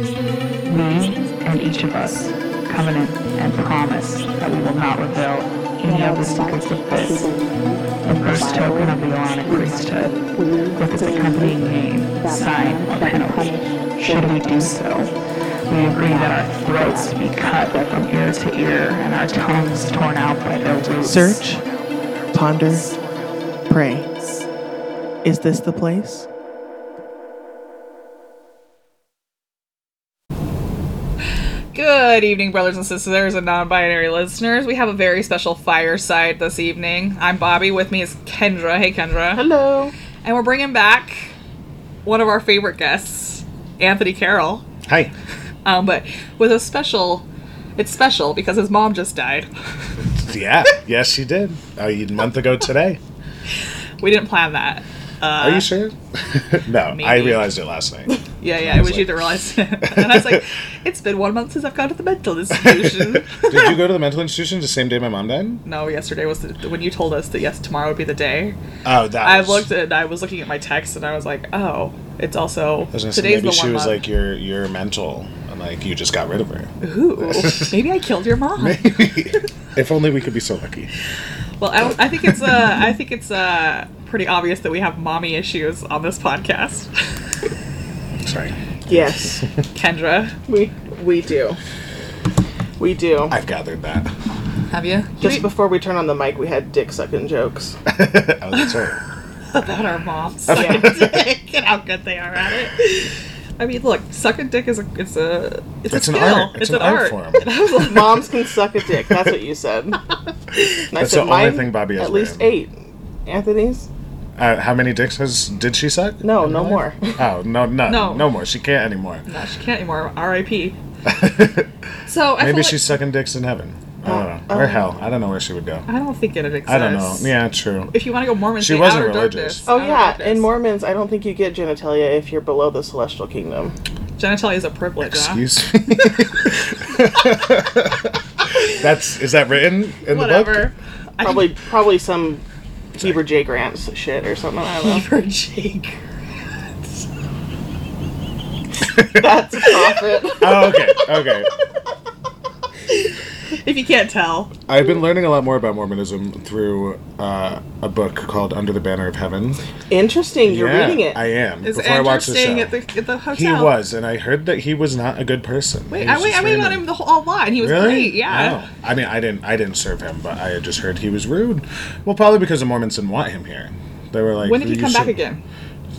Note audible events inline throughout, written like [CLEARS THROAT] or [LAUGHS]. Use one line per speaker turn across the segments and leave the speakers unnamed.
We and each of us covenant and promise that we will not reveal any of the secrets of this, the first token of the Aaronic priesthood, with its accompanying name, sign, or penalty. Should we do so, we agree that our throats be cut from ear to ear and our tongues torn out by their roots.
Search, ponder, pray. Is this the place?
Good evening, brothers and sisters and non binary listeners. We have a very special fireside this evening. I'm Bobby. With me is Kendra. Hey, Kendra.
Hello.
And we're bringing back one of our favorite guests, Anthony Carroll.
Hi.
Um, but with a special, it's special because his mom just died.
Yeah. yes, she did. A month ago today.
We didn't plan that.
Are you sure? [LAUGHS] no, I
Uh, maybe.
realized it last night.
Yeah, yeah, it was you that realized it. [LAUGHS] And I was like, it's been one month since I've gone to the mental institution.
Did you go to the mental institution the same day my mom died?
no, yesterday was the, when you told us that yes, tomorrow would be the day.
Oh, that.
I
was,
looked at I was looking at my text and I was like, oh, it's also
I was gonna
today's
say, maybe
the
she
one
was
month.
like, "You're you're mental," and like you just got rid of her. [LAUGHS]
Ooh, maybe I killed your mom.
if only we could be so lucky.
Well, I, don't- I think it's uh, I think it's uh, pretty obvious that we have mommy issues on this podcast.
Sorry,
Yes,
[LAUGHS] Kendra,
we we do. We do.
I've gathered that. [LAUGHS]
have you
Just before we turn on the mic, we had dick sucking jokes.
oh, that's right.
about our moms? [LAUGHS] Get how good they are at it. I mean, look, sucking dick is a it's a it's, Oh a
It's an
skill.
art. It's an art form.
[LAUGHS] And I was like,
Moms can suck a dick. That's what you said. And I
That's the
said
only
mine.
thing Bobby has
at least
written.
eight. Anthony's?
Uh, how many dicks has did she suck?
No, no more.
Oh no, no,
No.
no, more. She can't
[LAUGHS]
anymore. [LAUGHS]
no, she can't anymore. R.I.P. So I feel
Maybe
like, Uh,
she's sucking dicks in heaven. I don't know. Or hell. I don't know where she would go.
I don't think it exists.
I don't know. Yeah, true.
If you want to go Mormon,
She
say
wasn't
outer
religious.
darkness.
Oh
Outer
yeah,
darkness.
in Mormons, I don't think you get genitalia if you're below the celestial kingdom.
genitalia is a privilege.
[LAUGHS]
huh?
Excuse [LAUGHS] me. That's is that written in
Whatever. I
Probably, probably some Heber J. Grant's shit or something. I don't know.
for Jake.
That's a profit.
the book? Oh,
[LAUGHS]
okay, okay.
[LAUGHS] If you can't tell,
I've been learning a lot more about Mormonism through uh, a book called Under the Banner of Heaven.
[LAUGHS] Interesting. You're
Yeah,
reading it.
I am.
is
before I
Andrew
watched the show,
staying at the, at the hotel?
he was, and I heard that he was not a good person.
Wait,
He
I
was
wait,
just
I waited on
random.
him the whole all line. He was
Really?
great. Yeah.
Wow. I mean, I didn't, I didn't serve him, but I had just heard he was rude. Well, probably because the Mormons didn't want him here. They were like,
When did he
"You
come back
should-"
again?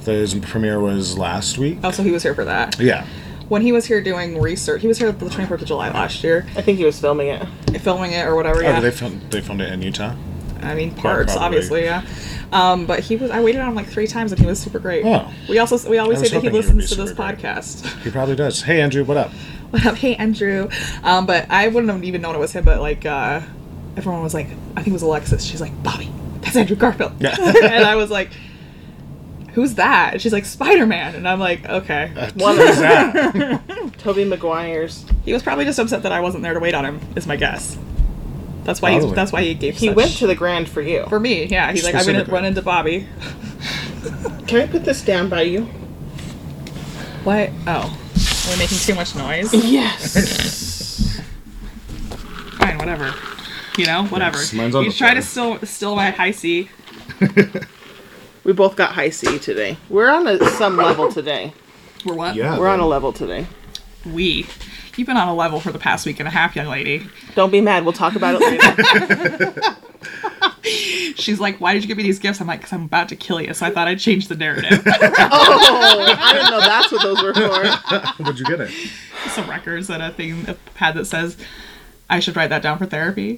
His premiere was last week.
Oh, so he was here for that.
Yeah.
When he was here doing research, he was here the 24th of July last year,
I think he was filming it.
filming it or whatever.
Oh,
Yeah.
they filmed, they filmed it in Utah.
I mean, parts,
probably.
obviously, yeah. Um, but he was. I waited on him like three times, and he was super great.
Oh.
We also we always say
I was
that he
hoping he would be
listens to this
super great.
podcast. [LAUGHS]
He probably does. Hey, Andrew, what up?
what up? [LAUGHS] Hey, Andrew. Um, but I wouldn't have even known it was him. But like, uh, everyone was like, I think it was Alexis. She's like, Bobby, that's Andrew Garfield.
Yeah.
[LAUGHS] and I was like, Who's that? And she's like, Spider Man. And I'm like, Okay.
Uh.
One
Who's
of
that?
Toby Maguire's.
He was probably just upset that I wasn't there to wait on him. Is my guess. That's why he's,
Probably.
that's why he gave.
He
such-
went to the Grand for you.
for me. Yeah, he's like, I'm gonna
Specifically.
run into Bobby.
Can I put this down by you?
What? Oh, are we making too much noise?
Yes.
Fine, whatever. You know, whatever.
Yes, mine's on
you
the
try to
floor.
still still my high C.
we both got high C today. We're on a, some level today.
We're what?
Yeah.
We're on a level today.
We. You've been on a level for the past week and a half, young lady.
Don't be mad. We'll talk about it
[LAUGHS]
later.
She's like, "Why did you give me these gifts?" I'm like, "Cause I'm about to kill you." So I thought I'd change the narrative. [LAUGHS]
oh, I didn't know that's what those were for.
Where'd you get it?
Some records and a thing, a pad that says, "I should write that down for
[LAUGHS]
therapy."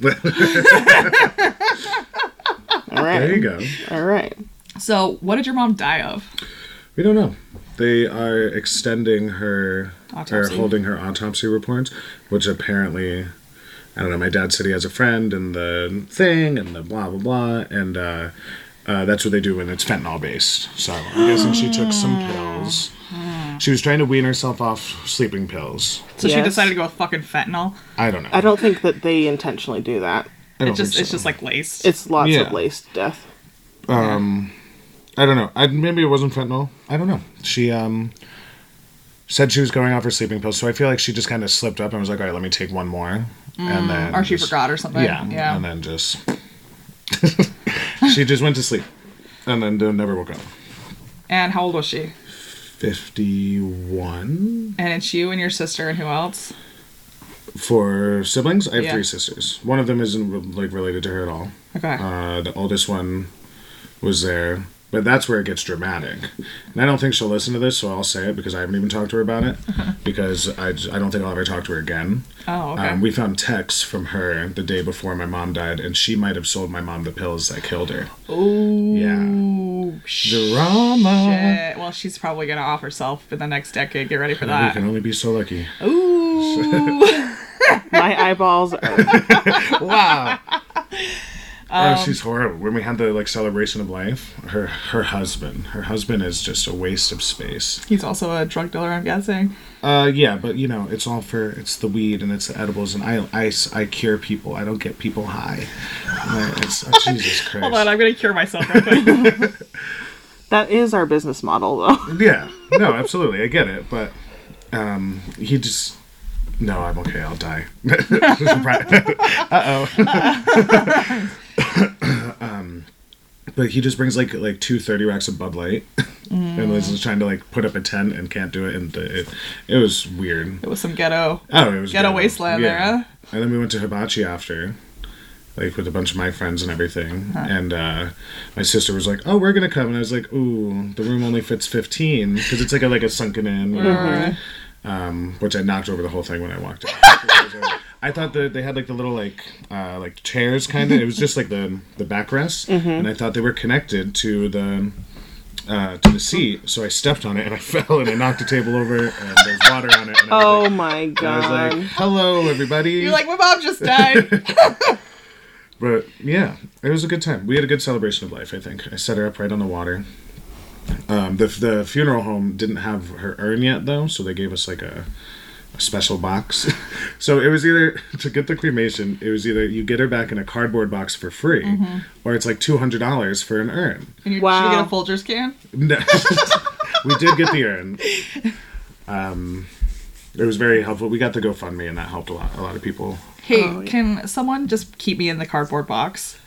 All
There
right.
you go.
All right.
so, what did your mom die of?
We don't know. They are extending her
Autopsy.
or holding her autopsy reports, which apparently I don't know. My dad said he has a friend and the thing and the blah blah blah, and uh, uh, that's what they do when it's fentanyl based. So I'm guessing she took some pills. She was trying to wean herself off sleeping pills.
So she
Yes.
decided to go with fucking fentanyl.
I don't know.
I don't think that they intentionally do that.
I don't
It just
think
it's
so.
just like laced.
It's lots
Yeah.
of laced death.
I don't know. I maybe it wasn't fentanyl. I don't know. She um said she was going off her sleeping pills, so I feel like she just kind of slipped up and was like, all right, let me take one more. and
Mm,
then.
Or she
just-
forgot or something.
Yeah.
Yeah.
And then just. [LAUGHS] she just went to sleep and then d- never woke up.
and how old was she?
51
And it's you and your sister and who else?
for siblings. I have
Yeah.
three sisters. One of them isn't re- like related to her at all.
Okay.
Uh, the oldest one was there, but that's where it gets dramatic. And I don't think she'll listen to this, so I'll say it because I haven't even talked to her
[LAUGHS]
about it because I, j- I don't think I'll ever talk to her again.
oh, okay.
Um, we found texts from her the day before my mom died, and she might have sold my mom the pills that killed her.
Ooh.
Yeah.
Shit.
Drama.
Well, she's probably gonna off herself in the next decade. Get ready for
We
that. Oh,
can only be so lucky. [LAUGHS]
Ooh. [LAUGHS]
My eyeballs are.
wow.
um,
oh, she's horrible. When we had the like celebration of life, her her husband, her husband is just a waste of space.
He's also a drug dealer, I'm guessing.
Uh, yeah, but you know, it's all for it's the weed and it's the edibles and I I, I cure people. I don't get people high. Uh,
[LAUGHS]
it's, oh, Jesus Christ.
Hold on, I'm gonna cure myself [LAUGHS] real quick.
That is our business model, though.
yeah, no, absolutely, I get it, but um, he just. No, I'm okay. I'll die. [LAUGHS] uh oh.
[LAUGHS]
um, but he just brings like like two thirty racks of Bud Light, [LAUGHS] and
Mm.
was just trying to like put up a tent and can't do it, and it, it was weird.
it was some ghetto.
Oh, it was
Ghetto
good.
wasteland there, huh?
And then we went to hibachi after, like with a bunch of my friends and everything. And uh, my sister was like, "Oh, we're gonna come," and I was like, "Ooh, the room only fits 15 because it's like a like a sunken in."
Or-
um, which I knocked over the whole thing when I
[LAUGHS]
walked in. I thought that they had like the little like uh, like chairs kind of. It was just like the the backrest,
Mm-hmm.
and I thought they were connected to the uh, to the seat. So I stepped on it and I [LAUGHS] fell and I knocked a table over and there's water on it. And
Oh
everything.
my
And I
god.
was like, "Hello, everybody."
You're like, my mom just died.
but yeah, it was a good time. We had a good celebration of life. I think I set her up right on the water. Um, the the funeral home didn't have her urn yet though, so they gave us like a, a special box. [LAUGHS] so it was either [LAUGHS] to get the cremation, it was either you get her back in a cardboard box for free,
Mm-hmm.
or it's like two hundred dollars for an urn.
And you,
Wow.
Should we get a Folgers can?
No. we did get
[LAUGHS]
the urn. Um, it was very helpful. We got the GoFundMe, and that helped a lot. A lot of people.
Hey,
Oh,
can someone just keep me in the cardboard
[LAUGHS]
box?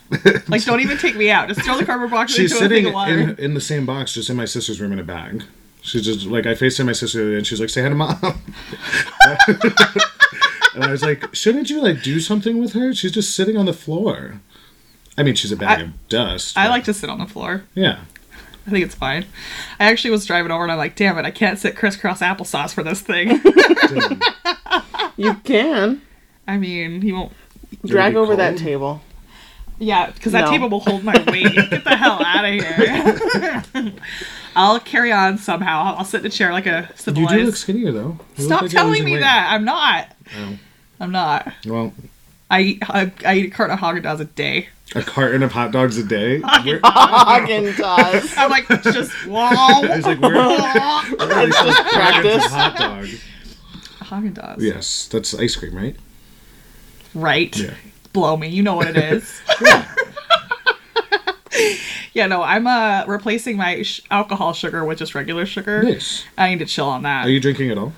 like, don't even take me out. Just throw the cardboard box
She's
into a
sitting
thing of water.
in, in the same box, just in my sister's room in a bag. She's just like I FaceTime my sister the other day and she's like, "Say hi to mom." [LAUGHS] and I was like, "Shouldn't you like do something with her? She's just sitting on the floor." I mean, she's a bag
I-
of dust.
I
but-
like to sit on the floor.
Yeah.
I think it's fine. I actually was driving over and I'm like, damn it, I can't sit crisscross applesauce for this thing.
[LAUGHS]
you can.
I mean, he won't.
Drag
be
over that
[LAUGHS]
cold?
table.
Yeah, because that
No.
table will hold my weight. Get the hell out of here.
[LAUGHS]
I'll carry on somehow. I'll sit in a chair like a
You
civilized.
do look skinnier though. You look
Stop
like you're
telling
losing
me
weight.
that. I'm not.
Oh.
I'm not.
Well,
I eat, I, I eat a carton of Haagen Dazs a day.
a carton of hot dogs
[LAUGHS]
a day. We're-
Haagen Dazs.
I'm like just wow.
It's like
[LAUGHS]
we're
Haagen
That's just
it's a
practice.
hot dog.
Dazs.
Yes, that's ice cream, right?
Right.
Yeah.
Blow me. You know what it is. yeah. No, I'm uh replacing my sh- alcohol sugar with just regular sugar.
Nice.
I need to chill on that.
Are you drinking at all?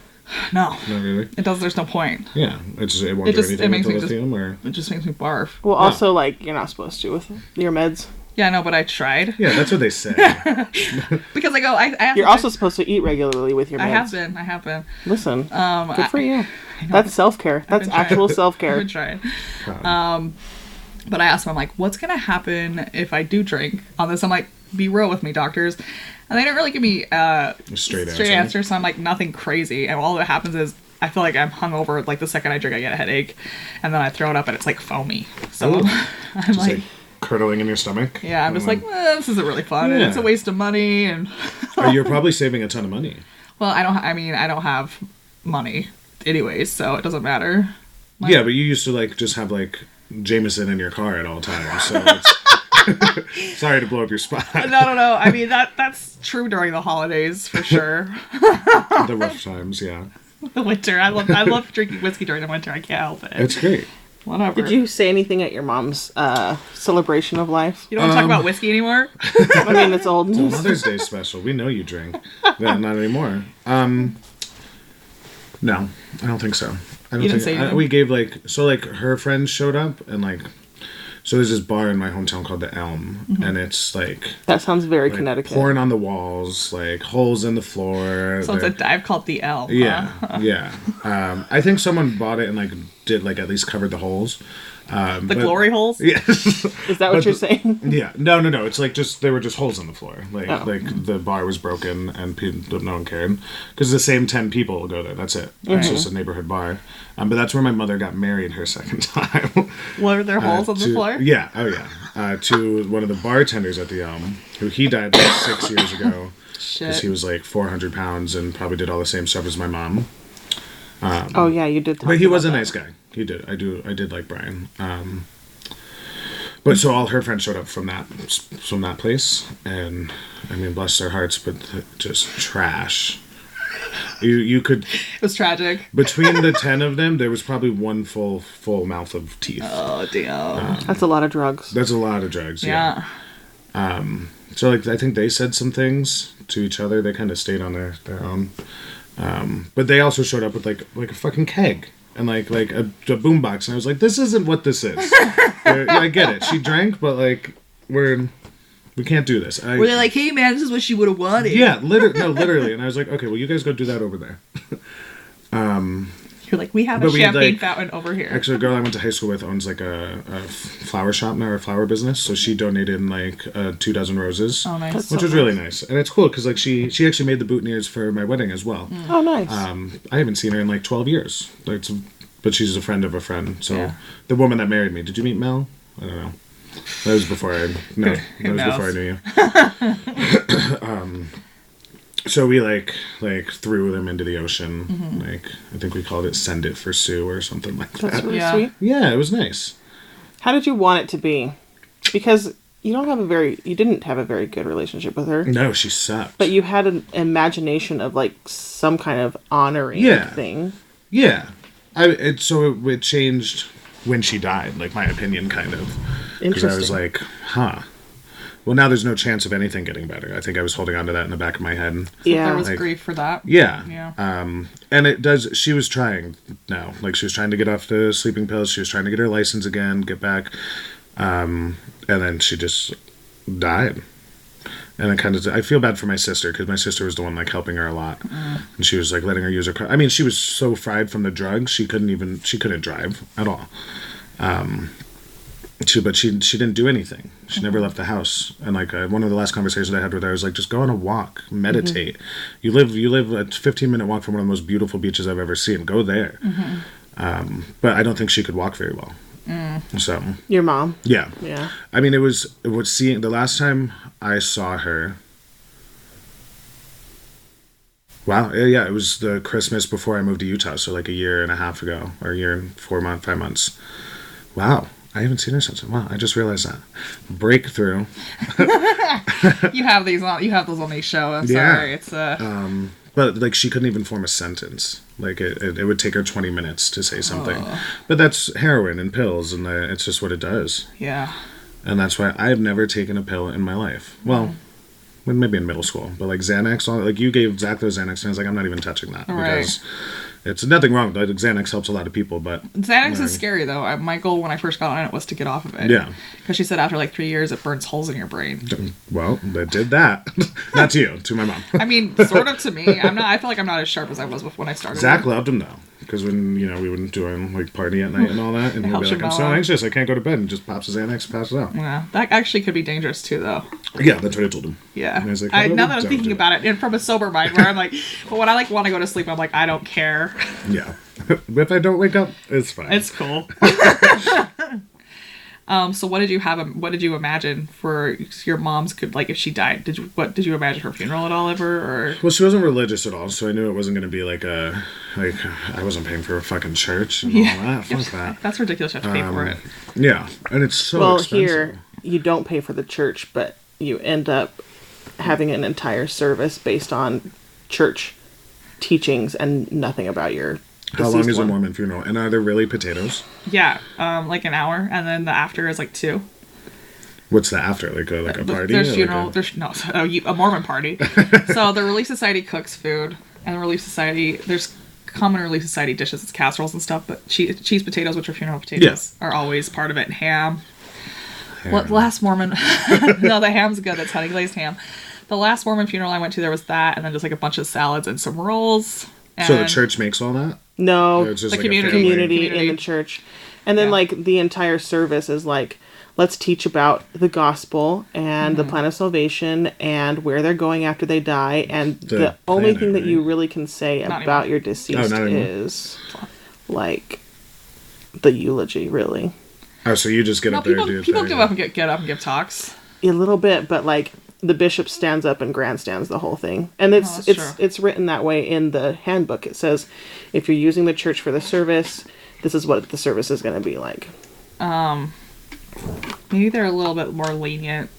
no.
Not really.
It does. There's no point.
Yeah, it's it won't
It
do
just- it
anything
makes
with
me
the
just-
lithium or
It just makes me barf.
Well, also, like, you're not supposed to with your meds.
Yeah. No, but I tried
yeah, that's what
[LAUGHS]
they say.
Uh, because I go. I, I have
You're
been-
also supposed to eat regularly with your meds.
I have been. I have been.
Listen,
Um.
good
I-
for you. That's self care. That's
been trying.
actual self
I've
care.
been trying.
Proud.
But I asked him, I'm like, what's going to happen if I do drink on this? I'm like, be real with me, doctors. And they didn't really give me uh, straight
straight, answer.
answers, so I'm like, nothing crazy. And all that happens is I feel like I'm hungover. Like the second I drink, I get a headache, and then I throw it up, and it's like foamy. So
Ooh.
I'm
Just
like,
like, curdling in your stomach.
[LAUGHS] yeah, I'm just like, eh, this isn't really fun. and
Yeah.
It's a waste of money, and [LAUGHS]
Oh, you're probably saving a ton of money.
well, I don't. I mean, I don't have money, anyways, so it doesn't matter.
yeah, but you used to like just have like Jameson in your car at all times. So it's...
[LAUGHS]
[LAUGHS] sorry to blow up your spot.
I don't know. I mean, that that's true during the holidays
[LAUGHS]
for sure. [LAUGHS]
the rough times. Yeah,
the winter. I love I love drinking whiskey during the winter. I can't help it.
it's great.
Whatever.
Did you say anything at your mom's uh, celebration of life?
You don't
um,
talk about whiskey
[LAUGHS]
anymore?
I
[LAUGHS]
mean, it's old news.
Mother's Day special. We know you drink. No, not anymore. Um, No, I don't think so. I don't
You didn't say
think I-
no?
we gave like so like her friends showed up and like so there's this bar in my hometown called the Elm
Mm-hmm.
and it's like,
That sounds very
like
Connecticut.
porn on the walls, like holes in the floor.
So it's a
there-
dive called the L. huh? [LAUGHS]
yeah, yeah. Um, I think someone bought it and like did like at least covered the holes. Um,
The
but-
glory holes.
[LAUGHS] Yes.
Is that what
But
you're
the-
saying?
Yeah, no, no, no. It's like just there were just holes in the floor. Like
Oh.
like the bar was broken and people, no one cared because the same ten people will go there. That's it. It's just a neighborhood bar. Um, but that's where my mother got married her second [LAUGHS] time. Uh,
Were there holes on the
To-
floor?
Yeah. Oh yeah. Uh, to one of the bartenders at the Elm, who he died like six years ago because
[LAUGHS] Shit.
he was like four hundred pounds and probably did all the same stuff as my mom.
Oh yeah, you did. Talk
But he
about
was a
that.
nice guy. He did. I do. I did like Brian. Um, but so all her friends showed up from that from that place, and I mean, bless their hearts, but th- just trash. You you could
It was tragic.
between the ten of them, there was probably one full full mouth of teeth.
Oh damn.
That's a lot of drugs.
That's a lot of drugs. Yeah.
yeah.
So like, I think they said some things to each other. They kind of stayed on their their own. Um, but they also showed up with like like a fucking keg and like like a, a boombox, and I was like, this isn't what this
[LAUGHS]
is. They're- I get it. She drank, but like we're we can't do this. I,
Were they like, hey man, this is what she would have wanted?
yeah, liter- no, literally. And I was like, okay, well, you guys go do that over there.
You're like, we have a
But we had,
champagne
like-
fountain over here.
Actually, a girl I went to high school with owns like a, a f- flower shop now, or a flower business. So she donated like uh, two dozen roses.
oh nice.
which was really nice, and it's cool because like she she actually made the boutonnieres for my wedding as well.
Hmm.
Oh nice.
Um, I haven't seen her in like twelve years. Like, it's- but she's a friend of a friend. So
Yeah.
the woman that married me. Did you meet Mel? I don't know. That was before I
[LAUGHS]
no. That was before
knows?
I knew you. um,
[LAUGHS]
[COUGHS] so we like like threw them into the ocean.
Mm-hmm.
Like I think we called it "Send It for Sue" or something like
That's
that.
really
Yeah.
sweet.
Yeah, it was nice.
How did you want it to be? Because you don't have a very, you didn't have a very good relationship with her,
No, she sucked.
but you had an imagination of like some kind of honoring
Yeah.
thing.
Yeah, I it so it, it changed when she died. Like my opinion, kind of, because I was
Interesting.
like, huh. Well, now there's no chance of anything getting better. I think I was holding on to that in the back of my head.
yeah.
There was
Like-
grief for
[LAUGHS]
that.
Yeah.
Yeah.
Um, and it does. She was trying now. Like she was trying to get off the sleeping pills. She was trying to get her license again, get back. Um, and then she just died. And I kind of I feel bad for my sister because my sister was the one like helping her a lot, and she was like letting her use her car. I mean, she was so fried from the drugs she couldn't even she couldn't drive at all. She, but she she didn't do anything. She never left the house. And like uh, one of the last conversations I had with her, I was like, just go on a walk, meditate. You live you live a 15 minute walk from one of the most beautiful beaches I've ever seen. Go there. Um, but I don't think she could walk very well. So
Your mom.
yeah,
Yeah.
I mean, it was it was seeing the last time I saw her. Wow, yeah, yeah, it was the Christmas before I moved to Utah, so like a year and a half ago, or a year and four month, five months. Wow, I haven't seen her since. Wow, I just realized that breakthrough.
You have these on. You have those on these show. I'm
Yeah.
sorry. It's uh.
But like she couldn't even form a sentence. Like it, it, it would take her twenty minutes to say something. But that's heroin and pills, and uh it's just what it does.
yeah.
and that's why I've never taken a pill in my life. Well, well, maybe in middle school, but like Xanax, all like you gave Zach those Xanax, and I was like, I'm not even touching that
Right.
because it's nothing wrong. Like Xanax helps a lot of people, but
Xanax is scary though. I, my goal when I first got on it was to get off of it.
Yeah.
Because she said after like three years it burns holes in your brain.
well, that did that. [LAUGHS] not to you, to
[LAUGHS]
my mom.
I mean, sort of to me. I'm not. I feel like I'm not as sharp as I was when I started.
Zach loved him though, because when you know we wouldn't do him like party at night and all that, and he'd
Helps
be like,
your
I'm so
mellow.
anxious, I can't go to bed, and just pops his Xanax, passes out.
Yeah, that actually could be dangerous too, though.
Yeah, that's what I told him.
Yeah.
And I was like,
I,
"How about
now
we
that I'm
don't
thinking
do
about it, and from a sober mind, where I'm like, [LAUGHS] well, when I like want to go to sleep, I'm like, I don't care.
Yeah, [LAUGHS] if I don't wake up, it's fine.
It's cool. um. So, what did you have? What did you imagine for your mom's? Could like if she died, did you what did you imagine her funeral at all ever? Or
Well, she wasn't religious at all, so I knew it wasn't going to be like a like I wasn't paying for a fucking church and all that. Fuck that. Um,
that's ridiculous. You have to [LAUGHS] pay for it.
Yeah, and it's so
well,
expensive.
here you don't pay for the church, but you end up having an entire service based on church teachings and nothing about your.
How long
deceased
is a
one.
Mormon funeral? And are there really potatoes?
Yeah, um, like an hour, and then the after is like two.
What's the after? Like a, like a
Th-
party?
There's
or like
funeral.
a-
There's no [LAUGHS]
[LAUGHS]
oh, you, a Mormon party. so the Relief Society cooks food, and the Relief Society there's common early society dishes. It's casseroles and stuff, but cheese, cheese potatoes, which are funeral potatoes, are always part of it. And ham. What the last Mormon? [LAUGHS] no, the ham's good. That's honey glazed ham. The last Mormon funeral I went to, there was that, and then just like a bunch of salads and some rolls. And
So the church makes all that.
No,
It's just
The
like a
community.
family-
community,
Community.
in the church. And then
Yeah.
like the entire service is like let's teach about the gospel and
Mm-hmm.
the plan of salvation and where they're going after they die and the, only
planet,
thing that you
right? Oh,
really can say
Not
about
anymore.
your deceased
not anymore.
is like the eulogy really.
Oh, so you just get
No,
up there
people,
and do your
people
thing.
give up and get, get up and give talks.
A little bit, but like the bishop stands up and grandstands the whole thing, and it's
Oh, that's
it's
true.
it's written that way in the handbook. It says, if you're using the church for the service, this is what the service is going to be like.
Maybe they're a little bit more lenient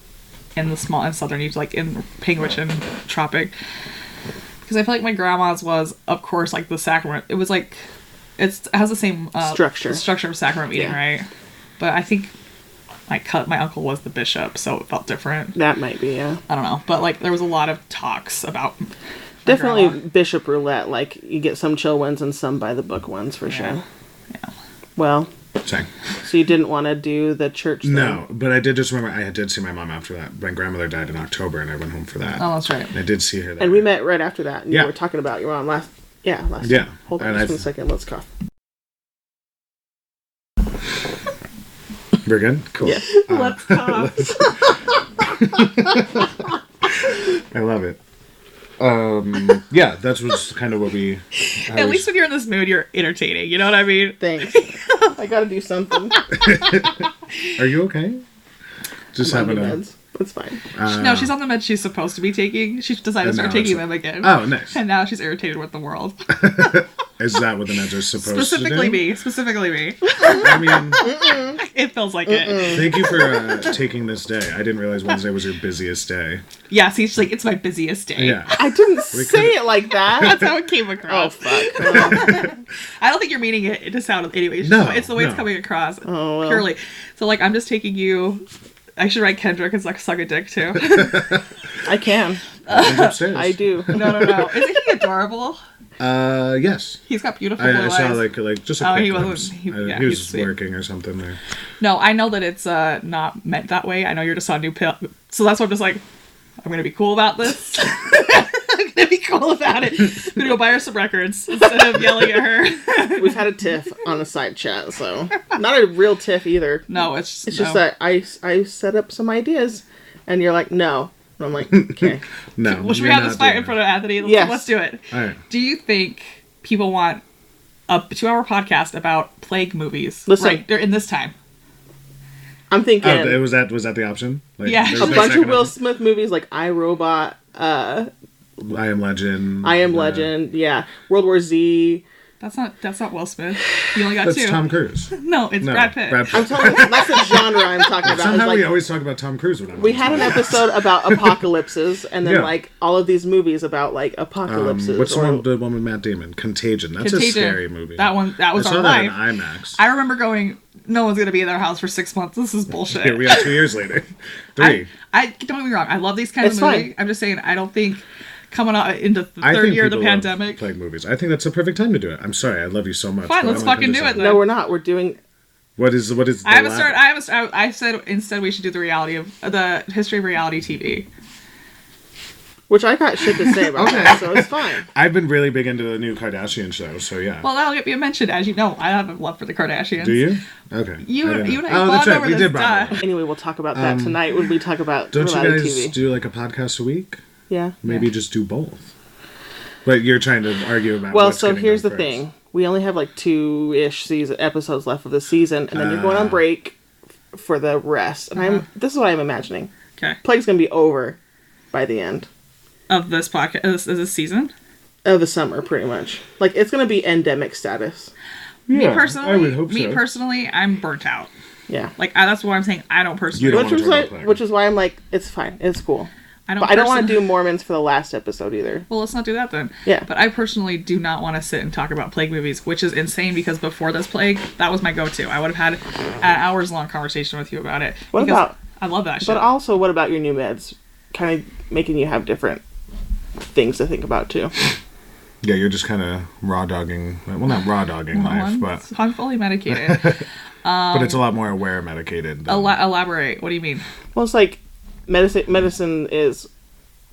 in the small in southern Utah, like in Penguich and Tropic. Because I feel like my grandma's was, of course, like the sacrament. It was like it's it has the same uh,
Structure.
structure of sacrament meeting,
Yeah.
right? But I think my cut my uncle was the bishop, so it felt different.
That might be yeah.
I don't know, but like there was a lot of talks about my
Definitely
grandma.
bishop roulette. Like you get some chill ones and some by the book ones for
Yeah.
sure. Well,
Sorry.
so you didn't want to do the church. thing?
No, but I did just remember I did see my mom after that. My grandmother died in October, and I went home for that.
Oh, that's right.
And I did see her. That
And we met right after that, and
Yeah.
you were talking about your mom last. Yeah, last.
Yeah,
Hold on
and
just
I-
one second. Let's cough.
We're good. Cool.
Yeah. Let's
[LAUGHS]
cough.
I love it. Um, yeah, that was kind of what we. how
At
we-
least when you're in this mood, you're entertaining. You know what I mean?
[LAUGHS]
Thanks. I gotta do something.
are you okay? Just having a. uh,
Meds. That's fine.
no, she's on the med she's supposed to be taking. She decided to
And
start
now
taking
it's-
them again.
Oh,
[LAUGHS]
nice.
And now she's irritated with the world.
Is that what the meds are supposed
Specifically
to do?
me. Specifically me. [LAUGHS]
I mean,
It feels like it.
thank you for uh, taking this day. I didn't realize Wednesday was your busiest day.
Yeah, see, she's like, it's my busiest day.
Yeah.
I didn't say
could've-
it like that.
[LAUGHS]
[LAUGHS]
That's how it came
oh
across.
fuck. Well,
I don't think you're meaning it to sound anyway. It's,
Oh. No,
just, it's the way it's
no.
coming across.
Oh, well.
Purely. So, like, I'm just taking you. I should write Kendra because I suck a dick too. [LAUGHS]
I can.
Went upstairs.
I do.
no, no, no. Isn't he adorable?
Uh, yes.
He's got beautiful blue
I, I saw
eyes.
like like just a
Oh,
quick
he wasn't-
glimpse.
he-
I-
yeah,
he
he's
was
sweet.
working or something there.
No, I know that it's uh not meant that way. I know you're just on new pill, so that's why I'm just like, I'm gonna be cool
[LAUGHS]
about this. I'm gonna be cool about it. I'm gonna go buy her some records instead of yelling at her.
We've had a tiff on a side chat, so not a real tiff either.
No, it's just,
It's
no.
just that I I set up some ideas, and you're like, no. And I'm like,
[LAUGHS]
okay.
No.
Well, should we
you're
have this
not
fight
doing
in
that.
front of Anthony? Let's,
Yes.
let's do it.
All right.
Do you think people want a two-hour podcast about plague movies?
Listen.
right, they're in this time.
I'm thinking
Oh, th- was that was that the option? Like,
Yeah.
there's
A
a
no
bunch of
second
Will Smith movies like I Robot,
option? I am Legend.
I Am
uh,
Legend, yeah, World War Z.
That's not that's not Will Smith. You only got
That's
two.
Tom Cruise.
no, [LAUGHS] it's
No,
Brad Pitt.
I'm telling you, that's the genre I'm talking about. It's
Somehow
like,
we always talk about Tom Cruise when I'm.
we had an episode
[LAUGHS]
about apocalypses, and then
Yeah.
like all of these movies about like apocalypses.
Um, what's the
or-
one, the one with Matt Damon? Contagion. That's a
Contagion.
scary movie.
That one- that was
I
our
saw that
life.
in IMAX.
I remember going. No one's gonna be in their house for six months. This is bullshit.
[LAUGHS] Here we are, two
[LAUGHS]
years later. Three.
I don't get me wrong. I love these kinds
It's
of movies.
fine.
I'm just saying I don't think coming out into the
I,
third
think
year of the
people love
pandemic.
Plague movies. I think that's the perfect time to do it. I'm sorry, I love you so much.
Fine,
but
let's
I'm gonna
fucking do
decide.
it then.
No, we're not. We're doing
What is what is? The
I haven't
la-
started. I haven't. started- I, I said instead we should do the reality of the history of reality TV.
which I got shit to say about that, so it's fine.
I've been really big into the new Kardashian show, so yeah.
Well, that'll get me a mention, as you know. I have a love for the Kardashians.
do you? Okay.
You-
I didn't
you
know. Oh,
and I bond over
We
this
did bond
stuff.
over it.
Anyway, we'll talk about that tonight when we talk about
Um, Don't you
reality
guys
TV.
do like a podcast a week?
yeah.
Maybe just do both. But you're trying to argue about.
Well,
what's
so
getting
here's the
done first.
thing: we only have like two-ish season episodes left of the season, and then you're going on
Ah. Uh-huh.
break f- for the rest. And I'm this is what I'm imagining:
Okay.
plague's gonna be over by the end
Of this podcast, of this, of this season.
of the summer, pretty much. Like it's gonna be endemic status.
me
Yeah,
personally,
I would hope
me
so.
personally, I'm burnt out.
Yeah.
Like I, that's what I'm saying. I don't personally.
You don't
which was
wanna talk about
like,
Plague.
which is why I'm like, it's fine, it's cool.
I don't.
But I don't want to
person-
do Mormons for the last episode either.
Well, let's not do that then.
Yeah.
But I personally do not want to sit and talk about plague movies, which is insane because before this plague, that was my go-to. I would have had an hours long conversation with you about it.
What
because
about-
I love that shit.
But also, what about your new meds? Kind of making you have different things to think about too.
Yeah, you're just kind of raw dogging. Well, not raw dogging life,
I'm,
but
I'm fully medicated.
but it's a lot more aware medicated.
Oh,
than-
Ela- elaborate. What do you mean?
Well, it's like medicine. Medicine is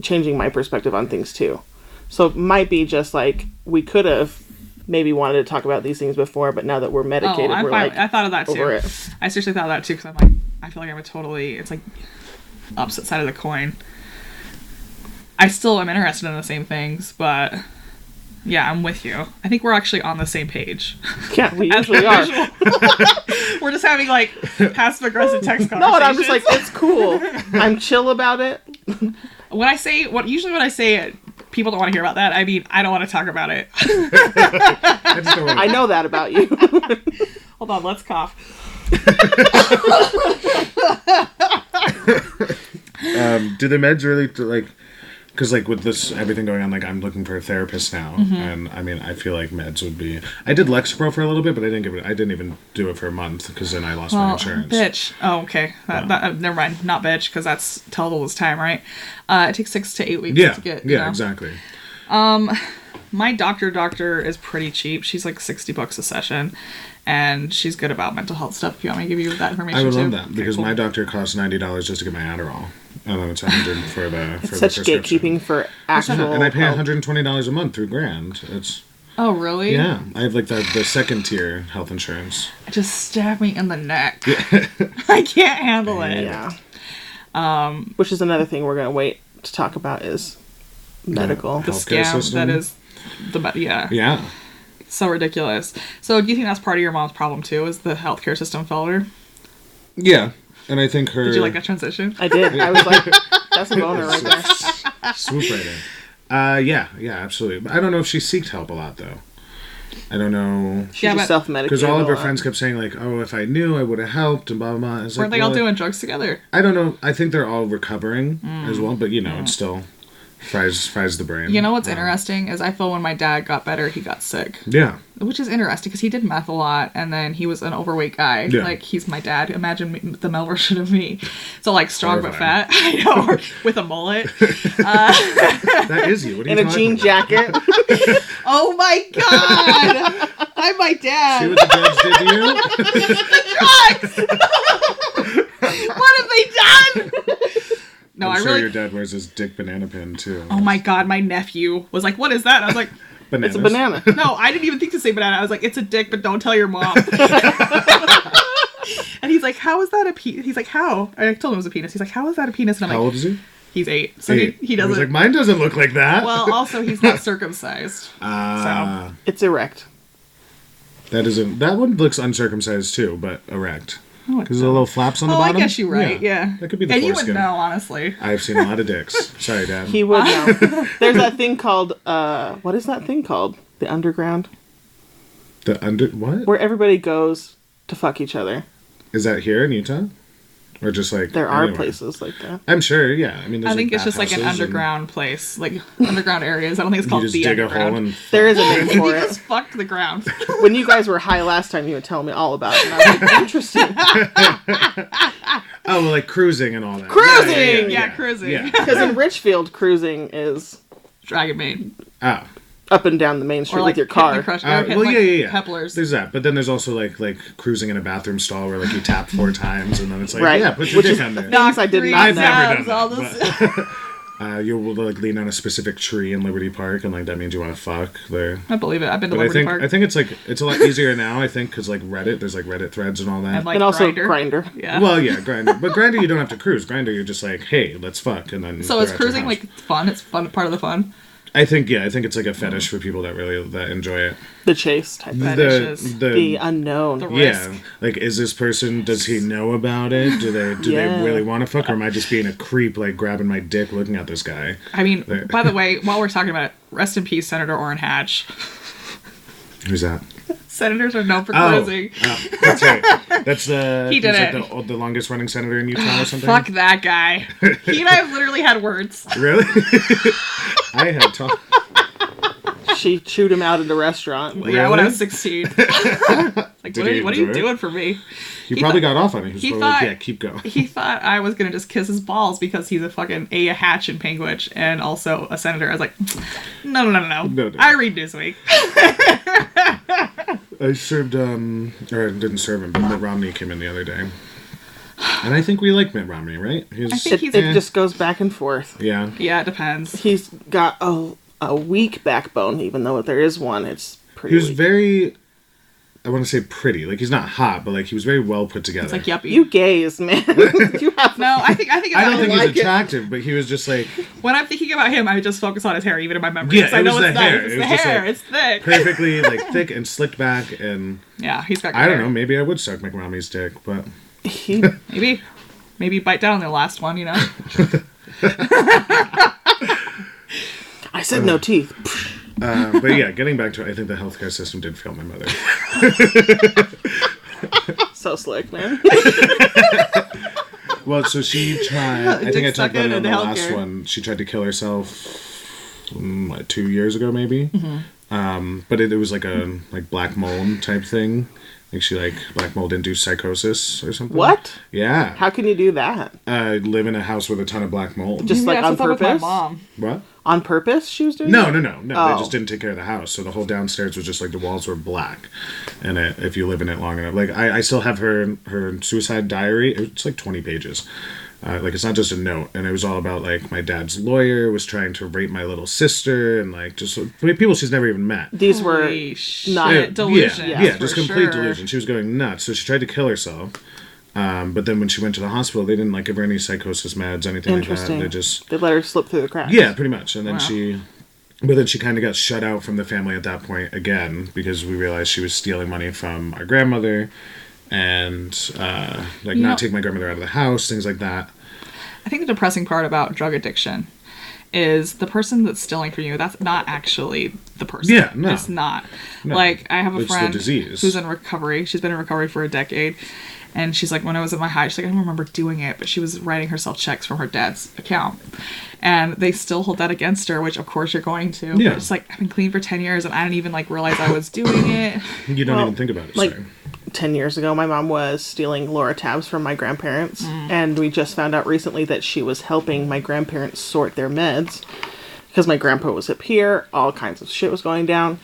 changing my perspective on things too. So it might be just like we could have maybe wanted to talk about these things before, but now that we're medicated,
oh, I'm
we're
fine.
like
I thought of that too.
over it.
I seriously thought of that too because I'm like, I feel like I'm a totally. It's like opposite side of the coin. I still am interested in the same things, but yeah, I'm with you. I think we're actually on the same page.
yeah,
[LAUGHS]
we usually are.
we're just having
[LAUGHS]
like passive aggressive text conversations.
No, and I'm just like it's cool.
[LAUGHS]
I'm chill about it.
when I say what usually when I say it, people don't want to hear about that. I mean, I don't want to talk about it. [LAUGHS]
I just don't wanna-
I know that about you.
Hold on, let's cough.
um, do the meds really to, like? Because like with this everything going on, like I'm looking for a therapist now,
Mm-hmm.
and I mean I feel like meds would be. I did Lexapro for a little bit, but I didn't give it. I didn't even do it for a month because then I lost my
Well,
insurance.
bitch. Oh, okay. That, that, uh, never mind. Not bitch, because that's total this time, right? Uh, it takes six to eight weeks
Yeah,
to get. you
yeah,
know.
exactly.
my doctor doctor is pretty cheap. She's like sixty bucks a session, and she's good about mental health stuff. If you want me to give you that information,
I would
too?
love that because
cool.
my doctor costs ninety dollars just to get my Adderall, and then
[SIGHS]
it's hundred for the for
Such
the prescription.
gatekeeping for
Yeah,
actual.
[LAUGHS] and I pay
health.
one hundred and twenty dollars a month through Grand. It's
Oh really?
yeah, I have like the, the second tier health insurance.
It Just stab me in the
[LAUGHS]
neck. [LAUGHS] I can't handle it.
Yeah. Um, Which is another thing we're gonna wait to talk about is medical.
The
Healthcare
scam
system.
that is the me- yeah.
Yeah,
so ridiculous. So do you think that's part of your mom's problem too? Is the healthcare system failure?
yeah, and I think her.
Did you like that transition?
I did. I was like, that's a boner right there.
[LAUGHS] Swoop right in. Uh, yeah, yeah, absolutely. But I don't know if she seeked help a lot though. I don't know
She
Yeah,
just
but-
self medicated.
because all of her friends kept saying like, "Oh, if I knew, I would have helped," and blah blah blah. It's
Weren't
like,
they all
well,
doing drugs together?
I don't know. I think they're all recovering as well, but you know, it still fries fries the brain.
Mm. You know what's
Um,
interesting is I feel when my dad got better, he got sick.
Yeah,
which is interesting because he did meth a lot and then he was an overweight guy
Yeah.
like he's my dad imagine me, the mel version of me so like strong but
Horrifying.
fat [LAUGHS] i know or with a mullet
that is you. What are
in
you
a
talking
jean
about? [LAUGHS]
jacket.
oh my god i'm my
See
dad
what the judge
[LAUGHS]
did to you?
what have they done no i
[LAUGHS] I'm sure
really
your dad wears his dick banana pin too.
oh my god my nephew was like what is that i was like
[LAUGHS] Bananas.
It's a banana.
no i didn't even think to say banana i was like it's a dick but don't tell your
[LAUGHS]
mom and he's like how is that a penis he's like how i told him it was a penis he's like how is that a penis and i'm
How
like
old is he?
he's eight so
Eight.
he, he doesn't
was like, mine doesn't look like that. [LAUGHS]
Well, also he's not circumcised.
Ah,
It's erect.
that isn't. That one looks uncircumcised too, but erect.
Oh,
Because the little flaps on the
oh, I
bottom.
guess you're right. Yeah,
that could be the
And you
foreskin.
would know, honestly.
I've seen a lot
[LAUGHS]
of dicks. Sorry, Dad.
He would know. There's that thing called uh, what is that thing called? The underground,
the under what
where everybody goes to fuck each other.
is that here in Utah, or just like
There are
anywhere?
places like that.
I'm sure. Yeah, I mean, there's
I think it's just like an
bathhouses and
underground place,
[LAUGHS]
like [LAUGHS] underground areas. I don't think it's called
You just
the
dig a
underground.
hole and
There is a name
you
for
[LAUGHS] just
it.
fucked the
[LAUGHS]
ground.
When you guys were high last time, you would tell me all about it. And I was
[LAUGHS]
like, interesting.
oh, well, like cruising and all that.
Cruising!
Yeah, cruising. [LAUGHS]
Yeah.
Because in Richfield, cruising is
Dragon Maid,
Oh.
up and down the main street
or
with
like
your
Hit and
car.
Crush,
Uh,
or Hit
well,
like
yeah, yeah, yeah.
Pepplers.
There's that, but then there's also like like cruising in a bathroom stall where like you tap four times and then it's like
Right.
yeah, put your
Which
dick
is-
under.
Things I did
Three
not know.
I've never
times,
done
all
that,
this-
Uh, you'll like lean on a specific tree in Liberty Park and like that means you want to fuck there.
I believe it. I've been to
But I
Liberty
think
Park.
I think it's like it's a lot easier now. I think because like Reddit, there's like Reddit threads and all that.
and like
And also
Grindr.
grinder.
Yeah.
Well, yeah, grinder. But grinder, you don't have to cruise. Grinder, you're just like, hey, let's fuck, and then.
so
they're
it's
at your
cruising
house.
like it's fun. It's fun part of the fun.
I think yeah, I think it's like a fetish for people that really that enjoy it.
The chase type thing.
Fetishes.
The the.
The unknown.
The-
yeah,
risk.
like is this person? Does he know about it? Do they
[LAUGHS]
do
Yeah.
they really want to fuck, or am I just being a creep, like grabbing my dick, looking at this guy?
I mean,
There.
by the way, while we're talking about it, rest in peace, Senator Orrin Hatch. [LAUGHS]
Who's that?
Senators are known for
Oh,
cruising.
oh, that's right. That's the
[LAUGHS] He did
he's like
it. Ah,
the, the longest running senator in Utah or something.
Fuck that
[LAUGHS]
guy. He and I have literally had words.
Really? I had talk.
[LAUGHS] she chewed him out in the restaurant.
Yeah, when I
Really?
was
[LAUGHS]
16. like, what are,
he
you, what are you
enjoy it?
doing for me?
He, probably
thought-
got off on it. He was
he
probably like,
thought-
yeah, keep going.
He thought I was going to just kiss his balls because he's a fucking A, a hatch in Panguitch and also a senator. I was like, no, no, no, no.
No, no.
I read Newsweek.
I served, um, or I didn't serve him, but Mitt Romney came in the other day. And I think we like Mitt Romney, right? He's, eh,
think
It,
he's-
it just goes back and forth.
yeah.
yeah, it depends.
He's got a, a weak backbone, even though if there is one, it's pretty
He was
weak.
very, I want to say pretty. Like, he's not hot, but like, he was very well put together.
It's like yuppie.
you gays,
[LAUGHS]
man. [LAUGHS] you have
no, I think I think,
I
about
don't think
him-
like
he's
it.
attractive, but he was just like
when I'm thinking about him, I just focus on his hair, even in my memories.
Yeah, it
I know
was
it's
the
not.
hair.
It's
It
the
was just
hair.
like-
it's thick.
perfectly like thick and slicked back, and
Yeah, he's got. Good
I don't
hair.
know. Maybe I would suck McRomney's dick, but
he,
Maybe, maybe bite down on the last one. You know.
I said no teeth. [LAUGHS]
uh, but yeah. Getting back to, it, I think the healthcare system did fail my mother.
So slick, man. [LAUGHS]
Well, so she tried. I think I
Dick
talked about
sucking
it
and
on the last
healthcare.
one. She tried to kill herself mm, what, two years ago, maybe.
Mm-hmm.
Um, but it, it was like a like black mold type thing. Like she like black mold induced psychosis or something.
What?
Yeah.
How can you do that?
I live in a house with a ton of black mold.
Just
Maybe
like on
that's what's up
purpose.
With my mom.
what?
On purpose, she was doing.
No,
that?
no, no, no. They
Oh.
just didn't take care of the house, so the whole downstairs was just like the walls were black. And it, if you live in it long enough, like I, I still have her her suicide diary. It's like twenty pages. Uh, like it's not just a note, and it was all about like my dad's lawyer was trying to rape my little sister, and like just like, people she's never even met.
These were
Holy shit.
not-
Yeah,
delusion.
Yeah, yeah, just complete delusion. She was going nuts, so she tried to kill herself. Um, but then when she went to the hospital, they didn't like give her any psychosis meds, anything like that.
interesting.
They just
They let her slip through the cracks.
yeah, pretty much. And then
Wow.
she, but then she kind of got shut out from the family at that point again because we realized she was stealing money from our grandmother, and uh, like
You
not
know-
take my grandmother out of the house, things like that.
I think the depressing part about drug addiction is the person that's stealing from you. That's not actually the person.
Yeah, no.
it's not. Like I have a
It's the
friend
disease.
who's in recovery. She's been in recovery for a decade, and she's like, when I was at my high, she's like, I don't remember doing it, but she was writing herself checks from her dad's account, and they still hold that against her. Which of course you're going to.
Yeah.
But It's like I've been clean for ten years, and I didn't even like realize I was doing
[COUGHS]
it.
You don't
Well,
even think about it.
like
sorry.
10 years ago my mom was stealing laura tabs from my grandparents and we just found out recently that she was helping my grandparents sort their meds because my grandpa was up here all kinds of shit was going down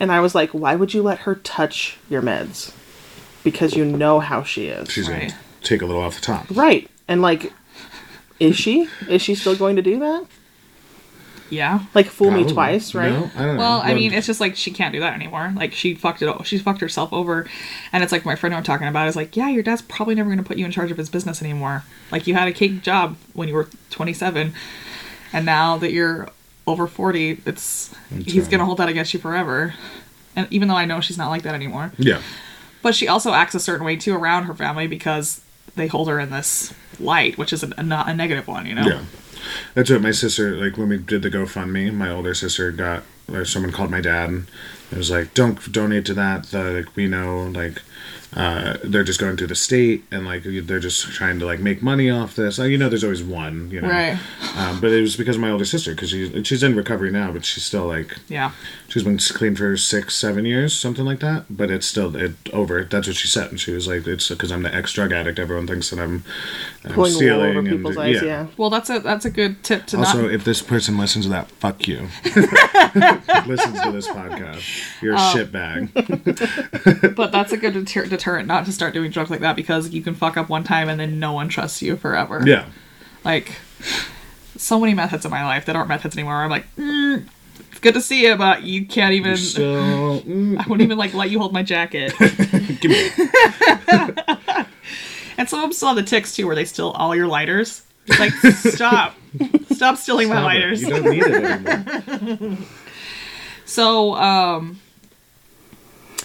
and i was like why would you let her touch your meds because you know how she is
she's
Right.
gonna take a little off the top.
right and like is she is she still going to do that
Yeah.
like fool me
Probably.
twice right
No, I don't know.
Well, I mean, it's just like she can't do that anymore. Like she fucked it. She fucked herself over, and it's like my friend I'm talking about is like, yeah, your dad's probably never going to put you in charge of his business anymore. Like you had a cake job when you were 27, and now that you're over 40, it's he's
right.
going to hold that against you forever. And even though I know she's not like that anymore,
yeah.
but she also acts a certain way too around her family because they hold her in this light, which is a, a not a negative one, you know.
Yeah. That's what my sister, like when we did the GoFundMe, my older sister got, or someone called my dad and it was like, don't donate to that. The, like, we know, like, uh, they're just going through the state and like they're just trying to like make money off this. Uh, You know, there's always one, you know.
Right.
Um, but it was because of my older sister because she's, she's in recovery now, but she's still like,
Yeah.
she's been clean for six, seven years, something like that. But it's still it over. That's what she said, and she was like, "It's because I'm the ex drug addict. Everyone thinks that I'm, I'm
pulling the wool
stealing."
over
and-
people's eyes yeah,
Well, that's a that's a good tip to
Also,
not.
if this person listens to that, fuck you.
[LAUGHS]
listens to this podcast, you're
Oh.
a shit bag.
But that's a good deter- deterrent not to start doing drugs like that because you can fuck up one time and then no one trusts you forever.
Yeah,
Like, so many methods in my life that aren't methods anymore. I'm like, mm, it's good to see you, but you can't even. [LAUGHS]
so mm,
I wouldn't even like let you hold my
[LAUGHS]
jacket.
give me. that.
and some of them still have the ticks too, where they steal all your lighters. It's
[LAUGHS]
Like, stop, stop stealing my
Stop it.
lighters.
You don't need it anymore.
So, um,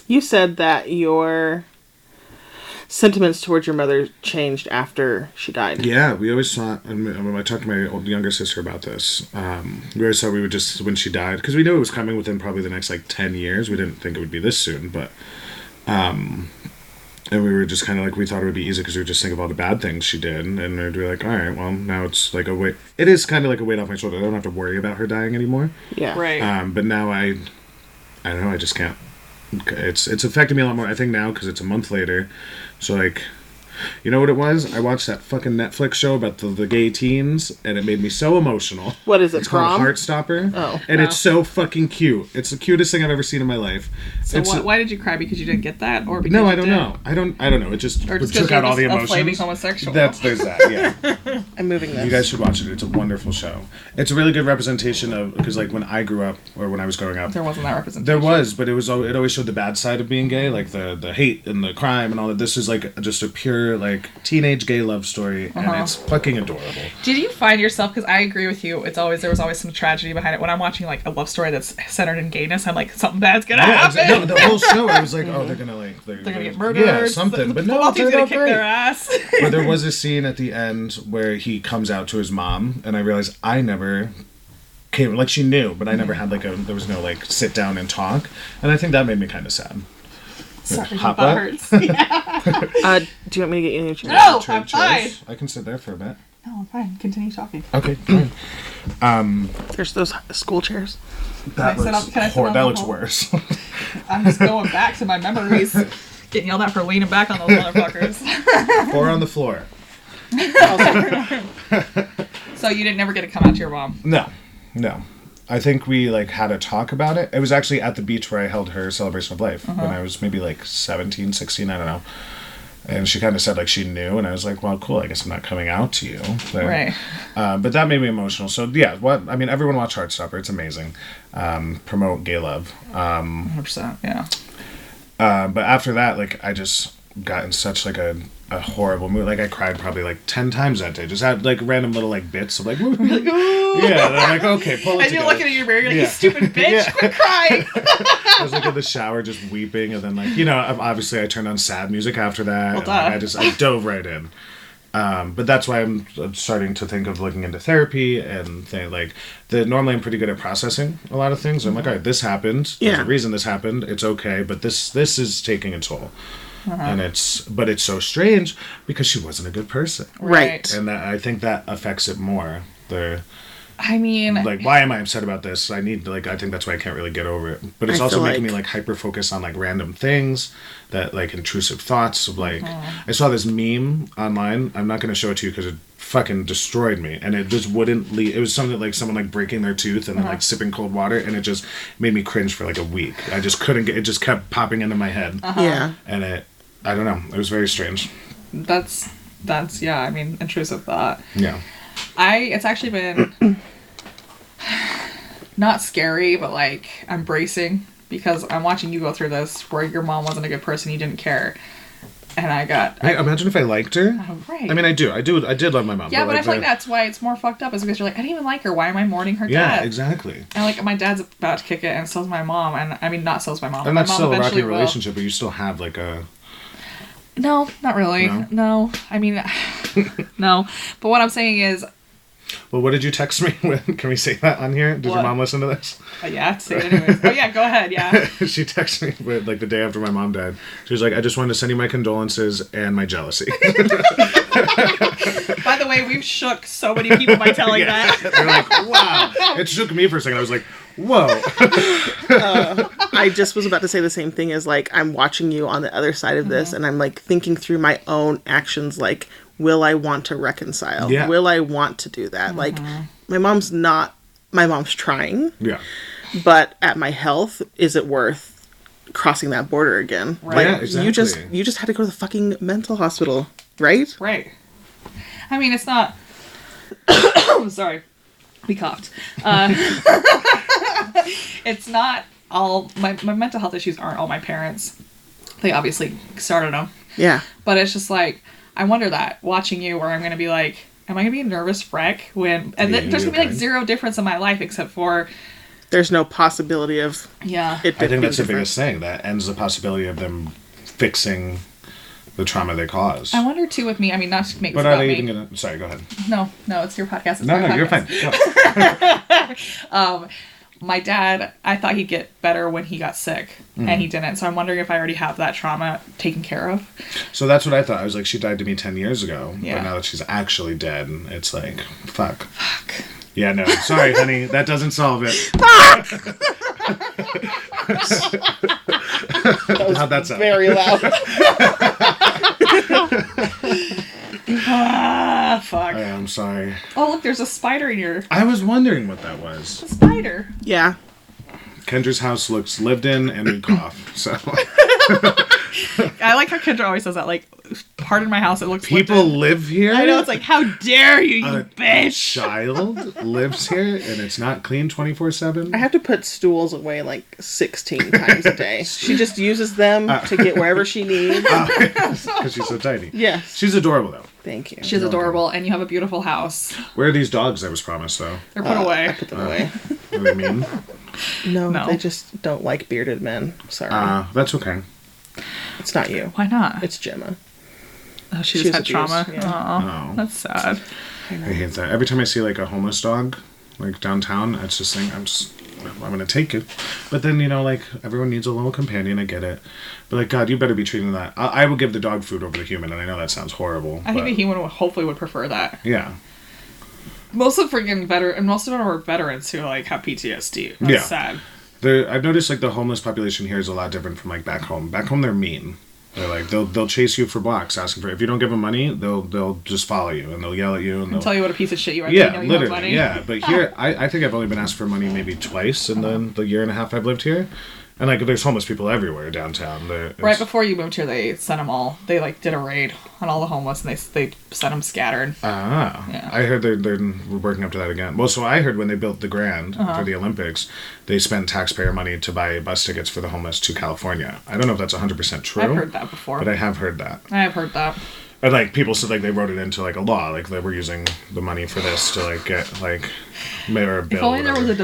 You said that your sentiments towards your mother changed after she died.
Yeah, we always thought. And when I talked to my old, younger sister about this, um, we always thought we would just when she died because we knew it was coming within probably the next like ten years. We didn't think it would be this soon, but um, and we were just kind of like we thought it would be easy because we would just think of all the bad things she did, and we'd be like, all right, well now it's like a weight. It is kind of like a weight off my shoulder. I don't have to worry about her dying anymore.
Yeah.
right.
Um, but now I I don't know. I just can't. It's it's affected me a lot more. I think now because it's a month later, so like, you know what it was? I watched that fucking Netflix show about the, the gay teens, and it made me so emotional.
What is it,
It's called
prom?
Heartstopper.
Oh.
and
Wow.
it's so fucking cute. It's the cutest thing I've ever seen in my life.
So
It's-
what, why did you cry? Because you didn't get that, or because
No,
you
I don't
did?
know. I don't. I don't know. It just,
Or just
took
because
out all the
you're just a flaming
emotions.
homosexual.
That's there's that. Yeah.
[LAUGHS]
I'm moving this.
You guys should watch it. It's a wonderful show. It's a really good representation of because like when I grew up or when I was growing up,
There wasn't that representation.
there was, but it was al- it always showed the bad side of being gay, like the the hate and the crime and all that. This is like just a pure like teenage gay love story,
Uh-huh.
and it's fucking adorable.
Did you find yourself? Because I agree with you. It's always there was always some tragedy behind it. When I'm watching like a love story that's centered in gayness, I'm like something bad's gonna
Yeah,
happen.
exa- no, the whole show. I was like, oh, they're gonna like they're,
Mm-hmm. They're gonna get
yeah,
murdered. [LAUGHS]
something.
The
But no,
football
it
team's
turned
gonna
out
kick
great.
their ass.
but there was a scene at the end where he comes out to his mom, and I realized I never came like she knew, but I
Mm-hmm.
never had like a there was no like sit down and talk, and I think that made me kind of sad.
[LAUGHS] Sorry, my
Hot
butt
butt?
hurts. [LAUGHS] Yeah.
Uh, do you want me to get you a new chair?
No,
Trade
I'm fine.
chairs. I can sit there for a bit.
No, Oh, I'm fine. Continue talking.
[CLEARS THROAT] Okay, fine. Um,
There's those school chairs.
I
that
sit
looks
on- can I sit
hor-
on
that
the
looks
hall? [LAUGHS]
worse.
I'm just going back to my
[LAUGHS]
memories. Getting yelled at for leaning back on those motherfuckers.
Four on the floor.
so you didn't never get to come out to your mom.
No, no. I think we like had a talk about it. It was actually at the beach where I held her celebration of life when
Uh-huh.
I was maybe like 17, 16, I don't know. And she kind of said like she knew, and I was like, well, cool. I guess I'm not coming out to you. But,
Right.
Uh, but that made me emotional. So yeah, what I mean, everyone watch Heartstopper. It's amazing. Um, promote gay love.
100. percent Yeah.
Uh, but after that, like I just got in such like a, a horrible mood. Like I cried probably like ten times that day. Just had like random little like
[LAUGHS]
bits of like, [LAUGHS] yeah. And I'm like, okay, pull it
And you're
together.
looking at your mirror, you're like,
Yeah.
you stupid
[LAUGHS]
bitch,
Yeah.
quit crying.
I was like in the shower just weeping, and then like you know, ob- obviously I turned on sad music after that. and, like,
duh.
I just I dove right in. Um, but that's why I'm I'm starting to think of looking into therapy and th- like the normally I'm pretty good at processing a lot of things. I'm like, all right, this happened. There's
Mm-hmm. Yeah.
a reason this happened. It's okay, but this this is taking a toll.
Uh-huh.
And it's but it's so strange because she wasn't a good person,
Right.
and that, I think that affects it more. The
I mean,
like why am i upset about this i need to like i think that's why i can't really get over it but it's
I
also
feel
making
like-
me like hyper focus on like random things that like intrusive thoughts of like i saw this meme online i'm not going to show it to you because it fucking destroyed me and it just wouldn't leave it was something like someone like breaking their tooth and then
Uh-huh.
like sipping cold water and it just made me cringe for like a week i just couldn't get it just kept popping into my head
Uh-huh.
Yeah.
and it i don't know it was very strange
that's that's yeah. I mean, intrusive thought.
yeah
I it's actually been [SIGHS] not scary, but like I'm bracing because I'm watching you go through this where your mom wasn't a good person, you didn't care. And I got
I, imagine if i liked her
Oh, right.
i mean i do i do i did love my mom
yeah, but I
like,
feel like
the-
that's why it's more fucked up is because you're like, I didn't even like her. Why am I mourning her
yeah
death?
exactly
And like my dad's about to kick it and so's my mom and I mean not so's my mom.
And
my
that's
mom
still a rocky
will.
relationship, but you still have like a.
No, not really.
No?
No. I mean [SIGHS] no. But what I'm saying is uh,
Well, what did you text me? [LAUGHS] with? Can we say that on here? Did your
What?
mom listen to this? [LAUGHS]
oh, yeah, say it anyways. oh yeah, go ahead, yeah.
she texted me with, like the day after my mom died. She was like, "I just wanted to send you my condolences and
[LAUGHS]
my jealousy."
By the way, we've shook so many people by
[LAUGHS]
telling that.
They're like, "Wow!" It shook me for a second. I was like, "Whoa!" [LAUGHS]
I just was about to say the same thing as like I'm watching you on the other side of this and I'm like thinking through my own actions like will I want to reconcile?
Yeah.
Will I want to do that? Like my mom's not my mom's trying,
yeah,
but at my health is it worth crossing that border again? Like
Yeah,
you just
exactly.
you just had to go to the fucking mental hospital, right?
Right. I mean, it's not. [COUGHS] I'm sorry. We coughed. Uh, [LAUGHS] it's not all. My, my mental health issues aren't all my parents. They obviously started them.
Yeah.
But it's just like, I wonder that watching you where I'm going to be like, am I going to be a nervous wreck when. And
Yeah,
then there's going to
you're
be like
right.
zero difference in my life except for.
There's no possibility of
Yeah.
it
I
being
think that's the
different.
biggest thing. That ends the possibility of them fixing the trauma they caused.
I wonder too with me. I mean, not to make this
but are
about
they
me.
even gonna? Sorry, go ahead.
No, no, it's your podcast. It's
No,
my
no, you're
podcast. [LAUGHS]
fine. Go.
my dad, I thought he'd get better when he got sick, and he didn't. So I'm wondering if I already have that trauma taken care of.
So that's what I thought. I was like, she died to me 10 years ago.
Yeah.
But now that she's actually dead, it's like, fuck.
[LAUGHS]
Fuck. Yeah, no. Sorry, honey. That doesn't solve it.
That was
[LAUGHS] How'd that sound?
very loud.
Ah, fuck.
I am sorry.
Oh, look, there's a spider in your.
I was wondering what that was.
A spider.
[LAUGHS] yeah.
Kendra's house looks lived in and we cough.
[LAUGHS]
So
I like how Kendra always says that. Like, pardon my house, it looks.
people Uh,
lived
live here.
in. I know it's like, how dare you, you
a
bitch!
child lives here and it's not clean twenty four
I
seven.
have to put stools away like
[LAUGHS]
16 times a day. She just uses them
Uh.
to get wherever she
[LAUGHS]
needs.
Because she's so tiny.
yes.
She's adorable though.
Thank you.
She's adorable, and you have a beautiful house.
Where are these dogs I was promised though?
They're put away.
Put them away.
You know what I mean?
No,
No.
they just don't like bearded men. Sorry.
Uh, that's okay.
it's not you.
Why not?
It's Gemma.
oh, she
she
just had
was
trauma.
abused,
Aw,
Oh.
that's sad.
I hate that. Every time I see like a homeless dog, like downtown, it's just think I'm just I'm gonna take it. But then you know, like everyone needs a little companion. I get it. But like God, you better be treating that. I, I will give the dog food over the human, and I know that sounds horrible.
I think
but-
the human would hopefully would prefer that.
Yeah.
Most of the freaking veteran, and most of them are veterans who like have PTSD. That's
Yeah.
sad.
There, I've noticed like the homeless population here is a lot different from like back home. Back home, they're mean. They're like they'll they'll chase you for blocks, asking for if you don't give them money, they'll they'll just follow you and they'll yell at you and they'll
Tell you what a piece of shit you are. you know
yeah,
you have money.
literally, yeah.
[LAUGHS]
But here, I, I think I've only been asked for money maybe twice in the the year and a half I've lived here, and like there's homeless people everywhere downtown. There, it's-
Right before you moved here, they sent them all. They like did a raid on all the homeless, and they they sent them scattered.
Ah,
Yeah.
I heard they're, they're working up to that again. Well, so I heard when they built the Grand
Uh-huh.
for the Olympics, they spent taxpayer money to buy bus tickets for the homeless to California. I don't know if that's 100% true.
I've heard that before.
But I have heard that.
I've heard that.
And like people said, like they wrote it into like a law, like they were using the money for this to like get like mayor bill.
If only there was a
whatever.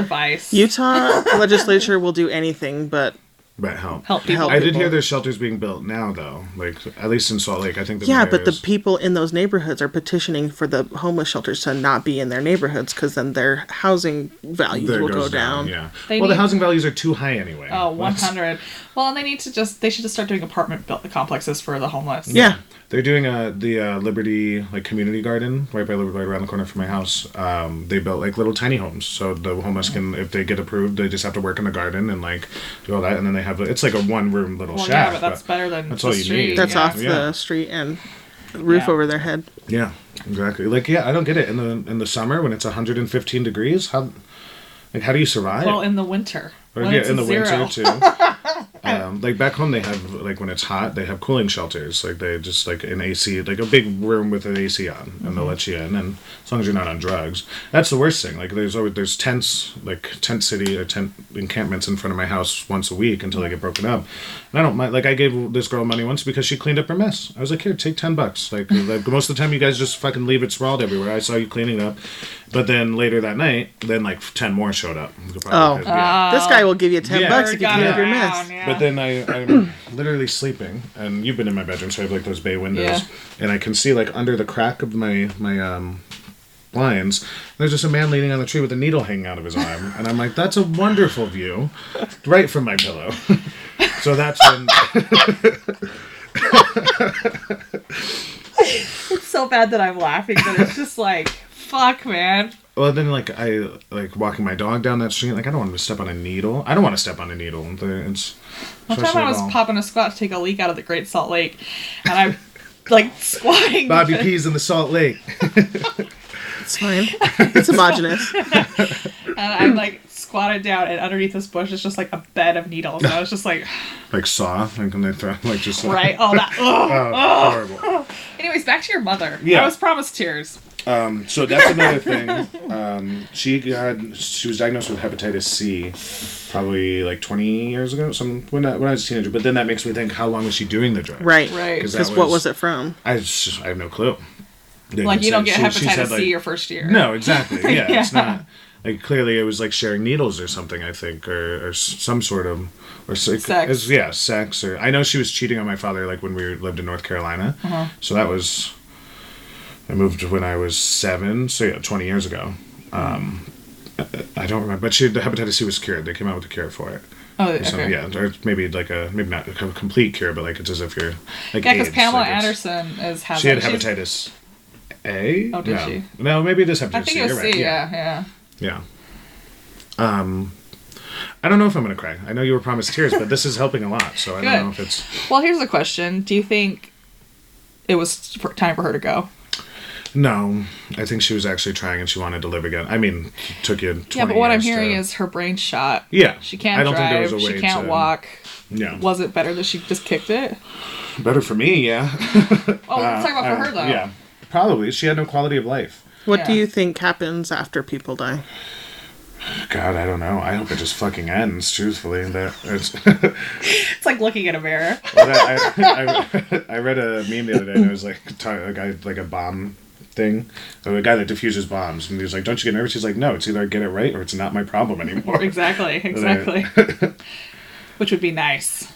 [LAUGHS]
device.
Utah legislature will do anything, but
But help.
help people.
Help.
I did
people.
hear there's shelters being built now, though. Like at least in Salt Lake, I think. The
yeah, but the
mayor's-
people in those neighborhoods are petitioning for the homeless shelters to not be in their neighborhoods because then their housing values
there
will go
goes
down.
Yeah.
They
well, the
need-
housing values are too high anyway.
Oh,
That's-
100. Well, and they need to just, they should just start doing apartment built complexes for the homeless.
Yeah.
They're doing a the uh, Liberty like community garden right by right around the corner from my house. Um, they built like little tiny homes, so the homeless can if they get approved, they just have to work in the garden and like do all that, and then they have it's like a one room little
Well, yeah,
shack.
but that's better than
that's
the
all you
street.
need.
That's
Yeah.
off
Yeah.
the street and roof
Yeah.
over their head.
Yeah, exactly. Like yeah, I don't get it in the in the summer when it's 115 degrees. How like how do you survive?
Well, in the winter.
Or
when
yeah,
it's
in the
zero.
winter too. um, like back home, they have like when it's hot, they have cooling shelters. Like they just like an AC, like a big room with an AC on, and they'll let you in. And as long as you're not on drugs, that's the worst thing. Like there's always there's tents, like tent city or tent encampments in front of my house once a week until they get broken up. And I don't mind. Like I gave this girl money once because she cleaned up her mess. I was like, here, take ten bucks. Like, like most of the time, you guys just fucking leave it sprawled everywhere. I saw you cleaning up, but then later that night, then like ten more showed up.
Oh.
Yeah.
this guy will give you ten
Yeah.
bucks if you
Got
clean
it
up your
around,
mess.
yeah.
But then
[CLEARS THROAT]
I, I'm literally sleeping, and you've been in my bedroom, so I have like those bay windows,
Yeah.
and I can see like under the crack of my my um, blinds, there's just a man leaning on the tree with a needle hanging out of his arm, and I'm like, that's a wonderful view, right from my pillow. [LAUGHS] so that's when [LAUGHS]
It's so bad that I'm laughing, but it's just like, [LAUGHS] fuck, man.
Well, then, like I like walking my dog down that street. Like I don't want to step on a needle. I don't want to step on a needle. The- It's
One time I was popping a squat to take a leak out of the Great Salt Lake, and I'm like [LAUGHS] squatting.
Bobby P's in the Salt Lake.
It's fine.
[LAUGHS]
It's homogenous.
And I'm like squatted down, and underneath this bush is just like a bed of needles. And I was just like, [SIGHS]
like saw. Like and they throw like just like,
right, all
[LAUGHS]
that. Ugh.
Oh, horrible.
Anyways, back to your mother.
Yeah.
I was promised tears.
So that's another thing. Um, she got she was diagnosed with hepatitis C, probably like twenty years ago. Some when I, when I was a teenager. But then that makes me think, how long was she doing the drug?
Right.
Right.
Is that-
Because what was it from?
I just, I have no clue. They
Like,
didn't
you don't
say-
get
she- she
hepatitis
said,
C
like,
your first year.
No, exactly.
[LAUGHS]
Yeah, it's
Yeah.
not. Like clearly, it was like sharing needles or something. I think, or, or s- some sort of, or sex.
Sex.
yeah, sex. Or I know she was cheating on my father. Like when we lived in North Carolina,
Uh-huh.
so that was. I moved when I was seven, so yeah, twenty years ago. Um, I I don't remember, but she the hepatitis C was cured. They came out with a cure for it.
Oh,
Or
okay.
something, yeah, or maybe like a maybe not a complete cure, but like it's as if you're like
Yeah, because
AIDS,
Pamela
like it's-
Anderson is having.
she had
she's-
hepatitis A.
Oh, did
no.
she?
No, maybe it is hepatitis
I think
C.
it was
you're
C.
right.
Yeah, yeah.
Yeah. Um, I don't know if I'm gonna cry. I know you were promised tears, but this is helping a lot. So I don't know if
Good.
it's.
Well, here's the question: Do you think it was for, time for her to go?
No, I think she was actually trying and she wanted to live again. I mean, it took you. 20
Yeah, but what I'm
years
hearing
to-
is her brain's shot.
Yeah,
She can't
I don't think there
drive.
was a way
she can't
to-
walk.
Yeah.
Was it better that she just kicked it?
better for me. Yeah.
Oh, let's talk about for her though.
Uh, Yeah, probably. She had no quality of life.
What do
Yeah.
you think happens after people die?
God, I don't know. I hope it just fucking ends. Truthfully, that it's. [LAUGHS]
It's like looking at a mirror.
But I, [LAUGHS] I, I, I read a meme the other day and it was like talking, a guy like a bomb thing, or a guy that diffuses bombs, and he was like, "Don't you get nervous?" He's like, "No, it's either I get it right or it's not my problem anymore." [LAUGHS]
Exactly. Exactly. Which would be
[LAUGHS]
nice.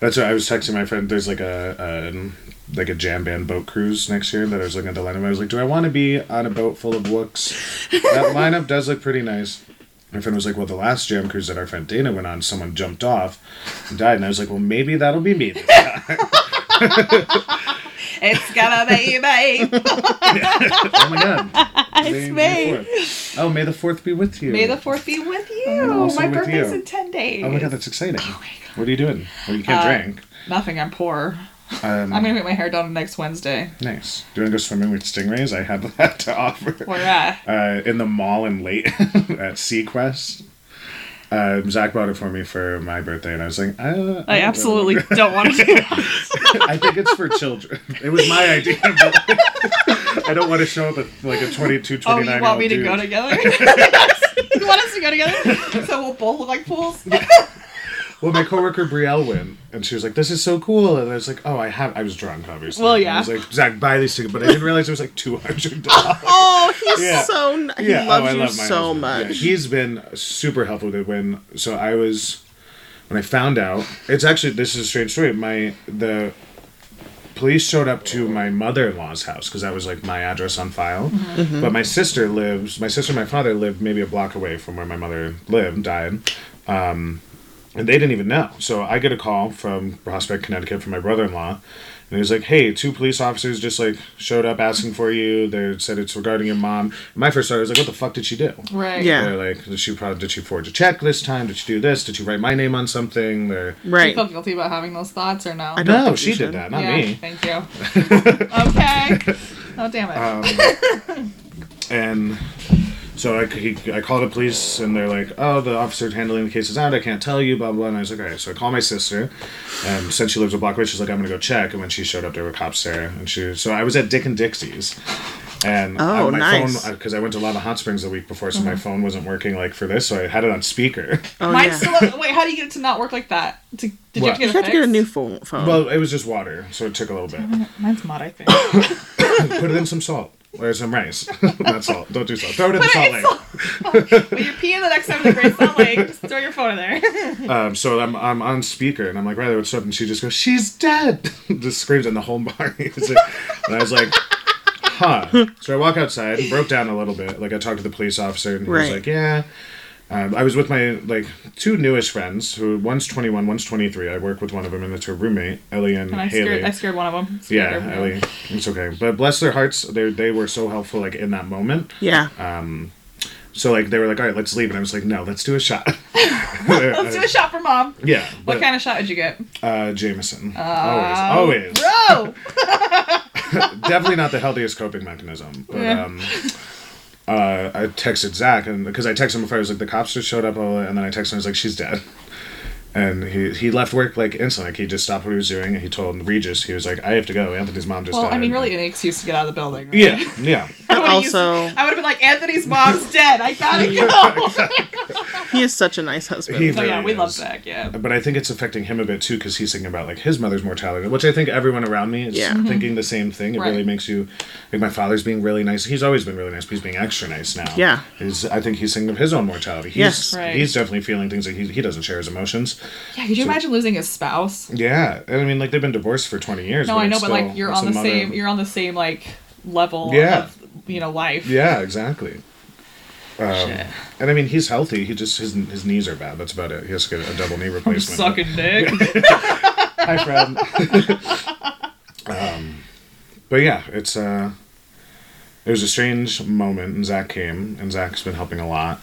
That's what I was texting my friend. There's like a, a like a jam band boat cruise next year that I was looking at the lineup. I was like, "Do I want to be on a boat full of wooks?" That lineup does look pretty nice. My friend was like, "Well, the last jam cruise that our friend Dana went on, someone jumped off and died," and I was like, "Well, maybe that'll be me." this time."
It's gonna
[LAUGHS]
be me.
oh my
[LAUGHS]
god! May-
May.
the 4th. Oh, May the fourth be with you.
May the fourth be with you.
also
My
with
birthday's
you.
in ten days.
Oh my god, that's exciting. What are you doing? Well, you
Uh,
can't drink.
Nothing. I'm poor.
Um,
I'm gonna get my hair done next Wednesday.
nice. Do you want to go swimming with stingrays? I have [LAUGHS] that to offer.
Where at?
Uh, in the mall in late [LAUGHS] at Sequest. Um, Zach bought it for me for my birthday, and I was like, uh, I, don't
I
know. [LAUGHS]
absolutely don't [LAUGHS] Oh, want to do that.
I think it's for children. [LAUGHS] It was my idea, but [LAUGHS] I don't want to show up at like a 22, 29
Oh, you want me to
year
go
old dude. [LAUGHS]
together? [LAUGHS] you want us to go together? So we'll both look like
[LAUGHS]
fools?
Well, my coworker Brielle went, and she was like, "This is so cool," and I was like, "Oh, I have." I was drunk, obviously.
Well,
And
yeah.
I was like, "Zach, buy these tickets," but I didn't realize it was like two hundred dollars.
Oh, he's
Yeah.
so n- he
yeah,
loves
oh, I
you
love my
so
husband.
much.
Yeah, he's been super helpful to when. So I was when I found out. It's actually this is a strange story. My the police showed up to my mother in law's house because that was like my address on file.
Mm-hmm.
But my sister lives. My sister and my father lived maybe a block away from where my mother lived, died. Um, and they didn't even know. So I get a call from Prospect, Connecticut, from my brother in law. And he was like, hey, two police officers just like showed up asking for you. They said it's regarding your mom. my first thought was like, what the fuck did she do?
Right.
Yeah.
They're like, did she probably did she forge a check this time? Did she do this? Did she write my name on something? They're
Do you
right.
feel guilty about having those thoughts or no?
I don't
no,
think you
she
should.
did that, not
yeah,
me.
Thank
[LAUGHS]
you. okay. Oh, damn it.
Um, And so I, he, I called the police and they're like, oh, the officer handling the case is out. I can't tell you, blah, blah. And I was like, all right. So I call my sister. And since she lives a block away, she's like, I'm going to go check. And when she showed up, there were cops there. And she, so I was at Dick and Dixie's. And
Oh,
uh, my
nice.
phone, because I went to a lot of hot springs the week before, so my phone wasn't working like for this. So I had it on speaker.
Oh,
Mine's
yeah.
still. Wait, how do you get it to not work like that? To, did you have
What?
to get
you
it
have to get a
fixed?
new phone. phone.
[LAUGHS] Well, it was just water. So it took a little bit.
[LAUGHS] Mine's mud, I think.
Put it in some salt or some rice. [LAUGHS] Not salt. Don't do salt. Throw it in the
it
salt
in
lake.
salt. but you're peeing the next time in the Great Salt
[LAUGHS]
Lake. Just throw your phone in there.
Um, so I'm, I'm on speaker and I'm like, Riley, what's up? And she just goes, she's dead. [LAUGHS] just screams in the whole bar. [LAUGHS] It's like- and I was like, huh. So I walk outside and broke down a little bit. Like I talked to the police officer and he was
Right.
like, yeah. Um, I was with my like two newest friends who one's 21, one's 23. I work with one of them and it's her roommate, Ellie and,
And I
Haley.
scared, I scared one of them.
yeah, Ellie. It's okay. But bless their hearts, they they were so helpful like in that moment.
yeah.
uh, So like they were like, all right, let's leave, and I was like, no, let's do a shot. [LAUGHS]
[LAUGHS] Let's do a shot for mom.
yeah.
What kind of shot did you get?
of? Uh, Jameson.
Um, [LAUGHS]
always, always.
Bro!
Definitely not the healthiest coping mechanism. But
Yeah.
um, uh, I texted Zach, and because I texted him before, I was like, the cops just showed up, blah, blah, blah, and then I texted him, I was like, she's dead. And he, he left work like instantly. Like, he just stopped what he was doing, and he told Regis, he was like, I have to go. Anthony's mom just
Well,
died.
I mean, really, any excuse to get out of the building. right? [LAUGHS]
Yeah, yeah.
I would've
Also-
used- I would have been like, Anthony's mom's dead. I
[LAUGHS]
gotta go.
he is such a nice husband.
He-
so yeah, we love
Yes.
Zach. Yeah.
but I think it's affecting him a bit too because he's thinking about like his mother's mortality, which I think everyone around me is
Yeah. Mm-hmm.
thinking the same thing. It
Right.
really makes you like my father's being really nice. He's always been really nice, but he's being extra nice now.
Yeah.
is I think he's thinking of his own mortality. He's,
Yes.
Right.
he's definitely feeling things that he he doesn't share his emotions.
Yeah. Could you imagine losing a spouse?
Yeah, and I mean like they've been divorced for twenty years.
No, I know,
it's
but
still-
like you're
it's
on
a
the
mother-
same. You're on the same like level.
Yeah.
Of, you know, life.
Yeah, exactly.
Shit.
And I mean he's healthy. He just his his knees are bad. That's about it. He has to get a double knee replacement.
Sucking
[LAUGHS]
dick.
Hi,
[LAUGHS]
Fred. um, but yeah, it's uh, it was a strange moment, and Zach came, and Zach's been helping a lot.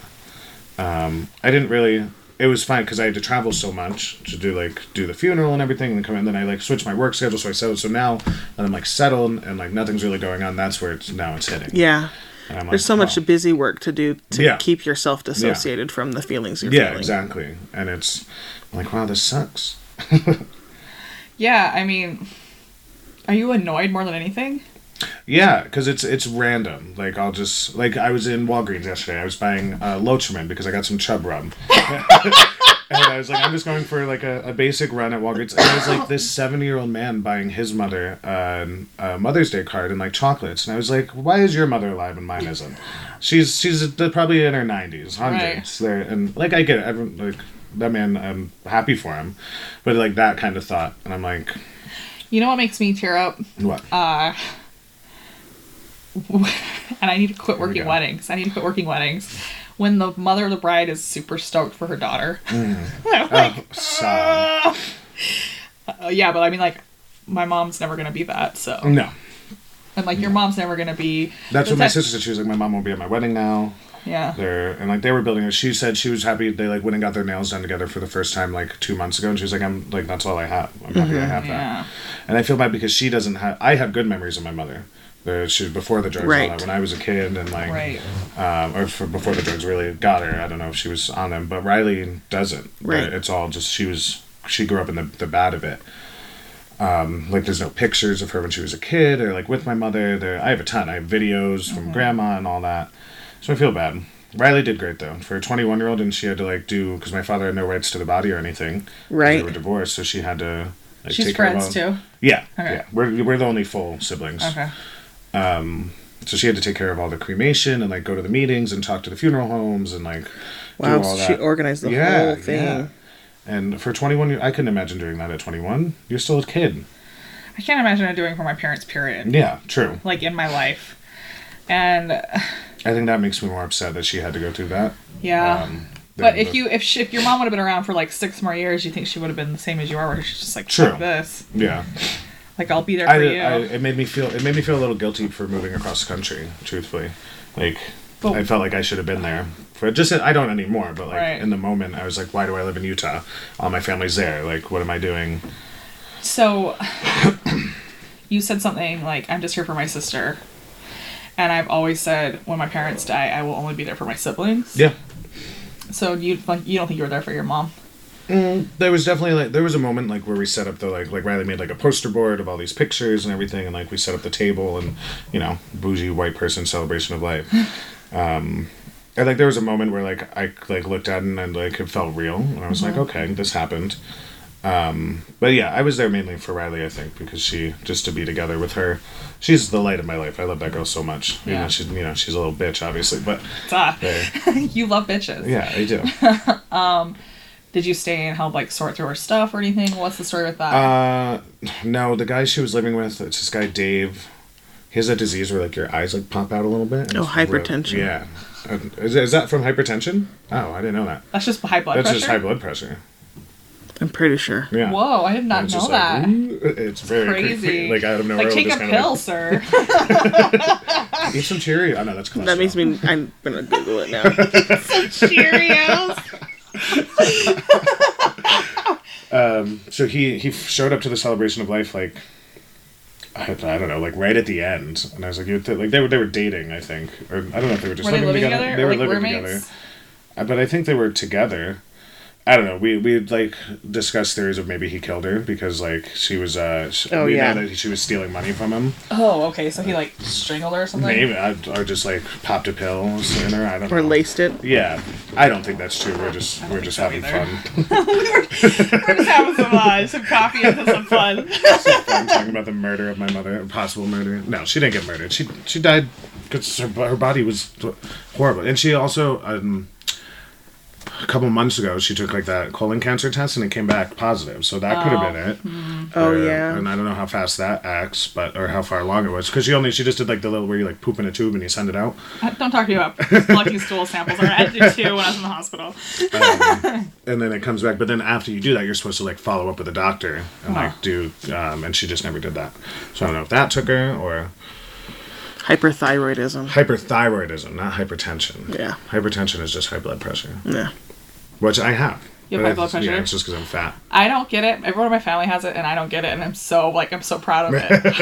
Um, I didn't really. it was fine because I had to travel so much to do like do the funeral and everything, and then come in. Then I like switched my work schedule, so I settled. So now that I'm like settled and like nothing's really going on, that's where it's now it's hitting.
Yeah.
And I'm
There's
like,
so much
oh.
busy work to do to
Yeah.
keep yourself dissociated from the feelings you're
Yeah,
feeling.
exactly. And it's I'm like wow, this sucks.
Yeah, I mean, are you annoyed more than anything?
Yeah, because it's it's random. Like I'll just like I was in Walgreens yesterday. I was buying uh, Lotrimin because I got some chub rub. and I was like, I'm just going for like a, a basic run at Walgreens. And it was like this 70 year old man buying his mother um, a Mother's Day card and like chocolates. And I was like, why is your mother alive and mine isn't? She's she's probably in her 90s, 100s. There and like I get it. Everyone, like that man, I'm happy for him, but like that kind of thought. And I'm like,
You know what makes me tear up?
what?
Uh, and I need to quit
we
working
go.
weddings. I need to quit working weddings. When the mother of the bride is super stoked for her daughter.
Mm.
I'm
Oh,
like,
Sob.
uh, yeah, but I mean, like, my mom's never gonna be that. So,
No.
and like, your mom's never gonna be.
Mm. That's
the
what my
type-
sister said. She was like, "My mom won't be at my wedding now."
Yeah.
They're and like they were building it. She said she was happy they like went and got their nails done together for the first time like two months ago, and she was like, "I'm like that's all I have. I'm happy I have
Yeah.
that." And I feel bad because she doesn't have. I have good memories of my mother. The, she was before the drugs and all
Right.
that, when I was a kid and like
Right.
um, or for, before the drugs really got her. I don't know if she was on them, but Riley doesn't.
Right.
But It's all just she was she grew up in the, the bad of it. Um, like there's no pictures of her when she was a kid or like with my mother. There I have a ton. I have videos
Mm-hmm.
from grandma and all that. So I feel bad. Riley did great though for a 21 year old, and she had to like do because my father had no rights to the body or anything. 'cause They
Right.
were divorced, so she had to. Like,
She's
take care of
friends
all-
too.
Yeah,
Okay.
yeah. We're, we're the only full siblings
Okay.
so she had to take care of all the cremation and like go to the meetings and talk to the funeral homes and like
Wow, so she organized the
Yeah,
whole thing.
yeah. and for 21 year- i couldn't imagine doing that at 21 you're still a kid
I can't imagine it doing for my parents. Period.
yeah true
Like in my life, and uh,
i think that makes me more upset that she had to go through that
yeah.
um,
But
than
if
the-
you if she, if your mom would have been around for like six more years, you think she would have been the same as you are, where she's just like
True.
Fuck this,
yeah
like I'll be there for
I,
you.
I it made me feel it made me feel a little guilty for moving across the country truthfully like
But-
i felt like i should have been there for just i don't anymore but like
Right.
in the moment i was like why do i live in utah all my family's there like what am i doing
so [COUGHS] you said something like I'm just here for my sister, and I've always said when my parents die, I will only be there for my siblings.
yeah
So you like you don't think you were there for your mom?
there was definitely like there was a moment like where we set up the like like Riley made like a poster board of all these pictures and everything and like we set up the table and you know bougie white person celebration of life. Um, and like there was a moment where like I like looked at it and like it felt real and I was like okay this happened. Um, but yeah, I was there mainly for Riley I think because she just to be together with her. She's the light of my life. I love that girl so much. You
Yeah.
know she's you know she's a little bitch obviously, but
Duh. [LAUGHS]
uh,
you love bitches.
yeah I do.
Did you stay and help like sort through her stuff or anything? What's the story with that?
Uh, no, the guy she was living with, it's this guy Dave. He has a disease where like your eyes like pop out a little bit. and
Oh,
it's real-
hypertension.
yeah, Uh, is, is that from hypertension? Oh, I didn't know that.
That's just high blood
That's
pressure.
just high blood pressure.
I'm pretty sure.
Yeah.
Whoa, I did not
It's
know
just
that.
like, "Ooh," it's very
Crazy.
creepy. Like out of nowhere.
Like take
just
a
kinda like,
pill,
[LAUGHS]
sir.
Eat some Cheerio. Oh no, that's cholesterol.
That makes me. I'm gonna Google it
[LAUGHS]
now.
Cheerios.
So he he showed up to the celebration of life like. I, I don't know, like right at the end, and I was like, you th- like they were they were dating, I think, or I don't know if they were
Were
just
they
living,
living
together.
together?
They
Or,
were
like
living together.
roommates?
Uh, but I think they were together. I don't know. We we like discussed theories of maybe he killed her because like she was uh sh-
Oh,
we
yeah.
know that she was stealing money from him.
Oh, okay. So he like strangled her or something.
Maybe I, or just like popped a pill in her. I don't
or
know.
laced it.
Yeah, I don't think that's true. We're just we're just having
either.
fun.
We're just having some uh, some coffee and some [LAUGHS] fun.
I'm talking about the murder of my mother, possible murder. No, she didn't get murdered. She she died because her, her body was horrible, and she also um, a couple months ago she took like that colon cancer test and it came back positive. So that could have been it.
Oh
Or-
yeah.
and I don't know how fast that acts, but or how far along it was, because she only she just did like the little where you like poop in a tube and you send it out.
Uh, Don't talk to me about collecting stool samples. Or I did too when I was in the hospital.
and then it comes back. But then after you do that, you're supposed to like follow up with the doctor and like do, um, and she just never did that. So I don't know if that took her or
Hyperthyroidism.
hyperthyroidism, not hypertension.
Yeah.
hypertension is just high blood pressure.
Yeah.
which I have.
You have
But
high blood
it's- yeah,
pressure?
it's just because I'm fat.
I don't get it. Everyone in my family has it, and I don't get it. And I'm so like, I'm so proud of
[LAUGHS]
it.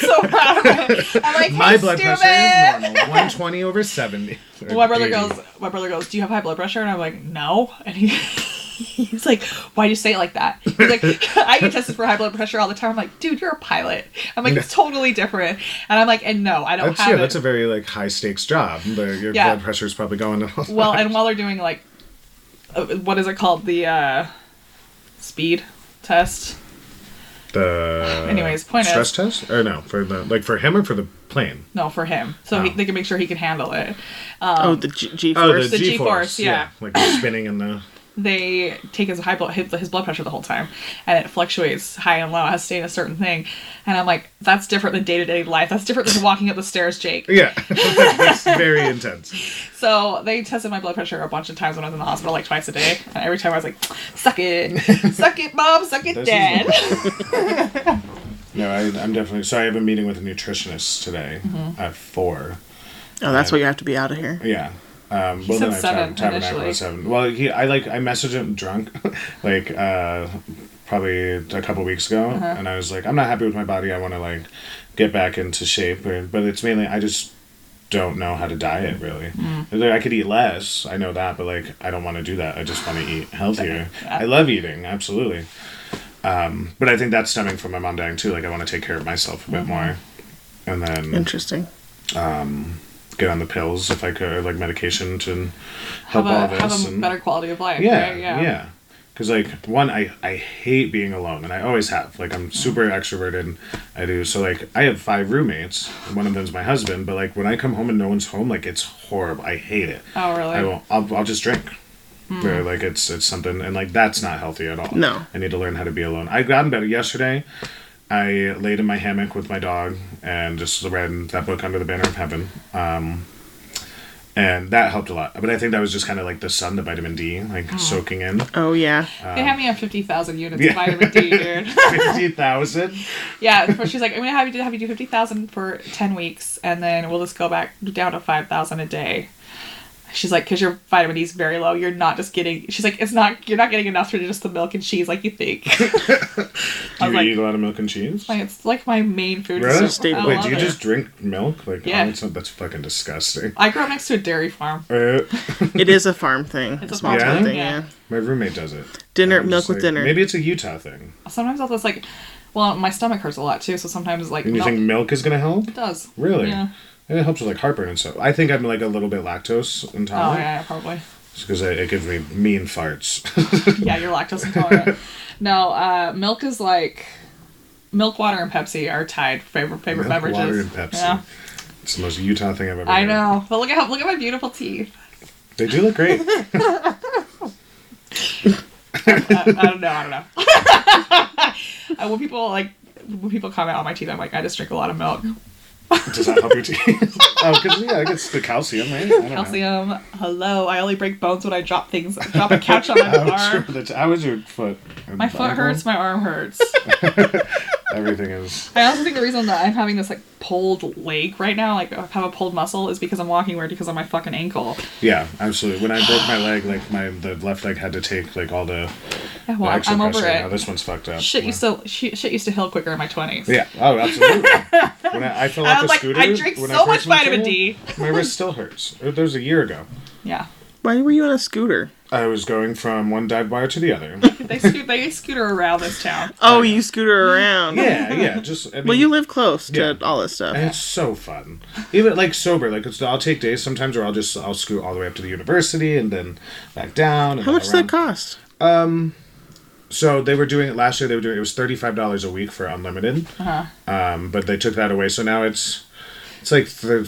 so proud of it. I'm like,
My
hey,
blood
stupid.
pressure is normal,
[LAUGHS]
120 over 70. or
my brother
80.
goes, my brother goes, do you have high blood pressure? And I'm like, no. And he, [LAUGHS] he's like, why do you say it like that? He's like, [LAUGHS] I get tested for high blood pressure all the time. I'm like, dude, you're a pilot. I'm like,
[LAUGHS]
it's totally different. And I'm like, and no, I don't
That's
have
yeah,
it.
that's a very like high stakes job. The, your
Yeah.
blood pressure is probably going
[LAUGHS]
up.
well, and while they're doing like, uh, what is it called? The uh, speed test.
[LAUGHS] the
[SIGHS] Anyways, point
stress
is-
test or no for the like for him or for the plane.
No, for him. So he,
Oh.
they can make sure he can handle it.
oh, the G, G
Oh,
force.
the,
the
G
G-force,
force.
yeah.
like the spinning in the.
they take his high blood his, his blood pressure the whole time and it fluctuates high and low it has to stay in a certain thing and i'm like that's different than day-to-day life that's different than walking up the stairs jake
Yeah, [LAUGHS] that's very intense.
so they tested my blood pressure a bunch of times when i was in the hospital like twice a day and every time i was like suck
[LAUGHS]
it suck it mom suck it
This is-
dad
No, I, I'm definitely. So I have a meeting with a nutritionist today
Mm-hmm.
at four.
Oh, that's why you have to be out of here.
Yeah. Um,
said
well, then I
seven
time, time and I
initially.
was seven. Well, he, I like I messaged him drunk, [LAUGHS] like uh, probably a couple weeks ago, and I was like, I'm not happy with my body. I want to like get back into shape, or, but it's mainly I just don't know how to diet really. Like, I could eat less, I know that, but like I don't want to do that. I just want to eat healthier. I love eating, absolutely. Um, but I think that's stemming from my mom dying too. Like I want to take care of myself a bit more, and then
Interesting.
get on the pills if I could, or like medication to help
have
all
a
this.
have a
and-
better quality of life
yeah,
right?
yeah, Because like one, I I hate being alone, and I always have. Like I'm super extroverted. I do so like I have five roommates. and One of them's my husband, but like when I come home and no one's home, like it's horrible. I hate it.
oh really
I will. I'll, I'll just drink. Where, like it's it's something, and like that's not healthy at all.
Mm. No.
I need to learn how to be alone. I got in bed yesterday. I laid in my hammock with my dog and just read that book under the banner of heaven. Um, and that helped a lot. But I think that was just kind of like the sun, the vitamin D, like
[LAUGHS]
soaking in
Oh yeah.
they have me on 50000 units
yeah.
of vitamin d
[LAUGHS]
dude [LAUGHS]
fifty thousand.
Yeah, but she's like, I'm gonna have you do, have you do fifty thousand for ten weeks, and then we'll just go back down to five thousand a day. She's like, because your vitamin D is very low, you're not just getting. She's like, it's not you're not getting enough for just the milk and cheese like you think. [LAUGHS]
Do
I
you
was like-
eat a lot of milk and cheese?
Like, it's like my main food.
Really?
staple.
I
Wait,
love
do you
it.
just drink milk? Like,
Yeah.
oh, that's, that's fucking disgusting.
I grew up next to a dairy farm.
Uh,
It is a farm thing.
It's a
small
farm
town
thing,
thing.
yeah.
Yeah.
my roommate does it.
Dinner,
I'm
milk
just
with
like,
dinner.
Maybe it's a Utah thing.
Sometimes I'll just like, well, my stomach hurts a lot too, so sometimes like
And you
milk
think milk is gonna help?
does.
Really?
Yeah.
And it helps with like heartburn and stuff. I think I'm like a little bit lactose
Oh
intolerant.
yeah, probably.
because it gives me mean farts. [LAUGHS]
[LAUGHS] yeah, you're lactose intolerant. no, uh, milk is like milk water and Pepsi are tied favorite favorite
Milk,
beverages.
water, and Pepsi.
Yeah.
It's the most Utah thing I've ever.
I
heard.
know, but look at how look at my beautiful teeth.
They do look
[LAUGHS]
great.
I, I don't know, I don't know. [LAUGHS] Uh, when people like when people comment on my teeth, I'm like, I just drink a lot of milk,
Does that help your teeth? [LAUGHS] oh, because yeah, I guess the calcium, right? I don't know.
calcium. Hello, I only break bones when I drop things, drop a couch on my
[LAUGHS] Ouch,
arm.
that's- How is your foot?
My foot hurts, my arm hurts.
Everything is.
I also think the reason that I'm having this like pulled leg right now, like I have a pulled muscle, is because I'm walking weird because of my fucking ankle.
Yeah, absolutely. When I broke my leg, like my the left leg had to take like all the,
Yeah,
the
well, I'm,
extra
I'm
pressure.
over it.
Now this one's fucked up.
Shit
Yeah.
used to shit, shit used to heal quicker in my twenties.
Yeah. Oh,
[LAUGHS]
absolutely. when I, I fell
I was
off the
like,
scooter,
I drink
when
so much
first went to
vitamin
it, My wrist still hurts. It was a year ago.
Yeah,
Why were you on a scooter?
I was going from one dive bar to the
[LAUGHS]
other.
they scoot they scooter around this town.
Oh, you scooter around.
yeah, yeah. Just I mean,
Well, you live close to
Yeah.
all this stuff.
and it's so fun. Even like sober, like it's, I'll take days sometimes, or I'll just I'll scoot all the way up to the university and then back down. And
How
then
much does that
around.
cost?
So they were doing it last year. They were doing it was thirty five dollars a week for unlimited. Um, but they took that away, so now it's it's like th-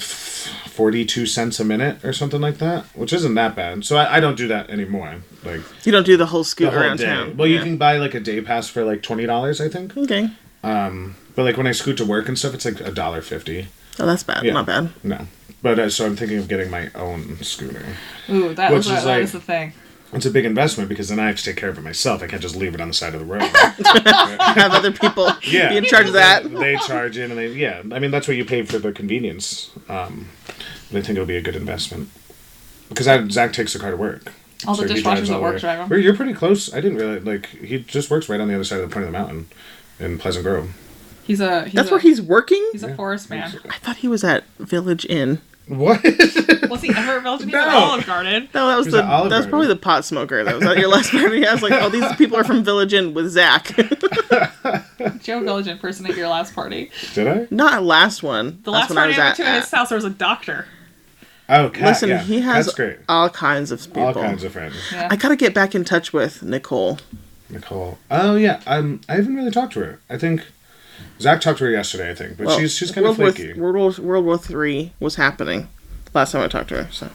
forty two cents a minute or something like that, which isn't that bad. So I, I don't do that anymore. Like
You don't do the whole
the
scoot
whole
around
day.
town.
Well, you
Yeah.
can buy like a day pass for like twenty dollars, I think.
Okay.
But like when I scoot to work and stuff, it's like a dollar fifty.
Oh, that's bad.
Yeah.
Not bad.
No. But uh, so I'm thinking of getting my own scooter.
Ooh, that
Which
was
is
that
like-
was the thing.
It's a big investment because then I have to take care of it myself. I can't just leave it on the side of the road.
Have other people
[LAUGHS] Yeah.
be in charge of that.
[LAUGHS] they charge in and they, yeah. I mean, that's what you pay for the convenience. Um, but I think it'll be a good investment because I, Zach takes the car to work.
All the
So he
dishwashers
drives all
at
the
work
way-
drive them.
You're- You're pretty close. I didn't really like. He just works right on the other side of the point of the mountain, in Pleasant Grove.
He's a. He's
That's
a,
where he's working?
He's a forest man.
I thought he was at Village Inn.
[LAUGHS] What?
Was he ever melted
No.
no. Olive Garden?
No, that was
He was
the
at Olive
that was probably
Garden.
the pot smoker that was at your last party. I was like, oh, these people are from Village Inn with Zach. [LAUGHS]
Joe Gilligan person at your last party.
Did I?
Not last one.
The
That's
last
when I
party
was
I went
at.
to at his house, there was a doctor.
Oh, Kat,
Listen,
yeah.
he has
That's great.
all kinds of people.
All kinds of friends.
Yeah.
I gotta get back in touch with Nicole.
Nicole. Oh yeah. Um, I haven't really talked to her. I think Zach talked to her yesterday. I think, but
Well,
she's she's kind of
Oh, World War-
flaky.
World War, World War Three was happening last time I talked to her, so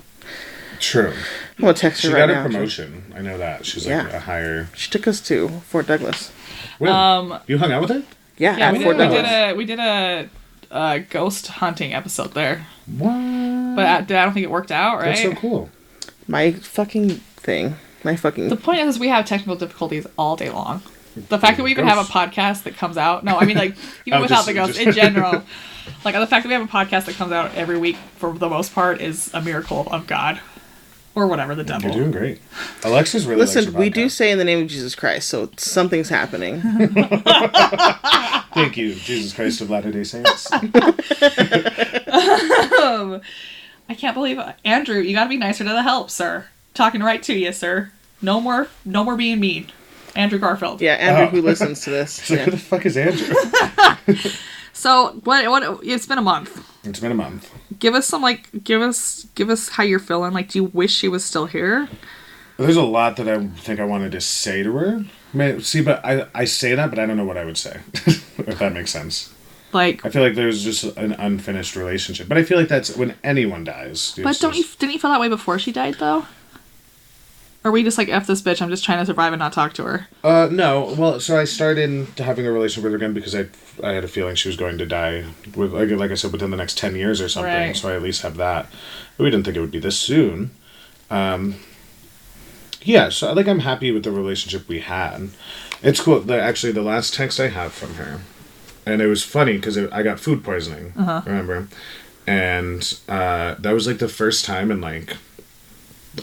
True.
I'm gonna text her
She
right
got
now.
a promotion. I know that. She's like
Yeah.
a higher.
She took us to Fort Douglas.
Really?
Um,
you hung out with her?
Yeah,
yeah,
at
we did,
Fort
we
Douglas.
did a we did a, uh ghost hunting episode there,
What?
but I, I don't think it worked out. Right.
That's so cool.
My fucking thing. My fucking.
The point is, we have technical difficulties all day long. The fact that we even have a
Ghosts.
podcast that comes out. No, I mean
[LAUGHS]
like even
Oh,
without
just-
the ghosts
just-
in
[LAUGHS]
general. Like the fact that we have a podcast that comes out every week for the most part is a miracle of God, or whatever the devil.
You're doing great. Alexa's really. likes
Listen,
your
we do
podcast.
say in the name of Jesus Christ, so something's happening. [LAUGHS]
Thank you, Jesus Christ of Latter
[LAUGHS]
Day Saints.
I can't believe Andrew. You got to be nicer to the help, sir. Talking right to you, sir. No more, no more being mean. Andrew Garfield.
Yeah, Andrew, who
Oh.
listens to
[LAUGHS]
this?
It's like, who
Yeah.
the fuck is Andrew?
So what? What? It's been a month.
it's been a month.
Give us some like. Give us. Give us how you're feeling. Like, do you wish she was still here?
There's a lot that I think I wanted to say to her. May- See, but I, I say that, but I don't know what I would say, [LAUGHS] if that makes sense.
Like,
I feel like there's just an unfinished relationship. But I feel like that's when anyone dies.
but
It's
don't you
just-
didn't you feel that way before she died though? Or we just like f this bitch? I'm just trying to survive and not talk to her.
Uh, no. Well, so I started having a relationship with her again because I, I had a feeling she was going to die, with, like, like I said, within the next 10 years or something.
Right.
So I at least have that. But we didn't think it would be this soon. Um, yeah, so like I'm happy with the relationship we had. It's cool. The, actually, the last text I have from her, and it was funny because I got food poisoning, remember? And uh, that was like the first time in like,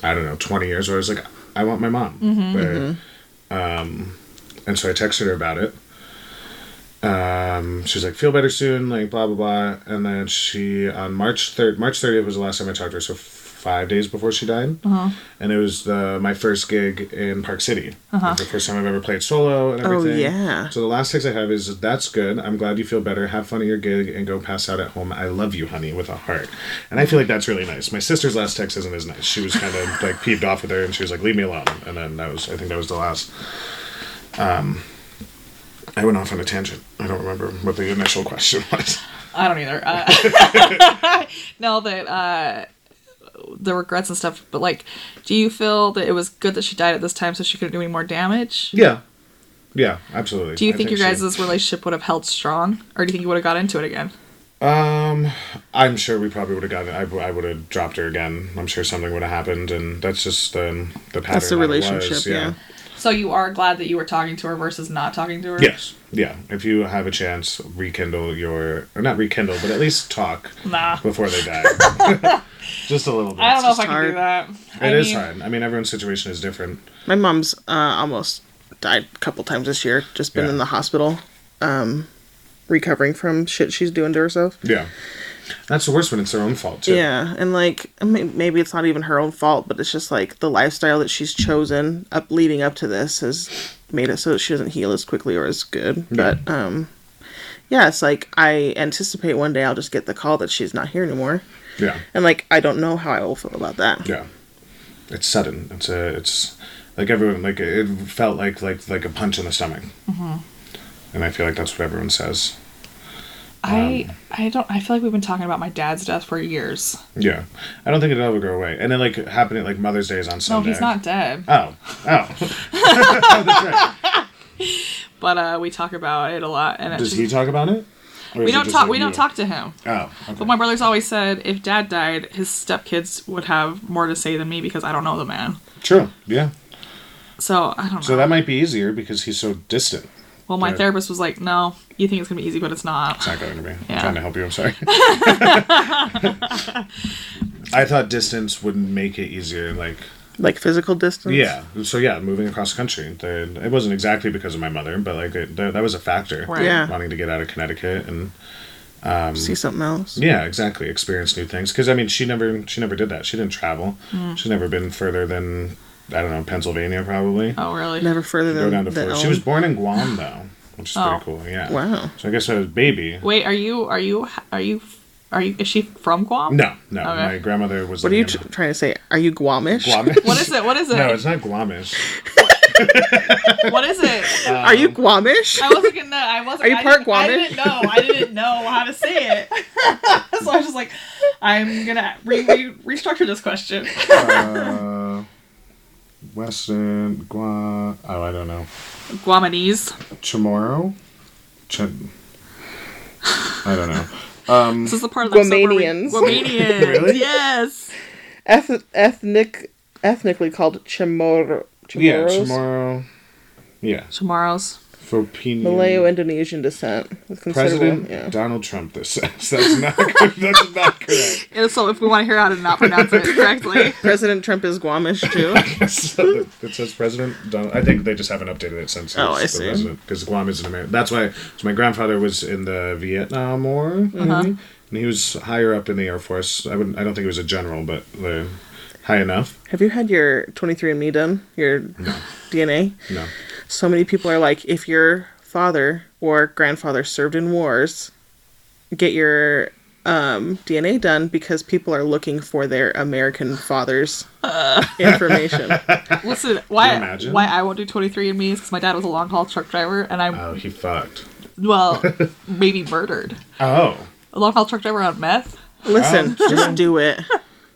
I don't know, 20 years where I was like, I want my mom. Where- and so I texted her about it. Um, she was like, "Feel better soon," like blah blah blah. And then she on March third, March thirtieth was the last time I talked to her, so f- five days before she died.
Uh-huh.
And it was the my first gig in Park City. It was the first time I've ever played solo and
Uh-huh. Oh,
everything.
yeah.
So the last text I have is, "That's good. I'm glad you feel better. Have fun at your gig and go pass out at home. I love you, honey," with a heart. And I feel like that's really nice. My sister's last text isn't as nice. She was kind of like peeved off with her, and she was like, "Leave me alone." And then that was, I think, that was the last. I went off on a tangent. I don't remember what the initial [LAUGHS] question was.
I don't either. Uh, [LAUGHS] no, that uh, the regrets and stuff. But like, do you feel that it was good that she died at this time so she couldn't do any more damage?
Yeah. Yeah, absolutely.
Do you
I
think, your guys'
so.
relationship would have held strong, or do you think you would have got into it again?
Um, I'm sure we probably would have gotten. I, w- I would have dropped her again. I'm sure something would have happened, and that's just the the pattern.
That's the
that it was,
relationship, yeah.
So you are glad that you were talking to her versus not talking to her.
Yes. Yeah. If you have a chance, rekindle your or not rekindle, but at least talk
Nah.
before they die.
[LAUGHS]
just a little bit.
I don't know if
just
I can
hard.
do that.
It
I
is
mean,
hard. I mean, everyone's situation is different.
My mom's uh, almost died a couple times this year. Just been
Yeah.
in the hospital, um, recovering from shit she's doing to herself.
Yeah. That's the worst when it's their own fault too.
Yeah, and like I mean, maybe it's not even her own fault, but it's just like the lifestyle that she's chosen up leading up to this has made it so that she doesn't heal as quickly or as good. But um, yeah, it's like I anticipate one day I'll just get the call that she's not here anymore,
Yeah.
and like I don't know how I will feel about that.
Yeah, it's sudden. It's a it's like everyone like it felt like like like a punch in the stomach.
Mm-hmm.
And I feel like that's what everyone says.
I I don't. I feel like we've been talking about my dad's death for years.
Yeah, I don't think it'll ever go away. And then like happening like Mother's Day is on
No,
Sunday.
he's not dead.
Oh, oh. [LAUGHS]
But uh, we talk about it a lot, and it's
Does
just,
he talk about it? Or
we
is it
don't
just,
talk.
like,
We don't
you?
talk to him.
Oh, okay.
But my brother's always said if dad died, his stepkids would have more to say than me because I don't know the man.
true. Yeah.
So I don't know.
So that might be easier because he's so distant.
well, my
Right.
therapist was like, "No, you think it's gonna be easy, but it's not."
It's not going to be. I'm
Yeah.
trying to help you.
[LAUGHS]
I'm sorry. [LAUGHS] I thought distance would make it easier. Like
like physical distance.
Yeah. So yeah, moving across the country. The, it wasn't exactly because of my mother, but like it, that that was a factor.
Right.
Yeah.
Wanting to get out of Connecticut and
See something else.
yeah, exactly, experience new things. Because I mean, she never she never did that. She didn't travel.
Mm.
She's never been further than I don't know Pennsylvania probably.
Oh, really?
Never further
Go
than,
down to
than
Florida.
Elm.
She was born in
[GASPS]
Guam though, which is
Oh.
pretty cool. Yeah.
Wow.
So I guess I was a baby.
Wait, are you? Are you? Are you? Are you? Is she from Guam?
No, no.
Okay.
My grandmother was.
What are you t- trying to say? Are you Guamish?
[LAUGHS]
[LAUGHS]
Guamish.
What is it? What is it?
No, it's not Guamish. [LAUGHS]
what is it?
Are you Guamish?
I wasn't gonna. I wasn't.
Are you
I
part
didn't- I
Guaman?
didn't know. I didn't know how to say it. [LAUGHS] so I was just like, I'm gonna re- re- restructure this question.
[LAUGHS]
uh, Western Guam. Oh, I don't know.
Guamanese.
Chamorro. Ch- I
[LAUGHS]
don't know.
This is the part of the episode where we-
Guamanians.
Guamanians.
[LAUGHS] Really?
Yes.
Eth- ethnic, ethnically called Chamorro.
Yeah,
Chamorros?
Chamorro. Yeah,
Tomorrow's.
Filipino.
Malayo-Indonesian descent. With considerable,
President
yeah.
Donald Trump. This says [LAUGHS] that's not good. that's not correct. [LAUGHS]
And so if we want to hear how to not pronounce it [LAUGHS] correctly.
President Trump is Guamish
[LAUGHS]
too.
So it says President Donald. I think they just haven't updated it since.
Oh, I see.
Because Guam is an American. That's why. So my grandfather was in the Vietnam War,
Uh-huh.
and he was higher up in the Air Force. I wouldn't. I don't think he was a general, but uh, high enough.
Have you had your 23andMe done? Your DNA?
No.
So many people are like, if your father or grandfather served in wars, get your um, DNA done because people are looking for their American father's
Uh. [LAUGHS]
information.
Listen, why
imagine?
why I won't do 23andMe is because my dad was a long haul truck driver and I'm,
Oh, he fucked. [LAUGHS]
well, maybe murdered.
Oh,
A long haul truck driver on meth.
Listen,
Wow.
just do it.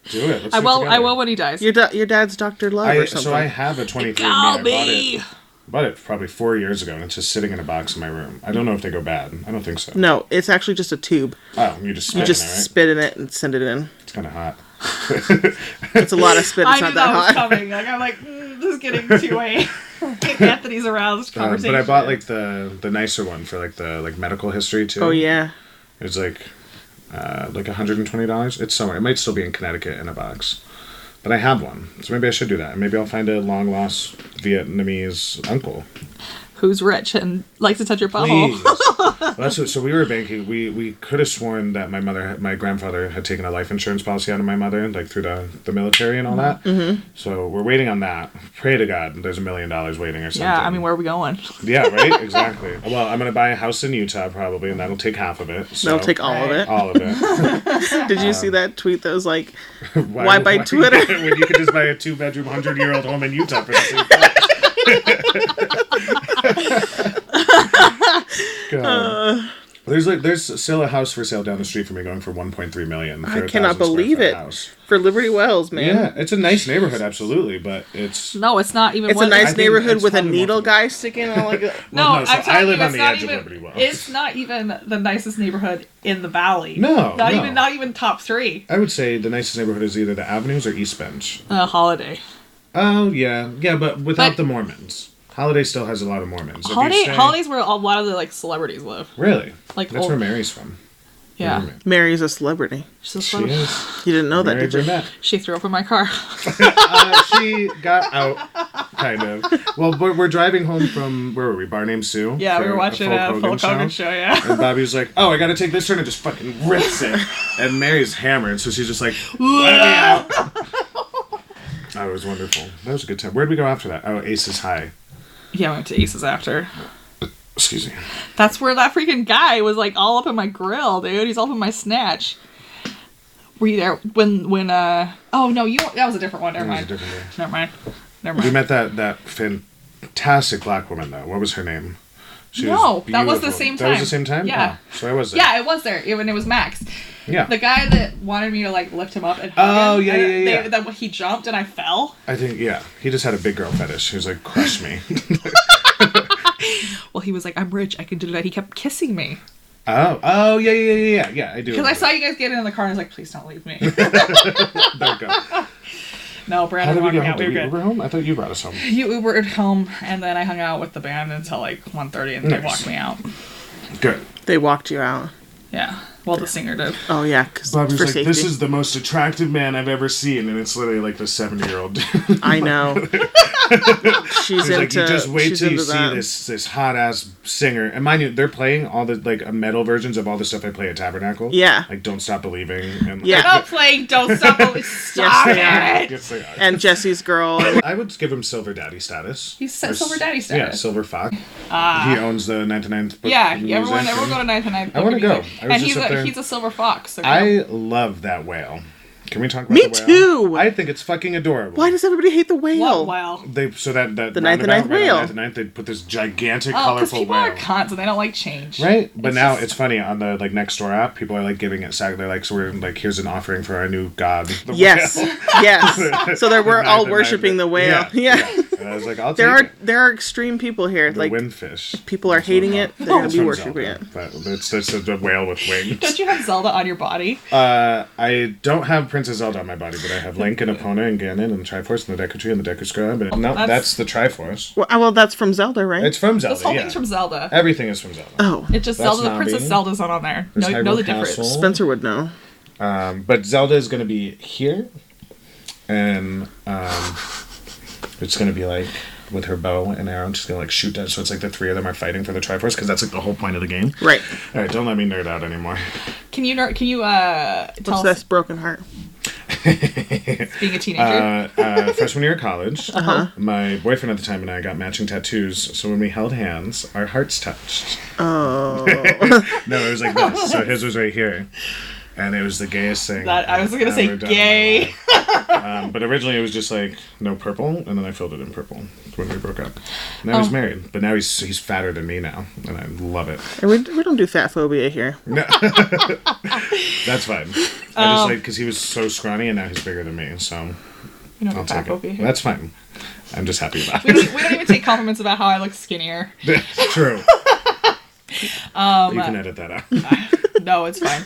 do it. Let's
I
do it
will, I
together.
will when he dies.
Your da- your dad's Doctor Love
I,
or something.
so I have a 23andMe. I
Call
bought
me.
it, bought it probably four years ago, and it's just sitting in a box in my room. I don't know if they go bad. I don't think so.
no, it's actually just a tube.
Oh, you just spit
You just
in it, right?
spit in it and send it in.
It's kind of hot.
It's a lot of
[LAUGHS]
spit.
I
It's
knew
not
that,
that hot.
was coming. Like I'm like, mm, this is getting too
[LAUGHS]
a [LAUGHS] Anthony's aroused
Uh,
conversation.
but I bought like the the nicer one for like the like medical history too.
Oh yeah.
It was like uh, like hundred and twenty dollars. It's somewhere. It might still be in Connecticut in a box. But I have one, so maybe I should do that. Maybe I'll find a long lost Vietnamese uncle.
who's rich and likes to touch your butthole.
Please. Well, that's what, so we were banking. We we could have sworn that my mother, my grandfather, had taken a life insurance policy out of my mother, like through the, the military and all that. Mm-hmm. So we're waiting on that. Pray to God, there's a million dollars waiting or something.
Yeah, I mean, where are we going? [LAUGHS]
Yeah, right. Exactly. well, I'm gonna buy a house in Utah probably, and that'll take half of it. So.
That'll take all of
Right.
[LAUGHS]
it.
all
[LAUGHS]
of it.
Did you see that tweet that was like, Why buy Twitter?
when you could just buy a two bedroom, hundred year old home in Utah for the same price?
[LAUGHS] Uh,
God. There's like there's still a house for sale down the street from me going for 1.3 million. for
I
a
cannot
thousand square
believe
foot
it. For Liberty Wells, man.
Yeah, it's a nice neighborhood, absolutely, but it's
No, it's not even.
It's
what-
a
I
nice
think
neighborhood
it's
with a
probably more
needle
for-
guy sticking out like a,
No,
Well, no, so
I'm telling
I live
you,
on
it's
the
not
edge of
even,
Liberty Wells.
It's not even the nicest neighborhood in the valley.
No,
not
no.
even not even top three.
I would say the nicest neighborhood is either the Avenues or East Bench.
Uh, holiday.
Oh yeah, yeah, but without
But-
the Mormons, Holiday still has a lot of Mormons. If you
Holiday.
stay-
Holidays where a lot of the like celebrities live.
Really?
Like
that's
old-
where Mary's from.
Yeah.
Mormon.
Mary's a celebrity.
She's a
She
celebrity.
is. [LAUGHS]
You didn't know that,
Mary
did you?
Burnett.
She threw up in my car.
[LAUGHS] Uh, she got out, kind of. Well, we're, we're driving home from where were we? Bar Named Sue.
[LAUGHS] Yeah, we
for
were watching a Hulk Hogan, show. [LAUGHS] Yeah.
And Bobby was like, "Oh, I gotta take this turn," and just fucking rips
[LAUGHS]
it. And Mary's hammered, so she's just like, "Let me
[LAUGHS]
out." That was wonderful. That was a good time. Where'd we go after that? Oh, Aces High.
Yeah, we went to Aces after.
Excuse me.
That's where that freaking guy was like all up in my grill, dude. He's all up in my snatch. Were you there when when uh? Oh no, you that was a different one. Never
That was
mind.
a different day.
Never mind. Never
We
mind.
met that that fantastic black woman though. What was her name? She
No, that was the
beautiful.
same
That was
time.
the same time.
Yeah.
Oh, so I was there.
Yeah, it was there. Even it was Max,
Yeah.
the guy that wanted me to like lift him up and.
Oh,
hug him,
yeah,
and
yeah, yeah.
They, that he jumped and I fell.
I think yeah. He just had a big girl fetish. He was like, crush me. [LAUGHS]
Well, he was like, "I'm rich, I can do that." He kept kissing me
oh, oh yeah, yeah, yeah, yeah, yeah. I do.
because I
remember.
saw you guys get in the car and I was like, "Please don't
[LAUGHS]
leave me."
There
[LAUGHS]
we go.
no,
How
Brandon
did
walked
we
me
get home?
out. We
Did
were
we
good.
Uber home? I thought you brought us home.
You Ubered home and then I hung out with the band until like 1.30 and they
Nice.
walked me out.
Good.
They walked you out.
Yeah. Well, the singer
[LAUGHS]
did.
Oh yeah, because
Bobby was
for
like,
safety.
"This is the most attractive man I've ever seen," and it's literally like the seventy-year-old dude. [LAUGHS]
I know. she's
He's
into.
like, you just wait
she's
till you
into
see
that.
this this hot ass singer. And mind you, they're playing all the like metal versions of all the stuff I play at Tabernacle.
Yeah.
like Don't Stop Believing. And, like,
Yeah.
Stop playing Don't Stop [LAUGHS] Believing. Stop
they
it.
it's like, I-
And Jesse's girl.
I would give him silver daddy status.
He's si-
Or s-
silver daddy
Yeah,
status. Ah.
silver fox. he owns the 99th book.
Yeah,
of music
everyone, everyone
and-
go to Ninth and Ninth.
I wanna
Book of
go.
Music.
I was
And
just
he's
up
a,
there.
he's a silver fox. So go.
I love that whale. Can we talk about
Me
the whale?
too!
I think it's fucking adorable.
Why does everybody hate the whale?
What whale?
they so that that
The ninth and
roundabout,
ninth
right on
whale.
Ninth and ninth, they put this gigantic
Oh, because
colorful
people
whale.
are cons and they don't like change.
Right, but
It's
now
just-
it's funny on the like next door app. People are like giving it sack. They're like, so we're like, here's an offering for our new god. the
Yes,
whale. [LAUGHS]
yes. [LAUGHS] So there were
Ninth
all
and
worshiping
ninth.
the whale. Yeah,
And I was like, I'll
there
take
are
it.
there are extreme people here.
the
like
windfish.
people are
That's what
hating
I'm
it.
called.
They're gonna
It's
be
from
worshiping it.
Zelda, But it's it's a whale with
[LAUGHS]
wings.
Don't you have Zelda on your body?
Uh, I don't have Princess Zelda on my body, but I have Link and Epona and Ganon and the Triforce and the Deku Tree and the Deku Scribe. And no,
That's-
that's, the Triforce.
Well, uh, well, that's from Zelda, right?
It's from Zelda.
This whole
yeah.
thing's from Zelda.
Everything is from Zelda.
oh,
It just
That's
Zelda, the
not
Princess
me.
Zelda's not on there.
There's
No, know the
Hyrule
difference.
Castle.
Spencer would know.
Um, but Zelda is going to be here, and um, it's going to be like with her bow and arrow, and she's going to like shoot that. So it's like the three of them are fighting for the Triforce because that's like the whole point of the game.
Right.
All right, don't let me nerd out anymore.
Can you ner- can you uh tell
What's
us
this broken heart?
being a teenager?
Uh, uh, freshman year of college, my boyfriend at the time and I got matching tattoos. So when we held hands, our hearts touched. Oh. [LAUGHS] no, it was like this. So his was right here. And it was the gayest thing.
That- I was
I've
gonna say
ever done in my
gay. [LAUGHS]
life. um, but originally it was just like no purple, and then I filled it in purple when we broke up. Now he's married, but now he's he's fatter than me now, and I love it.
And We, we don't do fat phobia here.
[LAUGHS]
That's fine. I
Um,
just like because he was so scrawny, and now he's bigger than me. So
You know,
I'll
the
take
back over
it.
here.
That's fine. I'm just happy about
we,
it.
don't, we don't even take compliments about how I look
[LAUGHS]
skinnier.
It's true. you can edit that out.
No, it's fine.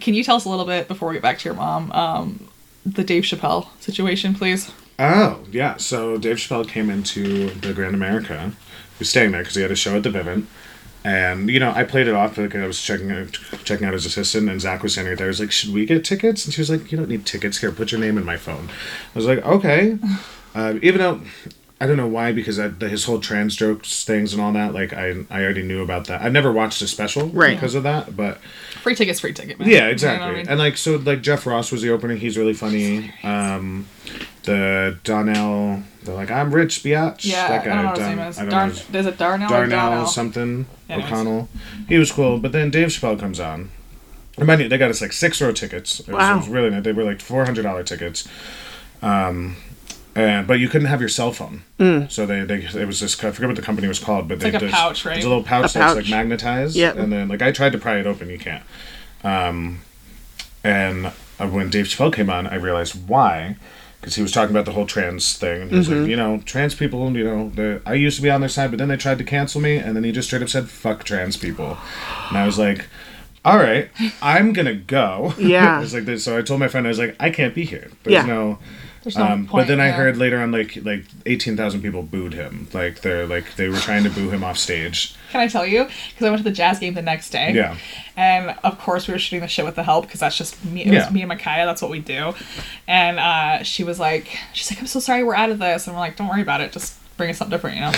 Can you tell us a little bit before we get back to your mom, um, the Dave Chappelle situation, please?
Oh, yeah. So Dave Chappelle came into the Grand America. He was staying there because he had a show at the Vivint. And, you know, I played it off like I was checking out, checking out his assistant, and Zach was standing right there. I was like, Should we get tickets? And she was like, You don't need tickets. Here, put your name in my phone. I was like, Okay. Uh, even though. I don't know why, because I, the, his whole trans jokes things and all that, like I, I already knew about that. I never watched a special
Right.
because of that, but
Free tickets, free ticket, man. You know
Yeah,
what
exactly.
I mean?
And like so like Jeff Ross was the opening, he's really funny. Um the Donnell they're like, I'm rich, biatch.
yeah,
that
I don't know
guy
what his name
Don-
is.
I don't
Darn,
know his-
there's a Darnell, or
Darnell,
Donnell.
something.
Anyways.
O'Connell. He was cool. But then Dave Chappelle comes on. And mind you, they got us like six row tickets. It was,
Wow.
it was really nice. They were like four hundred dollar tickets. Um and, but you couldn't have your cell phone, so they, they it was this. I forget what the company was called, but they
Hmm. like a
just-
pouch, right?
It's a little pouch
A
that's
pouch.
like magnetized,
Yep.
and then like I tried to pry it open, you can't. Um, And uh, when Dave Chappelle came on, I realized why. Because he was talking about the whole trans thing. And he was
Mm-hmm.
like, you know, trans people, you know, they're- I used to be on their side, but then they tried to cancel me. And then he just straight up said, fuck trans people. And I was like, all right, I'm going to go. [LAUGHS]
Yeah.
I was like, this- so I told my friend, I was like, I can't be here. There's
Yeah.
no.
There's no
Um,
point,
but then I
yeah.
heard later on, like like eighteen thousand people booed him. Like they're like they were trying to boo him off stage.
Can I tell you? Because I went to the jazz game the next day.
Yeah.
And of course, we were shooting the shit with the help because that's just me. It
Yeah.
was me and Micaiah. That's what we do. And uh, she was like, she's like, I'm so sorry we're out of this. And we're like, don't worry about it. Just bring us something different, you know?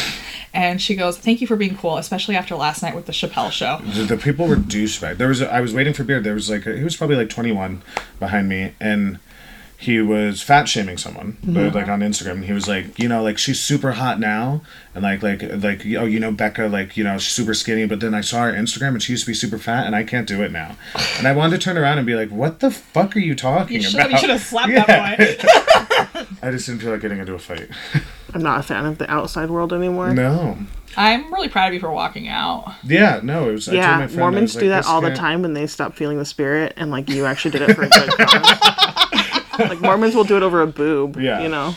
And she goes, thank you for being cool, especially after last night with the Chappelle show.
The, the people were douchebag. There was I was waiting for beer. There was like he was probably like 21 behind me, and he was fat shaming someone
Mm-hmm.
but, like on Instagram. And he was like, you know, like she's super hot now, and like like like oh you know Becca like you know she's super skinny, but then I saw her Instagram and she used to be super fat, and I can't do it now. And I wanted to turn around and be like, what the fuck are you talking
You should have,
about?
you should have slapped
Yeah.
that boy.
I just didn't feel like getting into a fight.
I'm not a fan of the outside world anymore.
No.
I'm really proud of you for walking out.
Yeah. No. It was. I told
Yeah,
my friend, I
Mormons
was like,
do that
"This
all the
can't-
time when they stop feeling the spirit, and like you actually did it for a
[LAUGHS]
good cause. like Mormons will do it over a boob.
Yeah.
you know.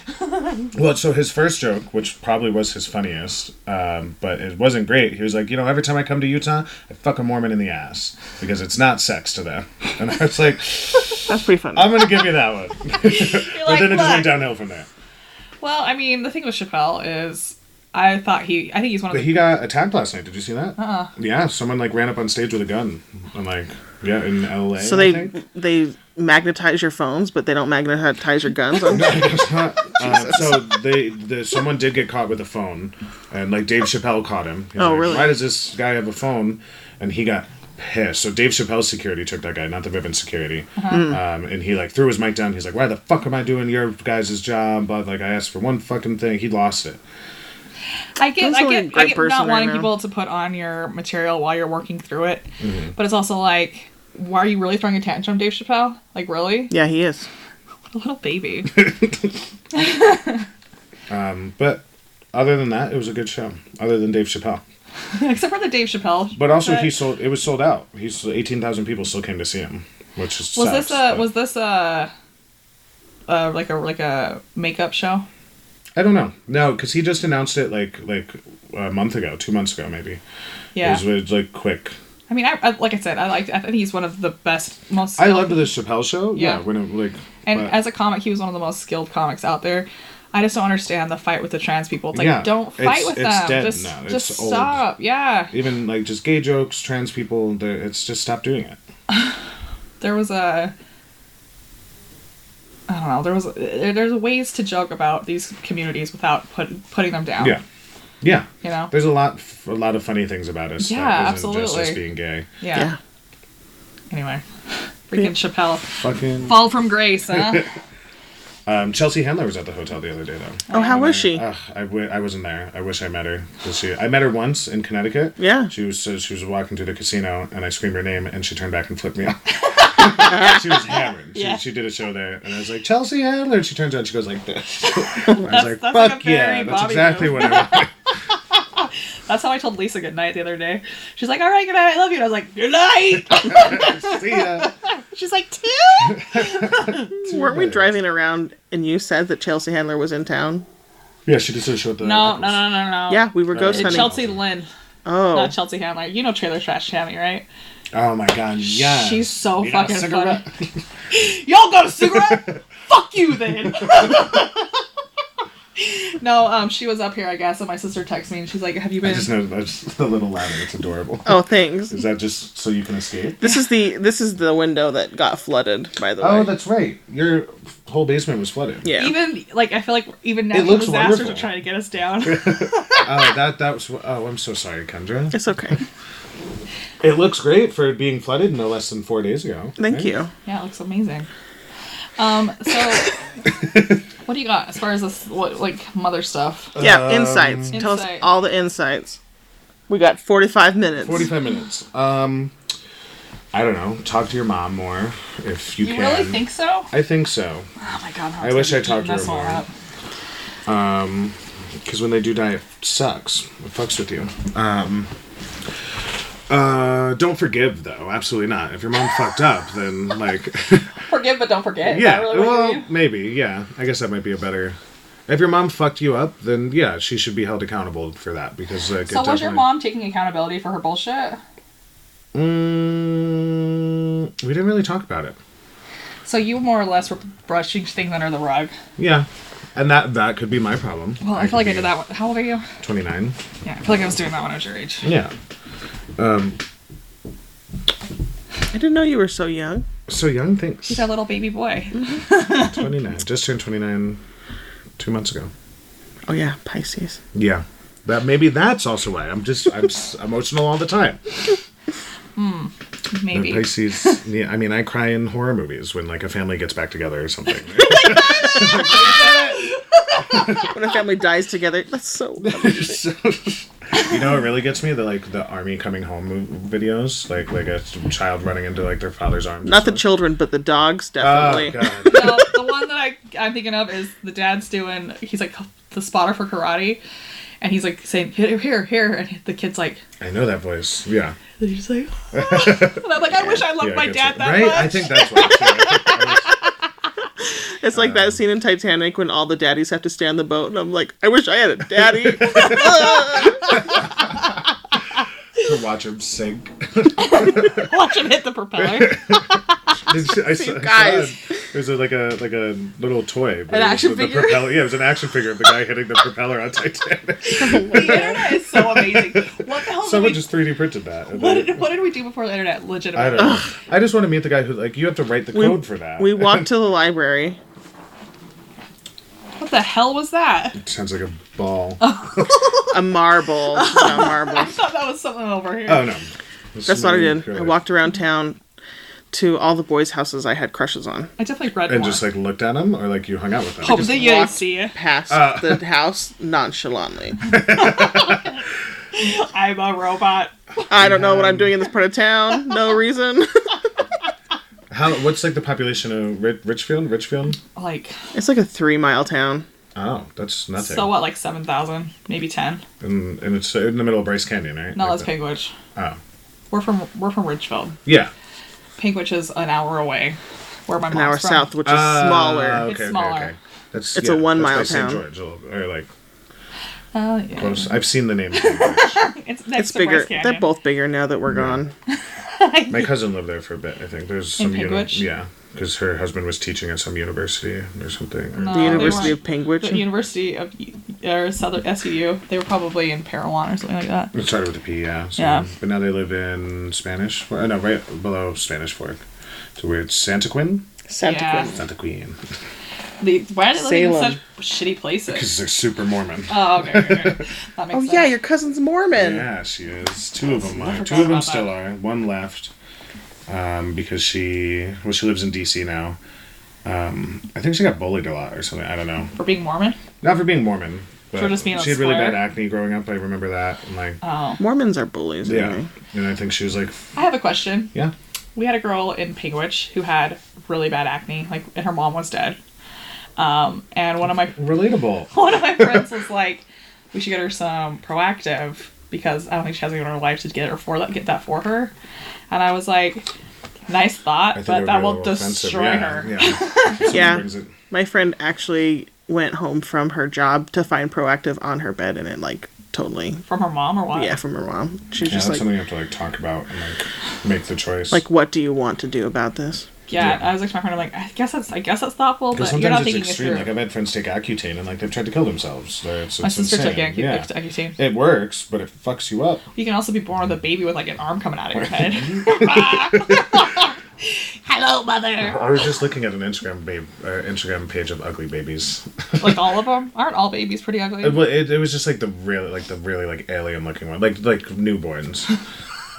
Well, so his first joke, which probably was his funniest, um, but it wasn't great. He was like, you know, every time I come to Utah, I fuck a Mormon in the ass because it's not sex to them. [LAUGHS] And I was like,
That's pretty funny.
I'm gonna give you that one.
You're
But
like,
then it just went
"Look."
downhill from there.
Well, I mean, the thing with Chappelle is, I thought he, I think he's one of
But
the
he got attacked last night. Did you see that? Uh-uh. Yeah, someone like ran up on stage with a gun and like Yeah, in L.A.
So
I
they
think.
they magnetize your phones, but they don't magnetize your guns.
[LAUGHS]
I'm-
I guess not. Uh, so they, the, someone did get caught with a phone, and like Dave Chappelle caught him. He was
Oh,
like,
really?
Why does this guy have a phone? And he got pissed. So Dave Chappelle's security took that guy, not the Vivint security.
Uh-huh.
Um, and he like threw his mic down. He's like, "Why the fuck am I doing your guys' job?" But like, I asked for one fucking thing. He lost it.
I get,
That's
I
only a
get, I
great
get
person
not
right
wanting
now.
people to put on your material while you're working through it,
Mm-hmm.
but it's also like, why are you really throwing a tantrum, Dave Chappelle? Like, really?
yeah, he is.
What a little
[LAUGHS]
baby.
But other than that, it was a good show. Other than Dave Chappelle,
Except for the Dave Chappelle.
but also he
he's.
sold. It was sold out. He's eighteen thousand people still came to see him, which is
Was
sucks,
this a
but-
was this a uh, like a like a makeup show?
I don't know. No, because he just announced it like like a month ago, two months ago maybe.
Yeah,
It was, it was, like quick.
I mean, I, I like I said, I like I think he's one of the best, most.
I
skilled-
loved the Chappelle show. Yeah.
Yeah.
when it like.
and
but-
as a comic, he was one of the most skilled comics out there. I just don't understand the fight with the trans people. It's like,
Yeah,
don't fight
it's-
with
it's
them.
dead
just,
now.
just
It's old.
stop. Yeah.
even like just gay jokes, trans people. they're- It's just stop doing it.
there was a I don't know. There was there- there's ways to joke about these communities without put, putting them down.
Yeah, yeah.
You know.
There's a lot, f- a lot of funny things about us.
Yeah,
Just us
absolutely.
being gay.
Yeah.
Yeah. [LAUGHS]
Anyway, freaking Chappelle
Fucking.
fall from grace, huh?
Um, Chelsea Handler was at the hotel the other day though.
Oh, how was she?
Ugh, I, w- I wasn't there. I wish I met her. 'Cause She, I met her once in Connecticut.
Yeah.
She was so she was walking through the casino, and I screamed her name, and she turned back and flipped
[LAUGHS]
me off. she was hammered.
Yeah.
She, she did a show there, and I was like Chelsea Handler. And she turns out she goes
[LAUGHS]
like this. I was like,
that's like a
fuck
very
yeah, that's
Bobby
exactly
move.
what I want.
That's how I told Lisa goodnight the other day. She's like, "All right, good night, I love you." And I was like, "Good night."
See ya.
[LAUGHS] She's like, two?
Weren't we driving around and you said that Chelsea Handler was in town?
Yeah, she did a show at the.
No, no, no, no, no.
Yeah, we were ghost
It's
hunting.
Chelsea Lynn,
oh,
not Chelsea Handler. You know Trailer Trash Tammy, right?
Oh my god, yeah.
She's so
You got a
fucking funny.
cigarette?
Y'all got a [LAUGHS] cigarette? Fuck you then. [LAUGHS] no, um, she was up here, I guess, and my sister texted me and she's like, "Have you
[LAUGHS] I
been?"
just know that's a little louder. It's adorable.
oh, thanks.
Is that just so you can escape?
This is the this is the window that got flooded. By the way,
Oh, that's right. Your whole basement was flooded.
yeah.
Even like I feel like even natural
looks
disasters
wonderful.
are trying to get us
[LAUGHS]
down.
Ah.
Oh, that that was. Oh, I'm so sorry, Kendra.
it's okay.
It looks great for being flooded no less than four days ago.
Thank
right?
you.
yeah, it looks amazing. Um,
[LAUGHS]
so what do you got as far as this what like mother stuff?
Yeah, insights. Tell us
Insight.
all the insights. We got 45 minutes.
Forty-five minutes. Um, I don't know. Talk to your mom more if you,
You
can.
really think so?
I think so.
Oh my god!
I wish I talked to her
That's all
more.
up.
because when they do die, it sucks. It fucks with you. Um, uh, don't forgive though. Absolutely not. If your mom fucked up,
[LAUGHS]
then like, [LAUGHS]
Forgive but don't forget. Is
yeah.
that really what you
well,
mean?
maybe. Yeah. I guess that might be a better. If your mom fucked you up, then yeah, she should be held accountable for that because like.
So was
it
your
definitely-
mom taking accountability for her bullshit?
Mm, we didn't really talk about it.
So you more or less were brushing things under the rug.
Yeah, and that that could be my problem.
Well, I, feel like
could
I did that one. How old are you?
be Twenty-nine.
Yeah, I feel like I was doing that one at your age.
Yeah.
I didn't know you were so young.
So young things.
He's a little baby
[LAUGHS]
boy.
29. Just turned 29 two months ago.
Oh, yeah, Pisces.
Yeah. That maybe that's also why I'm just I'm s- [LAUGHS] emotional all the time. And
Maybe.
Pisces. Yeah, I mean, I cry in horror movies when like a family gets back together or something. [LAUGHS]
When a family dies together, that's so.
So- you know, it really gets me the like the army coming home mo- videos, like like a child running into like their father's arms.
Not the children, but the dogs,
Oh,
definitely. [LAUGHS]
God.
No, the one that I, I'm thinking of is the dad's doing, he's like the spotter for karate. And he's like saying, here, here, here. And the kid's like,
I know that voice. Yeah.
and he's like, and I'm like, I wish I loved
yeah I
my
guess
dad
it-
that
right?
much.
I think that's what. I
It's like that scene in Titanic when all the daddies have to stay on the boat, and I'm like, I wish I had a daddy.
was-
[LAUGHS]
to watch him sink. [LAUGHS]
Watch him hit the propeller.
Did you- I saw- I saw
guys.
it. It was a, like a like a little toy. but
An
it was
action
with the
figure?
propeller- yeah, it was an action figure of the guy hitting the propeller on
[LAUGHS]
Titanic.
The internet is so amazing. What the hell? Did
Someone
we,
just 3D printed that. and
Oh, what,
then-
did, what did we do before the internet?
I
Legitimately.
don't know. I just want to meet the guy who like you have to write the
We-
code for that. [LAUGHS]
We walked to the library.
What the hell was that?
Sounds like a ball.
A marble. not
I
marbles.
thought that was something over here.
Oh no. This
That's
is
what I
really
did. I
good.
walked around town to all the boys' houses I had crushes on.
I definitely read Oh,
and
one.
just like looked at him, or like you hung out with him.
Hope that you didn't
walked
see it.
Past the house nonchalantly.
I'm a robot.
I don't know what I'm doing in this part of town. No reason.
How? What's like the population of Rich, Richfield? Richfield?
Like,
it's like a three mile town.
Oh, that's nothing.
so what? Like seven thousand, maybe ten.
and, and it's Mm, in the middle of Bryce Canyon, right?
No,
Like
that's
the-
Pigwitch.
Oh,
We're from we're from Ridgeville.
yeah.
Pigwitch is an hour away, where my
An
mom's
hour
from.
south, which is
Ah,
smaller.
It's smaller.
That's,
It's a
yeah,
one-mile
that's by St.
town.
George, a little bit, or like
Oh yeah.
close. I've seen the name. St.
[LAUGHS]
George.
It's
It's next to Bryce
bigger. They're
Canyon.
both bigger now that we're gone.
My cousin lived there for a bit. I think there's
In
some uni-
Pigwidge?
Yeah, because her husband was teaching at some university or something. or-
No,
The
Oh, they
University of
weren't- The
Pingwich.
University of or Southern SUU. They were probably in Parowan or something like that.
It started with a P, yeah. So,
Yeah.
But now they live in Spanish. Well, no, right below Spanish Fork. So we're at Santa Quinn.
Santa
Yeah.
Cruz.
Santa Queen. [LAUGHS]
The, why are they living in
Salem.
such shitty places?
Because they're super Mormon.
Oh, okay, okay, okay. That makes
Oh
sense.
yeah, your cousin's Mormon.
Yeah, she is. Two of them
I
are.
forgot
Two of them
about
still
that.
are. One left. Um, because she, well, she lives in D.C. now. Um, I think she got bullied a lot or something. I don't know.
for being Mormon.
Not for being Mormon. But
For just being a
she had really
slur.
bad acne growing up. I remember that. And like,
Oh,
Mormons are bullies.
yeah.
Yeah.
And I think she was like, f-
I have a question.
yeah.
We had a girl in Pigwitch who had really bad acne, like, and her mom was dead. Um, and one of my
Relatable.
one of my friends was like, "We should get her some proactive because I don't think she has anyone in her life to get her for that, get that for her." And I was like, "Nice
I
thought,
think
but
it
that
would be a
will
little offensive.
destroy
Yeah,
her." [LAUGHS]
Yeah. That's what
Yeah.
brings it-
My friend actually went home from her job to find Proactive on her bed, and it like totally
From her mom or what?
yeah from her mom. She was
Yeah, that's
just like
something you have to like talk about and like make the choice.
like what do you want to do about this?
Yeah,
Yeah.
I was like to my friend, I'm like, I guess that's, I guess that's thoughtful,
because
but you're not
sometimes
thinking
it's
it
extreme.
through.
Like I've had friends take Accutane and like they've tried to kill themselves. They're- It's,
my
it's
sister took
insane.
Accu-
yeah.
Accutane.
It works, but it fucks you up.
You can also be born with a baby with like an arm coming out of your head.
[LAUGHS]
Hello, mother.
I was just looking at an Instagram babe, uh, Instagram page of ugly babies.
Like all of them aren't all babies pretty ugly?
Well, it, it was just like the really like the really like alien looking one, like like [LAUGHS] newborns.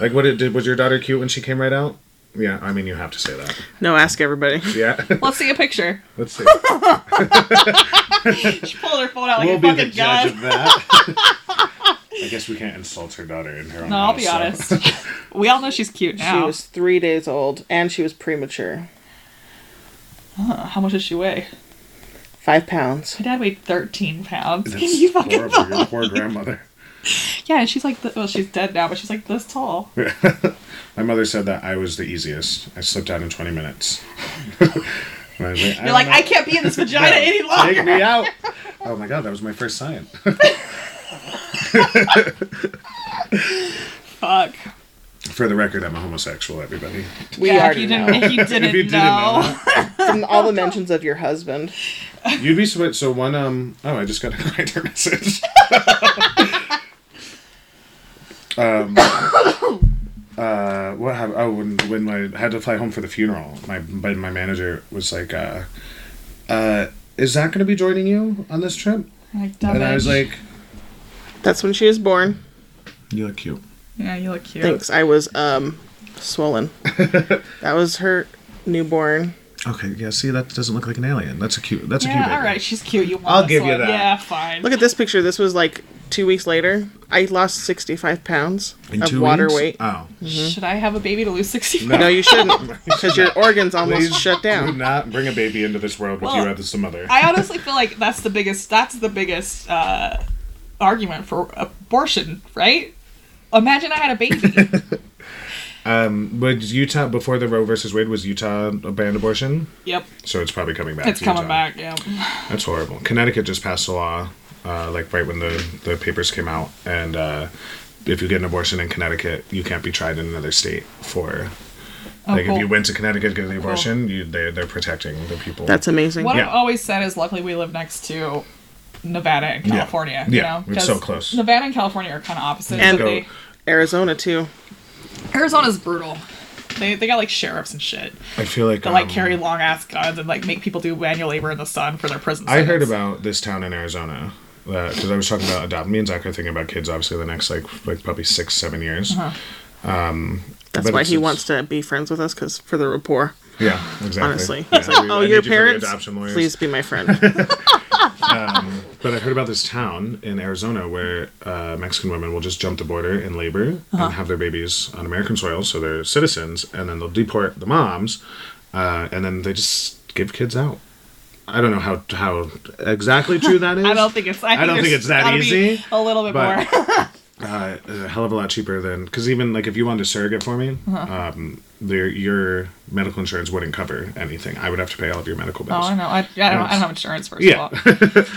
like what it did was your daughter cute when she came right out? Yeah, I mean you have to say that.
No, ask everybody. [LAUGHS]
Yeah, [LAUGHS]
Let's see a picture. [LAUGHS]
let's see.
She pulled her phone out like
we'll
a
be the
fucking
judge
gun. [LAUGHS]
of that. I guess we can't insult her daughter in her own
No, I'll
house,
be
so- [LAUGHS]
honest. We all know she's cute now.
She was three days old, and she was premature.
Uh, How much does she weigh?
Five pounds.
My dad weighed 13 pounds. Can
That's
[LAUGHS] you fucking
horrible. Your poor grandmother.
Yeah, and she's like, th- well, she's dead now, but she's like this tall.
My mother said that I was the easiest. I slipped out in 20 minutes. [LAUGHS] And I was like,
You're like, I can't be in
[LAUGHS]
this vagina any longer.
Take me out. Oh my god, that was my first sign. [LAUGHS]
Fuck.
For the record, I'm a homosexual, everybody.
We
yeah, if
already
you
know.
didn't, If you didn't,
[LAUGHS] If you didn't
know. [LAUGHS]
know.
From all the mentions of your husband,
You'd be surprised. So one, um, oh, I just got a grinder [LAUGHS] message. um, [COUGHS] uh, what happened? Oh, when when I had to fly home for the funeral, my my, my manager was like, uh, uh, "Is that going to be joining you on this trip?"
Like, dumb
And I was
bitch.
like,
that's when she was born.
"You look cute."
yeah, you look cute.
Thanks. I was um
[LAUGHS]
swollen. that was her newborn.
Okay, yeah. See, that doesn't look like an alien. That's a cute. That's a cute.
Yeah, all
baby.
right, she's cute. You want
I'll
this
give you
one.
that.
Yeah, fine.
Look at this picture. This was like two weeks later. I lost 65 pounds
In
of
two
water
weeks?
weight.
Oh,
[LAUGHS] Mm-hmm. Should I have a baby to lose 60
No.
No, you shouldn't, because your organs almost
Please
shut
do
down.
not bring a baby into this world with
Well,
you as the mother.
I honestly feel like that's the biggest that's the biggest uh, argument for abortion, right? Imagine I had a
[LAUGHS]
baby.
But Utah before the Roe versus Wade was Utah banned abortion,
yep.
so it's probably coming back.
It's
to Utah.
coming back, yeah.
That's horrible. Connecticut just passed a law, uh, like right when the the papers came out, and uh, if you get an abortion in Connecticut, you can't be tried in another state for
Oh,
like
cool.
if you went to Connecticut to get the abortion, you they they're protecting the people.
That's amazing.
What
Yeah.
I've always said is, luckily, we live next to Nevada and
Yeah.
California.
Yeah,
you know?
it's so
'Cause
close.
Nevada and California are kind of opposite.
And-
but they,
Arizona too.
Arizona's brutal. They, they got like sheriffs and shit
I feel like
that like
um,
carry long ass guns and like make people do manual labor in the sun for their prison.
I heard
sentence.
about this town in Arizona because I was talking about adopt. Me and Zach are thinking about kids, obviously, the next like like probably six, seven years.
Uh-huh.
Um,
That's
But
why
it's-
he
it's-
wants to be friends with us because for the rapport.
Yeah, exactly.
Honestly,
Yeah,
It's
I
like,
need- I
oh,
need
your
you for the
parents,
adoption lawyers.
please be my
[LAUGHS]
friend.
But I heard about this town in Arizona where uh, Mexican women will just jump the border in labor
Uh-huh.
and have their babies on American soil, so they're citizens, and then they'll deport the moms, uh, and then they just give kids out. I don't know how how exactly
[LAUGHS]
true that is.
I don't think it's. I,
don't
there's
think it's that
gotta be
easy,
A little bit
[LAUGHS] but-
more.
uh, is a hell of a lot cheaper than because even like if you wanted to surrogate for me,
Uh-huh.
um, their your medical insurance wouldn't cover anything. I would have to pay all of your medical
oh,
bills.
I know. I, I, don't, I don't have insurance first
Yeah.
of
[LAUGHS]
all. [LAUGHS]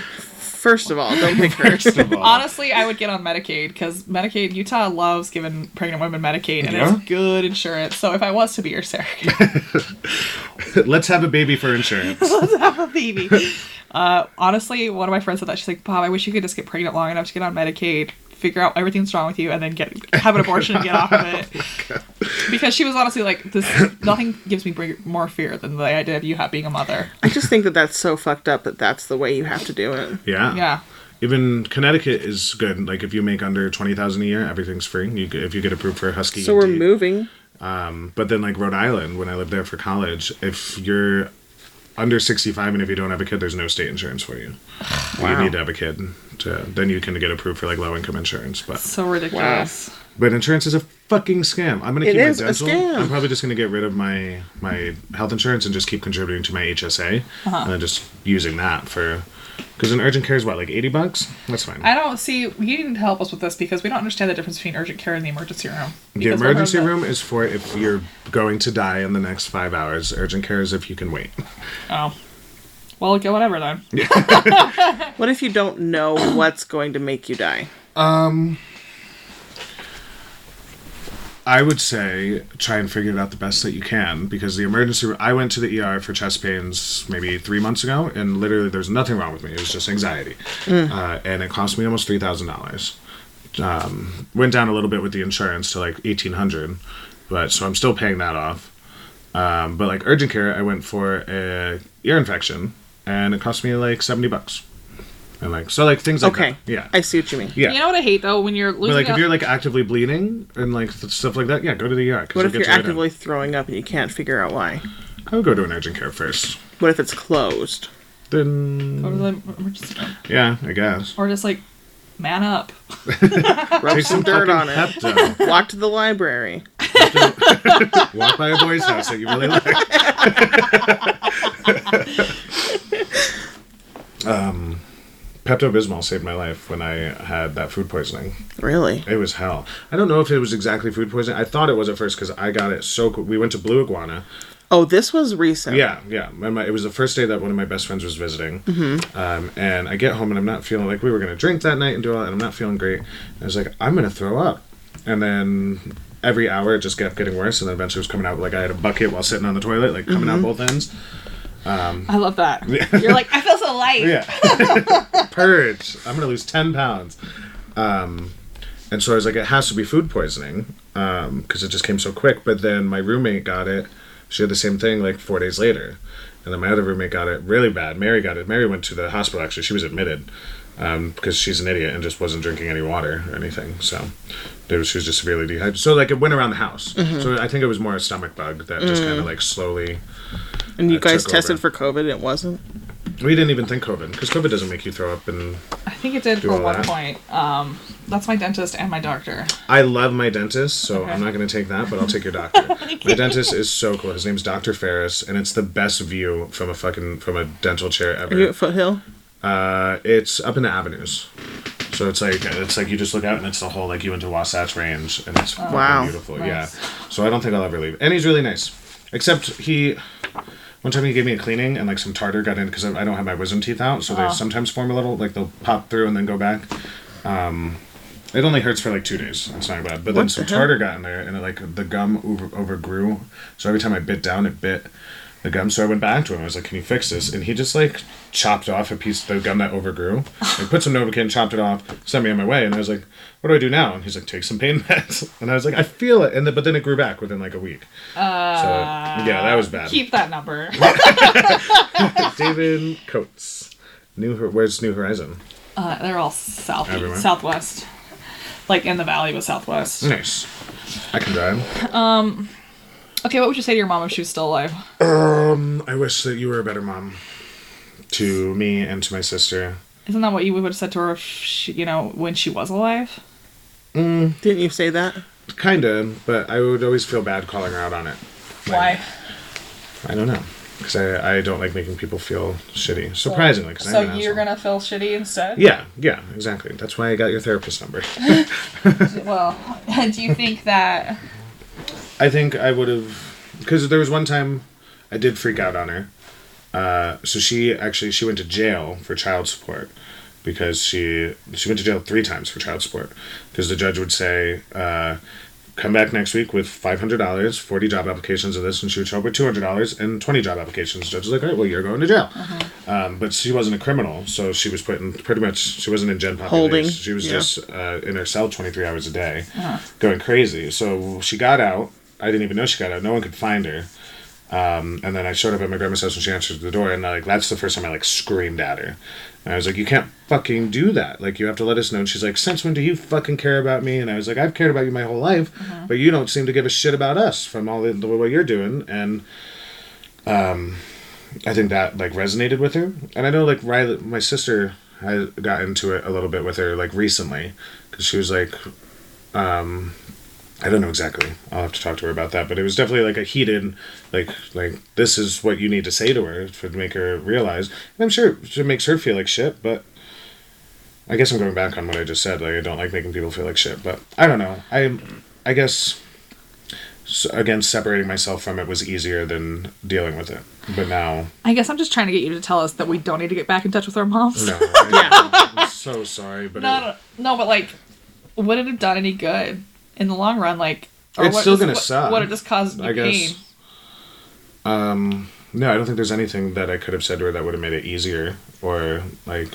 First of all, don't pick hers.
Honestly, I would get on Medicaid because Medicaid Utah loves giving pregnant women Medicaid and
Yeah?
it's good insurance. So if I was to be your surrogate
Let's have a baby
[LAUGHS]
for insurance.
baby, uh, honestly, one of my friends said that she's like, Bob, I wish you could just get pregnant long enough to get on Medicaid, figure out everything's wrong with you, and then get have an abortion and get off of
[LAUGHS]
it. because she was honestly like, this nothing gives me br- more fear than the idea of you ha- being a mother.
I just think that that's so fucked up that that's the way you have to do it.
Yeah.
Yeah.
Even Connecticut is good. Like if you make under twenty thousand a year, everything's free. You g- if you get approved for a husky.
So we're
indeed.
moving.
But then like Rhode Island, when I lived there for college, if you're under sixty five and if you don't have a kid, there's no state
[SIGHS]
insurance for you. You
Wow.
need to have a kid to then you can get approved for like low income insurance. But
So ridiculous.
but insurance is a fucking scam. I'm gonna
It
keep my
is a
dental.
scam.
I'm probably just gonna get rid of my my health insurance and just keep contributing to my HSA
Uh-huh.
and then just using that for. Because an urgent care is what, like eighty bucks? That's fine.
I don't see. You didn't help us with this because we don't understand the difference between urgent care and the emergency room.
The
Because we're
emergency
from the-
room is for if you're going to die in the next five hours. Urgent care is if you can wait.
Oh. Well, go whatever then.
What if you don't
[COUGHS]
know what's going to make you die?
I would say try and figure it out the best that you can because the emergency room. I went to the ER for chest pains maybe three months ago, and literally there's nothing wrong with me. It was just anxiety, uh, and it cost me almost three thousand dollars. Um, went down a little bit with the insurance to like eighteen hundred, but so I'm still paying that off. Um, but like urgent care, I went for a ear infection, and it cost me like seventy bucks. And like so, like things like
Okay.
that. yeah,
I see what you mean.
yeah.
You know what I hate though when you're losing.
But like if
a-
you're like actively bleeding and like th- stuff like that, yeah, go to the ER.
What
'cause they'll
if
get
you're
you right in.
actively throwing up and you can't figure out why?
I would go to an urgent care first.
What if it's
[LAUGHS]
closed?
Then
Go to the emergency room.
yeah, I guess.
or just like man
[LAUGHS]
up.
Rub some dirt on it.
fucking Pepto.
Walk to the library.
Walk by a boy's house that you really like. [LAUGHS] um, Um, Pepto Bismol saved my life when I had that food poisoning.
Really?
It was hell. I don't know if it was exactly food poisoning. I thought it was at first because I got it so quick. We went to Blue Iguana.
Oh, this was recent.
Yeah, yeah. My, my, it was the first day that one of my best friends was visiting. Um, and I get home and I'm not feeling like we were going to drink that night and do all that. And I'm not feeling great. And I was like, I'm going to throw up. And then every hour it just kept getting worse. And then eventually it was coming out like I had a bucket while sitting on the toilet, like coming out both ends.
I love that. You're like, I feel so light.
Yeah. Purge. I'm going to lose 10 pounds. Um, and so I was like, it has to be food poisoning because it just came so quick. But then my roommate got it. She had the same thing like four days later. And then my other roommate got it really bad. Mary got it. Mary went to the hospital, actually. She was admitted um, because she's an idiot and just wasn't drinking any water or anything. So it was, she was just severely dehydrated. So, like, it went around the house. So I think it was more a stomach bug that just kind of like slowly.
And you
I
guys
took
tested
over.
for COVID and it wasn't?
We didn't even think COVID because COVID doesn't make you throw up and
I think it did
Do
for
all
one
that.
point. Um, that's my dentist and my doctor.
I love my dentist, so
Okay.
I'm not going to take that, but I'll take your doctor. my dentist is so cool. His name's Dr. Ferris, and it's the best view from a fucking from a dental chair
Are you
ever.
at Foothill?
Uh, it's up in the avenues, so it's like it's like you just look out and it's the whole like you into Wasatch Range, and it's fucking
Wow.
beautiful.
Nice.
Yeah. So I don't think I'll ever leave, and he's really nice. Except he, one time he gave me a cleaning, and like some tartar got in because I I don't have my wisdom teeth out, so they sometimes form a little like they'll pop through and then go back It only hurts for like two days. It's not bad. But then
What
some
the hell?
tartar got in there, and it, like the gum over- overgrew. So every time I bit down, it bit the gum. So I went back to him. I was like, "Can you fix this?" And he just like chopped off a piece of the gum that
[SIGHS]
overgrew. Like put some Novocaine, chopped it off, sent me on my way. And I was like, "What do I do now?" And he's like, "Take some pain [LAUGHS] meds." And I was like, "I feel it." And then, but then it grew back within like a week. Uh, so yeah, that was bad.
Keep that
[LAUGHS]
number.
David Coates. New Hor- where's New Horizon?
Uh, they're all south
Everywhere. Mm.
southwest, like in the valley was southwest.
Nice. I can drive.
Okay, what would you say to your mom if she was still alive?
Um, I wish that you were a better mom to me and to my sister.
Isn't that what you would have said to her if she, you know, when she was alive?
Didn't you say that?
Kinda, but I would always feel bad calling her out on it. Like,
Why?
I don't know, because I, I don't like making people feel shitty. Surprisingly, because
So
I'm an
you're
asshole.
gonna feel shitty instead?
Yeah, yeah, exactly. That's why I got your therapist number. [LAUGHS]
Well, [LAUGHS] do you think that?
I think I would have, because there was one time I did freak out on her. Uh, so she actually she went to jail for child support because she she went to jail three times for child support because the judge would say uh, come back next week with five hundred dollars, forty job applications of this, and she would show up with two hundred dollars and twenty job applications. The judge was like, all right, well you're going to jail.
Uh-huh.
Um, but she wasn't a criminal, so she was put in pretty much she wasn't in gen pop
Holding,
release. She was
yeah. Uh-huh.
just uh, in her cell 23 hours a day, going crazy. So she got out. I didn't even know she got out. No one could find her. Um, and then I showed up at my grandma's house and she answered the door, and like that's the first time I like screamed at her. And I was like, "You can't fucking do that! Like you have to let us know." And she's like, "Since when do you fucking care about me?" And I was like, "I've cared about you my whole life, but you don't seem to give a shit about us from all the, the what you're doing." And um, I think that like resonated with her, and I know like Riley, my sister, I got into it a little bit with her like recently, because she was like, um, I don't know exactly. I'll have to talk to her about that, but it was definitely like a heated, like like this is what you need to say to her to make her realize. And I'm sure it makes her feel like shit, but I guess I'm going back on what I just said. Like I don't like making people feel like shit, but I don't know. I I guess. s again, separating myself from it was easier than dealing with it. But now,
I guess I'm just trying to get you to tell us that we don't need to get back in touch with our moms.
No, I, am so sorry, but
No, no, no, but like, would it have done any good in the long run? Like,
It's
what
still
just-
gonna
what,
suck,
What it just caused
it-
you
I
pain.
guess. Um, no, I don't think there's anything that I could have said to her that would have made it easier, or like,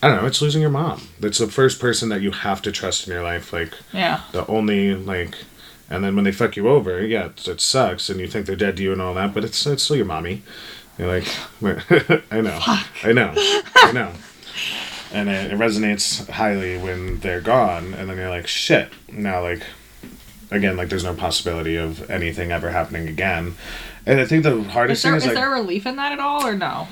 I don't know. It's losing your mom. That's the first person that you have to trust in your life. Like
Yeah.
the only like, and then when they fuck you over, yeah, it, it sucks, and you think they're dead to you and all that, but it's it's still your mommy. You're like, [LAUGHS] I know, I know, I know. And it, it resonates highly when they're gone, and then you're like, shit. Now, like, again, like, there's no possibility of anything ever happening again. And I think the
Is
hardest
there
thing
is
is like,
there relief in that at all or no?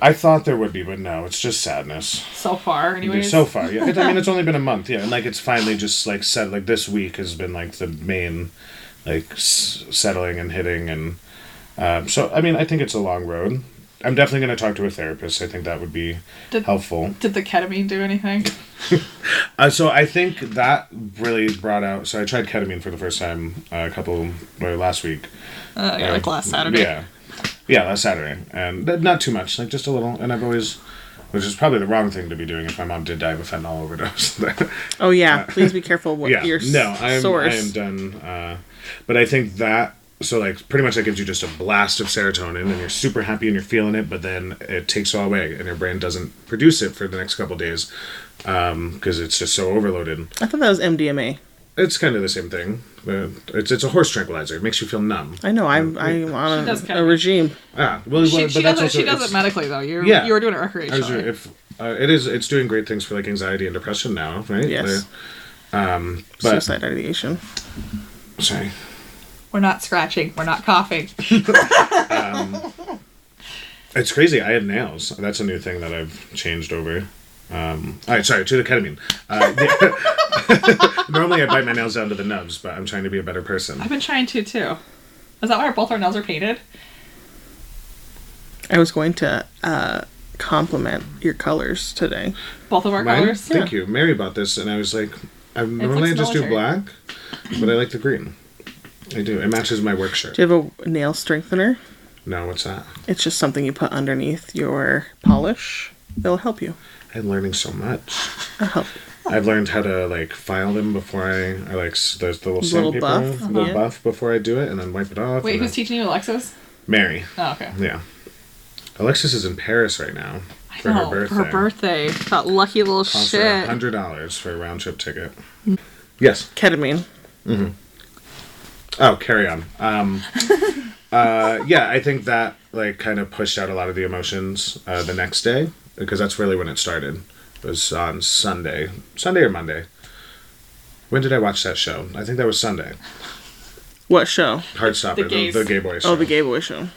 I thought there would be, but no, it's just sadness.
So far, anyways.
So far, yeah. It,
[LAUGHS]
I mean, it's only been a month, yeah, and like it's finally just like set. Like this week has been like the main, like s- settling and hitting, and um, so I mean, I think it's a long road. I'm definitely going to talk to a therapist. I think that would be
Did-
helpful.
Did the ketamine do anything?
Uh, so I think that really brought out. So I tried ketamine for the first time uh, a couple or last week.
[LAUGHS] Uh, yeah, like last Saturday.
Yeah, yeah, last Saturday, and th- not too much, like just a little. And I've always, which is probably the wrong thing to be doing if my mom did die of a fentanyl overdose. [LAUGHS]
Oh yeah. Please be careful what your s-
Uh, no, I'm,
source.
I am done. Uh, but I think that so like pretty much that gives you just a blast of serotonin and you're super happy and you're feeling it, but then it takes it all away and your brain doesn't produce it for the next couple days because it's just so overloaded.
I thought that was MDMA.
It's kind of the same thing. But it's it's a horse tranquilizer. It makes you feel numb.
I know. I'm I'm on
She does
a,
kinda-
a regime.
Ah, well,
She,
well,
she
but that's
doesn't.
also-
she doesn't
it's-
medically though. You're
Yeah.
you were doing it
I was-
recreationally.
if uh, it is, it's doing great things for like anxiety and depression now, right? um,
Yes.
But-
Suicide ideation.
The- sorry.
We're not scratching. We're not coughing.
It's crazy. I had nails. That's a new thing that I've changed over. Um, all right, sorry to the ketamine. Uh, the- [LAUGHS] normally, I bite my nails down to the nubs, but I'm trying to be a better person.
I've been trying to too. Is that why both our nails are painted?
I was going to uh, compliment your colors today.
Both of our
Mine?
colors.
Thank you. Mary bought this, and I was like, I normally I just do
military.
black, but I like the green. I do. It matches my work shirt.
Do you have a nail strengthener?
No, what's that?
It's just something you put underneath your polish. It'll help you.
I'm learning so much.
It'll help.
I've learned how to like file them before I, I like s- there's the little
Little
sandpaper,
buff,
little
yeah.
buff before I do it, and then wipe it off.
Wait,
and
who's
then-
teaching you, Alexis?
Mary?
Oh, okay.
Yeah, Alexis is in Paris right now for
No,
her birthday.
For her birthday. That lucky little shit.
hundred dollars for a round trip ticket. Yes.
Ketamine.
Oh, carry on. Um, uh, yeah, I think that like kind of pushed out a lot of the emotions uh, the next day because that's really when it started. It was on Sunday, Sunday or Monday. When did I watch that show? I think that was Sunday.
What show?
Heartstopper,
The
the,
gays.
the, gay boy show.
Oh, the Gay Boy show.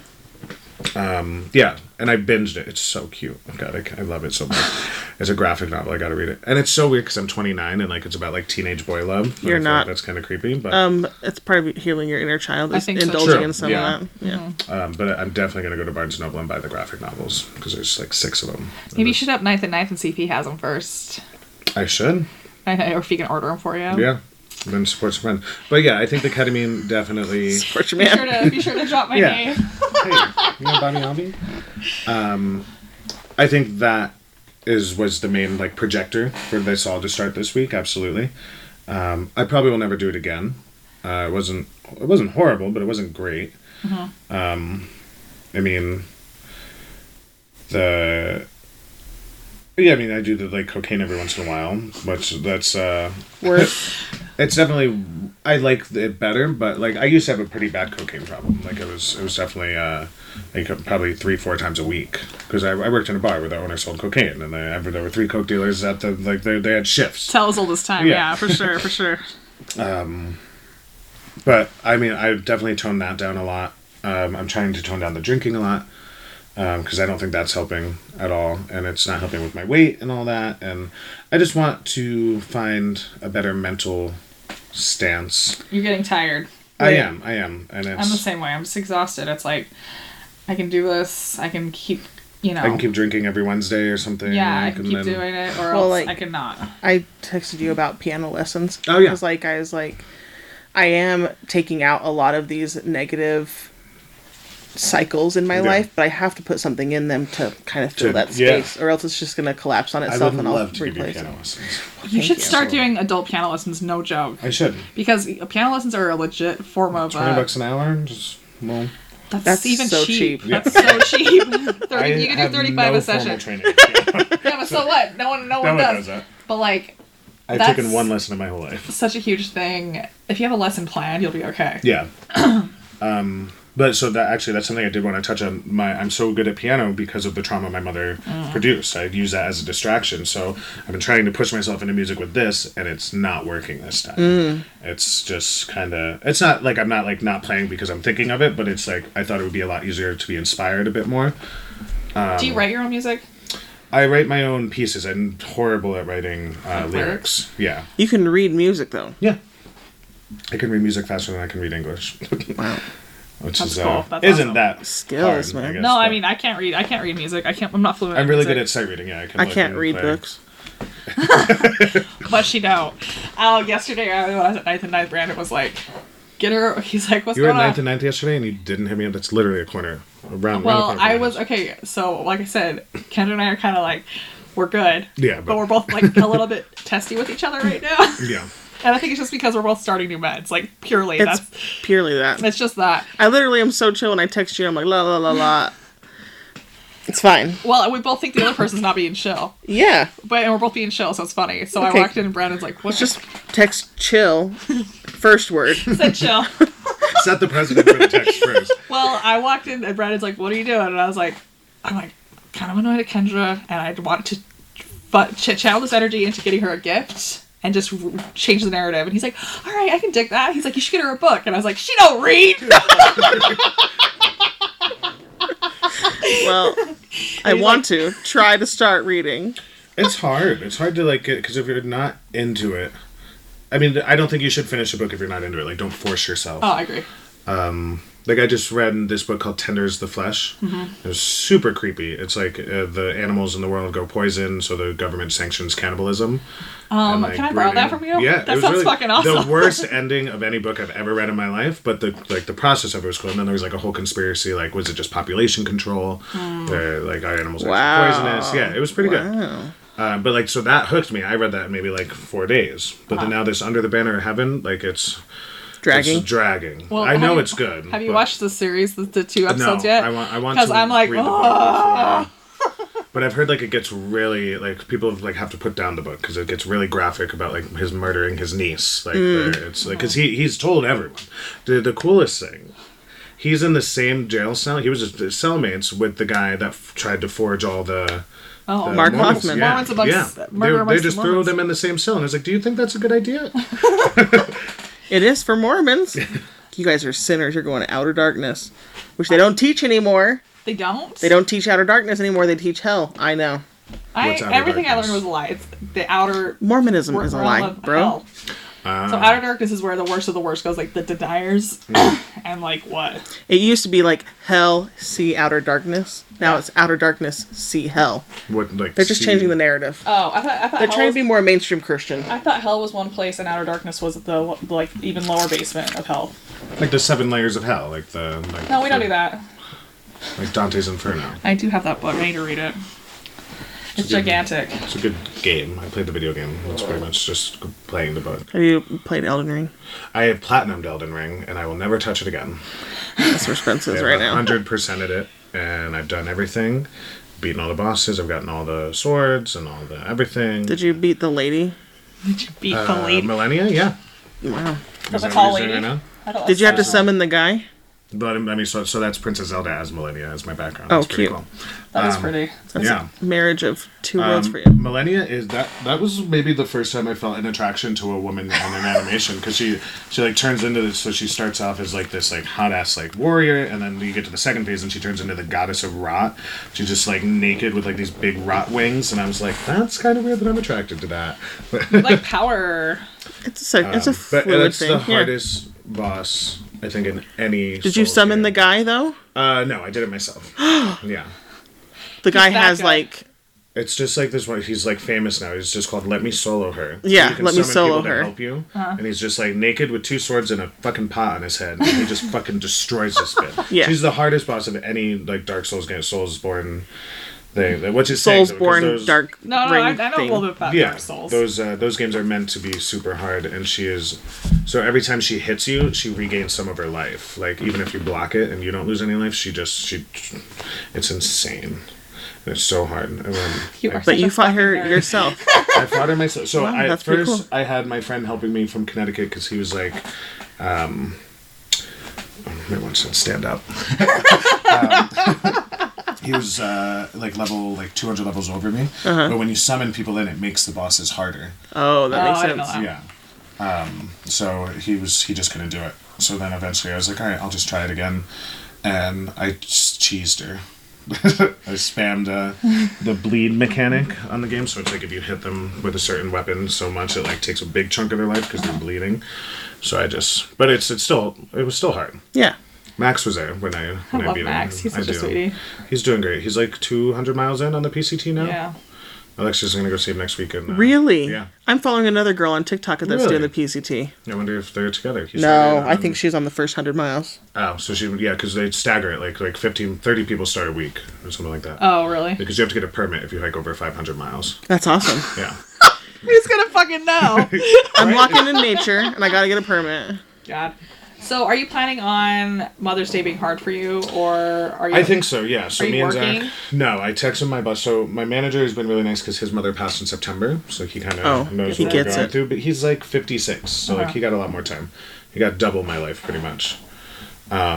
Yeah, and I binged it. It's so cute. Oh God, I, I love it
[LAUGHS]
so much. it's a graphic novel. I got to read it, and it's so weird because I'm 29 and like it's about like teenage boy love. and
You're
I feel like
not-
that's kind of creepy, but
Um, it's part of healing your inner child.
I
Is
think so. Mm-hmm.
indulging
True,
in some
yeah.
of that. Yeah.
Um, but I'm definitely gonna go to Barnes and Noble and buy the graphic novels because there's like six of them.
Maybe you should up ninth and ninth and see if he has them first.
I should.
I know, or if he can order them for you.
Oh.
Yeah. Then support some friend. But yeah, I think the ketamine definitely.
Porch
Be sure
man.
to, be sure to drop my
Yeah.
name.
hey, you know Bonnie Alby? Um, I think that is was the main like projector for this all to start this week. Absolutely. Um, I probably will never do it again. Uh, it wasn't it wasn't horrible, but it wasn't great. Um, I mean, the yeah, I mean, I do the like cocaine every once in a while, which that's uh,
Worth.
[LAUGHS] it's definitely I like it better, but like I used to have a pretty bad cocaine problem. Like it was it was definitely uh like probably three four times a week because I, I worked in a bar where the owner sold cocaine, and they, there were three coke dealers at the like they they had shifts.
Tell us all this time.
Yeah.
yeah for sure, for sure.
But I mean, I've definitely toned that down a lot. Um, I'm trying to tone down the drinking a lot because I don't think that's helping at all, and it's not helping with my weight and all that. And I just want to find a better mental stance.
You're getting tired.
I am, I am, and it's
I'm the same way. I'm just exhausted. It's like I can do this. I can keep, you know.
I can keep drinking every Wednesday or something.
yeah, I
like,
can
and
keep
then-
doing it, or
Well,
else
like-
I cannot.
I texted you about piano lessons.
Oh, yeah.
I was like, I was like, I am taking out a lot of these negative cycles in my
Yeah.
life, but I have to put something in them to kind of fill
To-
that
yeah.
space, or else it's just going to collapse on
I
itself
would
and I'll
love to give you
replace
piano
it.
lessons.
You should
you.
start doing adult piano lessons. No joke,
I should.
because piano lessons are a legit form of.
Twenty
Uh,
bucks an hour. Just well,
That's,
That's
even
so
cheap.
cheap.
Yeah.
That's so [LAUGHS] cheap. 30,
I
you can
have
do 35
no
a session.
formal Training. [LAUGHS] Yeah.
Yeah, but
[LAUGHS]
so what? No one, no
No
one
one knows
does.
that.
But like,
I've
That's-
taken one lesson in my whole life.
such a huge thing. If you have a lesson planned, you'll be okay.
Yeah. [COUGHS] um, but so that actually that's something I did want to touch on. My I'm so good at piano because of the trauma my mother produced. I use that as a distraction. So I've been trying to push myself into music with this, and it's not working this time. It's just kind of it's not like I'm not like not playing because I'm thinking of it, but it's like I thought it would be a lot easier to be inspired a bit more.
Do you write your own music?
I write my own pieces. I'm horrible at writing uh, lyrics. Yeah.
You can read music though.
Yeah. I can read music faster than I can read English.
Wow.
[LAUGHS] Which
That's
is, uh,
cool. That's
isn't
awesome.
that
Skills,
hard,
man.
guess,
No, I
but
mean I can't read. I can't read music. I can't. I'm not fluent.
I'm
in
really
music.
good at sight reading. Yeah, I can.
I
look
can't
and
read
play.
books.
But she don't. Oh, yesterday I was at ninth and ninth. Brandon was like, "Get her." [LAUGHS] He's like, "What's
You were at
going on?"
ninth and ninth yesterday, and you didn't hit me up. That's literally a corner around.
well,
around the corner
I
from
was
us.
okay. So, like I said, Kendra and I are kind of like, we're good.
Yeah,
but,
but-
we're both like a little bit testy with each other right now. [LAUGHS]
Yeah.
and I think it's just because we're both starting new meds. Like purely,
It's
that's
purely that.
it's just that.
I literally am so chill when I text you. I'm like la la la la. It's fine.
Well, we both think the other person's not being chill,
Yeah.
but and we're both being chill, so it's funny. So
Okay.
I walked in and Brandon's like, "What's
Just text chill. First word.
said chill?"
Set the president for the text first.
Well, I walked in and Brandon's like, "What are you doing?" And I was like, "I'm like kind of annoyed at Kendra, and I want to but ch- channel this energy into getting her a gift and just r- change the narrative." And he's like, "All right, I can dig that." He's like, "You should get her a book," and I was like, "She don't read."
Well, I
he's
want to try to start reading.
It's hard. It's hard to like because if you're not into it, I mean, I don't think you should finish a book if you're not into it. Like, don't force yourself.
oh, I agree.
Like I just read in this book called "Tenders the Flesh."
Mm-hmm.
It was super creepy. It's like uh, the animals in the world go poison, so the government sanctions cannibalism.
Um,
and,
can I borrow that
breeding.
from you?
Yeah,
that
it was
sounds
really
fucking awesome.
The
[LAUGHS]
worst ending of any book I've ever read in my life, but the like the process of it was cool. And then there was like a whole conspiracy, like was it just population control?
Mm.
Where, like our animals are
Wow.
actually poisonous. Yeah, it was pretty
Wow.
good. Uh, but like so that hooked me. I read that in maybe like four days. But then now this Under the Banner of Heaven, like it's
Dragging.
It's dragging.
Well,
I
have
know
you-
it's good.
Have you
but-
watched the series, the, the two episodes
no,
yet?
I want. I want
because
to
I'm like, "Oh,
read the book before. But I've heard like it gets really like people have, like have to put down the book because it gets really graphic about like his murdering his niece. Like
Mm.
there- it's like because he he's told everyone. The the coolest thing, he's in the same jail cell. He was just uh, cellmates with the guy that f- tried to forge all the.
oh,
the
Mark
Mormons.
Hoffman.
Yeah,
Mormons amongst-
yeah.
uh, murder
They, they
amongst
just
the
throw
Mormons.
them in the same cell, and I was like, "Do you think that's a
[LAUGHS]
good idea?"
It is for Mormons. you guys are sinners. You're going to outer darkness, which they don't teach anymore.
they don't.
They don't teach outer darkness anymore. They teach hell. I know.
I,
What's outer
everything I
darkness?
learned was a lie. It's the outer
Mormonism
wor-
is a
realm
lie,
of
bro.
hell. so
Ah.
outer darkness is where the worst of the worst goes, like the deniers, [COUGHS] and like what?
It used to be like hell, see outer darkness. Now it's outer darkness, see hell.
What like
They're just changing the narrative.
Oh, I thought I thought
They're
hell
trying
was,
to be more mainstream Christian.
I thought hell was one place, and outer darkness was the like even lower basement of hell.
like the seven layers of hell, like the like,
No, we don't
the-
do that.
Like Dante's Inferno.
I do have that book. I need to read it. It's gigantic.
It's a good game. I played the video game. It's pretty much just playing the book.
Have you played Elden Ring?
I have platinumed Elden Ring, and I will never touch it again.
That's where Spence is
I've
right now. [LAUGHS]
100% at it, and I've done everything. Beaten all the bosses. I've gotten all the swords and all the everything.
Did you beat the lady?
Did you beat the
Uh, [LAUGHS]
lady?
Millennia, yeah.
Wow.
Is
The
that
tall
what you're
lady.
saying right now?
I don't-
Did you have
Um,
to summon the guy?
But I mean, so, so that's Princess Zelda as Millennia as my background.
Oh,
That's pretty
cute.
That was pretty.
yeah.
Marriage of two worlds
Um,
for you.
Millennia is that that was maybe the first time I felt an attraction to a woman in an animation because she she like turns into this so she starts off as like this like hot ass like warrior and then you get to the second phase and she turns into the goddess of rot. She's just like naked with like these big rot wings and I was like that's kind of weird that I'm attracted to that. But,
Like power.
It's a, sec- it's a
um, but
fluid
that's the
thing. Yeah.
hardest boss I think in any.
Did you
Souls
summon
game.
the guy though?
Uh, no, I did
[GASPS]
it myself. yeah.
The guy
that
has
guy.
like
It's just like this one. He's like famous now. He's just called "Let Me Solo Her."
Yeah,
You can
Let Me
summon
Solo
people to
Her.
help you,
Uh-huh.
and he's just like naked with two swords and a fucking pot on his head. And he just fucking destroys this
[LAUGHS]
bit.
Yeah.
she's the hardest boss of any like Dark Souls game, Soulsborne thing. Which is saying something, 'cause
Soulsborne
those-
dark
No, no, no
ring
I, I know a
thing.
little bit about
Yeah,
Dark Souls.
those uh, those games are meant to be super hard, and she is. So every time she hits you, she regains some of her life. Like even if you block it and you don't lose any life, she just she. It's insane. And It's so hard. And then-
You are
But
such
you
a
fought
[LAUGHS]
her
fucking nerd.
yourself.
I fought her myself. So I, at
that's pretty
first,
cool.
I had my friend helping me from Connecticut because he was like, um, I want to stand up. um, [LAUGHS] he was uh, like level like 200 levels over me.
Uh-huh.
But when you summon people in, it makes the bosses harder.
Oh, that
Oh,
makes
I didn't know
sense.
that.
Yeah. Um, so he was he just couldn't do it. So then eventually I was like, all right, I'll just try it again, and I just cheesed her. [LAUGHS] I spammed uh, the bleed mechanic on the game, so it's like if you hit them with a certain weapon so much, it like takes a big chunk of their life because they're bleeding. So I just, but it's it's still it was still hard.
Yeah.
Max was there when I when I,
love
beat
Max.
him.
He's
I
such a
do.
sweetie.
He's doing great. He's like 200 miles in on the PCT now.
Yeah.
Alexa's gonna go see him next weekend. uh,
Really?
Yeah.
I'm following another girl on TikTok that's doing
Really?
the PCT.
I wonder if they're together. He's
No,
already uh,
I
on-
think she's on the first hundred miles.
Oh, so she yeah, because they stagger it like like 15, 30 people start a week or something like that.
Oh,
[LAUGHS]
really?
Because you have to get a permit if you hike over five hundred miles.
That's
[LAUGHS]
awesome.
Yeah.
Who's gonna fucking know?
I'm walking in nature and I gotta get a permit.
God. So, are you planning on Mother's Day being hard for you, or are you?
I think so. Yeah. So
Are you
me and Zach.
working?
No, I texted my boss. So my manager has been really nice because his mother passed in September, so he kind of
Oh,
knows
he
what we're
gets it.
going
Uh-huh.
through. But he's like fifty six, so like he got a lot more time. He got double my life pretty much.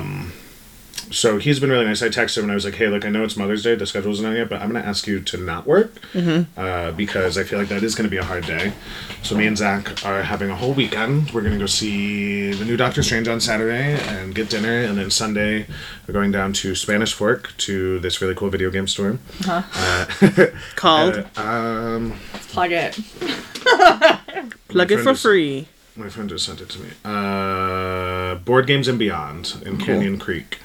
Um, so he's been really nice. I texted him and I was like, "Hey, look, I know it's Mother's Day. The schedule's not yet, but I'm gonna ask you to not work
Mm-hmm.
uh, because I feel like that is gonna be a hard day." So me and Zach are having a whole weekend. We're gonna go see the new Doctor Strange on Saturday and get dinner, and then Sunday we're going down to Spanish Fork to this really cool video game store.
Called
Plug it.
plug it for
Friends.
free.
My friend just sent it to me. Uh, Board Games and Beyond in Canyon Creek.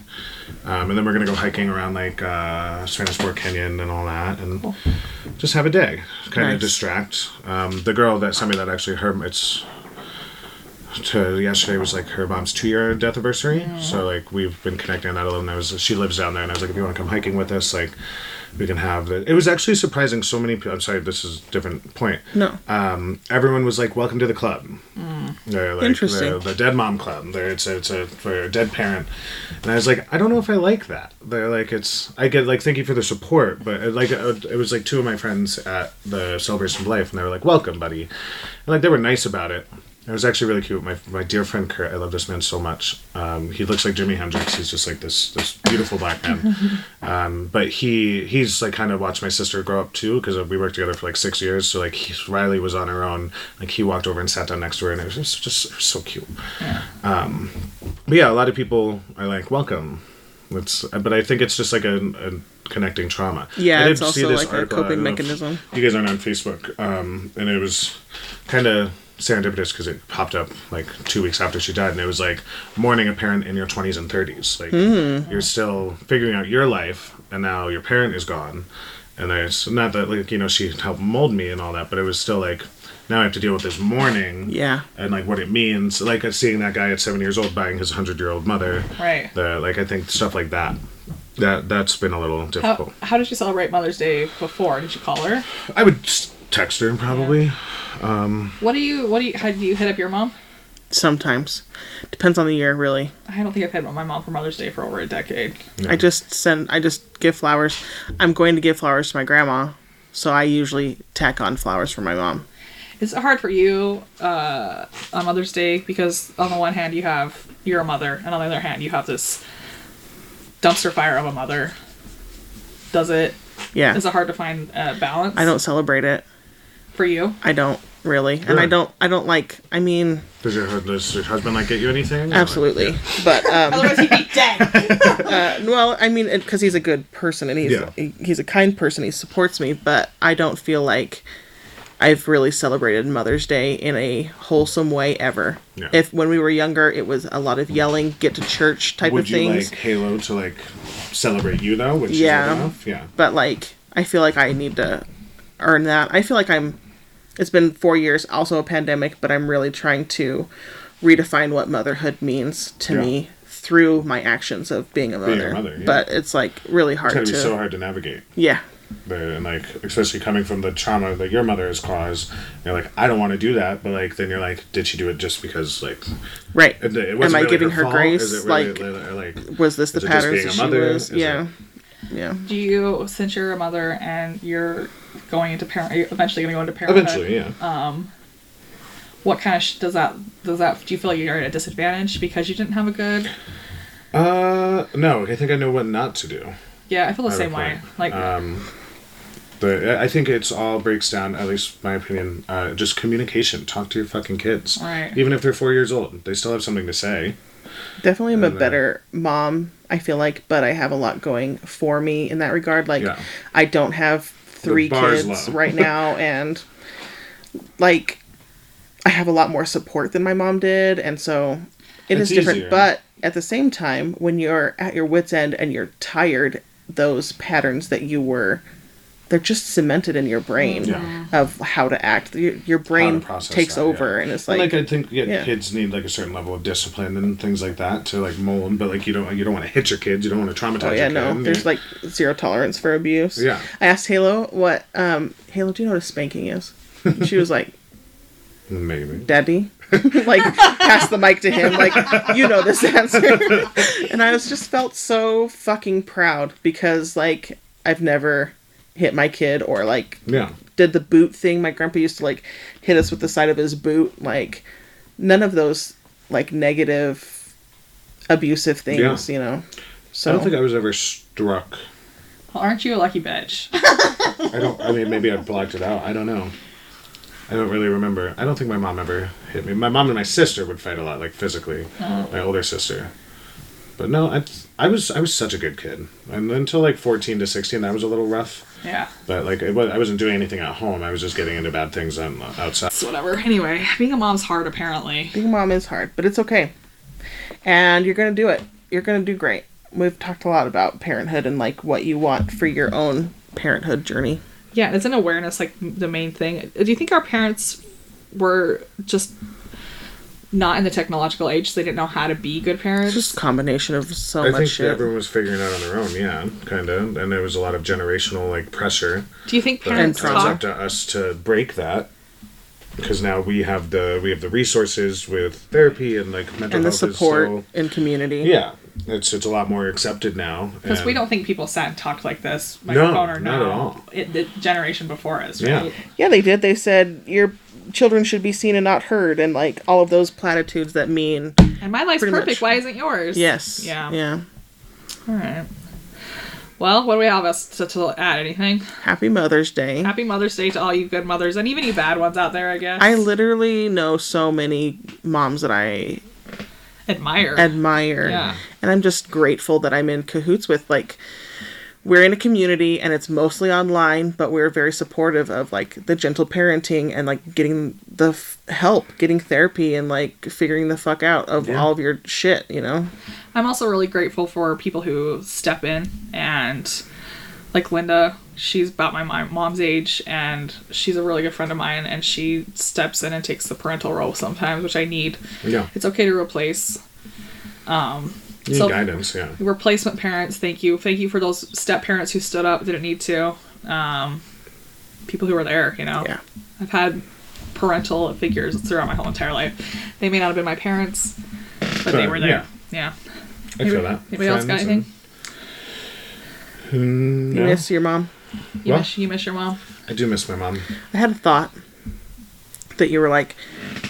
Um, and then we're going to go hiking around like uh, Spanish Fork Canyon and all that and just have a day. Kind
Nice.
of distract. Um, the girl that sent me that actually, her, it's to yesterday was like her mom's two year death anniversary. So like we've been connecting on that alone. I was she lives down there, and I was like, if you want to come hiking with us, like we can have it. It was actually surprising. So many. people... I'm sorry, this is a different point.
No.
Um, everyone was like, "Welcome to the club." They're like
Interesting.
The, the dead mom club. They're, it's a, it's a for a dead parent, and I was like, I don't know if I like that. They're like, it's I get like thank you for the support, but uh, like uh, it was like two of my friends at the celebration of life, and they were like, "Welcome, buddy," and like they were nice about it. It was actually really cute. My my dear friend Kurt, I love this man so much. Um, he looks like Jimi Hendrix. He's just like this this beautiful black man. Um, but he he's like kind of watched my sister grow up too because we worked together for like six years. So like he, Riley was on her own. Like he walked over and sat down next to her, and it was just, just it was so cute. Um, but yeah, a lot of people are like welcome. It's, but I think it's just like a, a connecting trauma.
Yeah,
I did
it's also
see this
like a
article, I
coping
don't know if
mechanism.
You guys aren't on Facebook, um, and it was kind of serendipitous because it popped up like two weeks after she died, and it was like mourning a parent in your twenties and thirties. Like
Hmm.
you're still figuring out your life, and now your parent is gone, and there's not that like you know she helped mold me and all that, but it was still like now I have to deal with this mourning,
Yeah.
and like what it means. Like seeing that guy at seven years old buying his hundred year old mother,
Right.
the like I think stuff like that. That that's been a little
How,
difficult.
how did you celebrate Mother's Day before? Did you call her?
I would s- text her probably.
What do you? What do you? How do you hit up your mom?
Sometimes. Depends on the year, really.
I don't think I've hit up my mom for Mother's Day for over a decade.
I just send I just give flowers. I'm going to give flowers to my grandma, so I usually tack on flowers for my mom.
It's hard for you uh, on Mother's Day because on the one hand you have you're a mother, and on the other hand you have this dumpster fire of a mother. Does it?
Yeah.
Is it hard to find a balance?
I don't celebrate it.
for you.
I don't really. And I
Yeah.
don't I don't like I mean,
Does your, hu- does your husband like get you anything?
absolutely. But um Uh,
Otherwise you'd be
[LAUGHS]
dead.
well, I mean cuz he's a good person and he's
Yeah.
he- he's a kind person. He supports me, but I don't feel like I've really celebrated Mother's Day in a wholesome way ever.
Yeah.
If when we were younger, it was a lot of yelling, get to church type
Would
of
you
things.
like Halo to like celebrate you though? Which
Yeah.
Is enough? Yeah.
but like I feel like I need to earn that. I feel like I'm it's been 4 years also a pandemic, but I'm really trying to redefine what motherhood means to
Yeah.
me through my actions of being a mother.
a mother, yeah.
But it's like really hard
It's gotta
to
be so hard to navigate.
Yeah.
There and like especially coming from the trauma that your mother has caused, you're like, I don't want to do that, but like then you're like, did she do it just because like
Right.
it- it
Am
wasn't
I
really
giving her,
fault? Is
grace?
it really-
like
or, like
was this the
is it just
patterns
being
that
a
she
mother?
was?
Is it-
Yeah. Yeah.
Do you, since you're a mother and you're going into parent, you're eventually going to go into parenthood.
[LAUGHS] eventually, yeah.
What kind of sh- does that does that? Do you feel like you're at a disadvantage because you didn't have a good?
Uh, no, I think I know what not to do.
Yeah, I feel the
I uh,
same way.
reply.
Like
But uh, I think it's all breaks down, at least my opinion, uh, just communication. Talk to your fucking kids.
Right.
Even if they're four years old, they still have something to say.
Definitely am a
uh,
better mom, I feel like, but I have a lot going for me in that regard. Like
Yeah.
I don't have three
bar is
kids
low.
right
[LAUGHS]
now and like I have a lot more support than my mom did and so it is
It's
different.
easier.
But at the same time, when you're at your wits end and you're tired, those patterns that you were they're just cemented in your brain
Mm, Yeah.
of how to act. Your, your brain
process
takes
that, yeah.
over and it's
Like,
like,
I think yeah,
yeah.
kids need like a certain level of discipline and things like that to like mold. But like you don't you don't want to hit your kids. You don't want to traumatize.
Oh yeah,
your
no.
kid.
There's
You-
like zero tolerance for abuse.
Yeah.
I asked Halo what um Halo, do you know what a spanking
[LAUGHS]
is? she was like,
maybe.
Daddy. [LAUGHS] like pass the mic to him, like, you know this answer. [LAUGHS] and I was just felt so fucking proud because like I've never hit my kid or like
Yeah.
did the boot thing. My grandpa used to like hit us with the side of his boot. Like none of those like negative abusive things,
Yeah.
you know. So
I don't think I was ever struck.
Well, aren't you a lucky bitch? [LAUGHS]
I don't. I mean, maybe I blocked it out. I don't know. I don't really remember. I don't think my mom ever hit me. My mom and my sister would fight a lot, like physically.
Uh-huh.
My older sister. But no, I, I was I was such a good kid, and until like fourteen to sixteen, I was a little rough.
Yeah.
But like, it was, I wasn't doing anything at home. I was just getting into bad things on, outside.
It's whatever. Anyway, being a mom's hard apparently.
Being a mom is hard, but it's okay. And you're gonna do it. You're gonna do great. We've talked a lot about parenthood and like what you want for your own parenthood journey.
Yeah, it's an awareness like the main thing. Do you think our parents were just not in the technological age, so they didn't know how to be good parents?
It's just a combination of so
I
much
think
shit.
everyone was figuring it out on their own, yeah, kind of. And there was a lot of generational like pressure.
Do you think
But
parents
now it's
talk?
up to us to break that because now we have the we have the resources with therapy and like mental
and the
health
support
Is
and community.
still, yeah, it's it's a lot more accepted now.
Because
and-
we don't think people sat and talked like this,
No,
microphone or
not
no.
at all.
It, the generation before us,
Yeah.
right?
Yeah, they did. They said your children should be seen and not heard, and like all of those platitudes that mean
And my life's
Pretty much.
perfect. Why isn't yours?
yes,
Yeah.
yeah.
All right. Well, what do we have us to, to add? Anything?
Happy Mother's Day.
Happy Mother's Day to all you good mothers and even you bad ones out there, I guess.
I literally know so many moms that I
admire.
admire,
Yeah.
and I'm just grateful that I'm in cahoots with like. We're in a community and it's mostly online, but we're very supportive of like the gentle parenting and like getting the f- help, getting therapy, and like figuring the fuck out of all of your shit, you know?
I'm also really grateful for people who step in and like Linda, she's about my my mom's age and she's a really good friend of mine and she steps in and takes the parental role sometimes, which I need.
yeah
It's okay to replace
you need
so-
guidance yeah
replacement parents. Thank you. Thank you for those step parents who stood up, didn't need to. Um people who were there, you know.
Yeah.
I've had parental figures throughout my whole entire life. They may not have been my parents, but they
But,
were there.
yeah.
Yeah.
I feel that
Anybody else got
Friends
anything?
and-
You
No.
miss your mom.
You
Well-
miss you miss your mom.
I do miss my mom
I had a thought that you were like,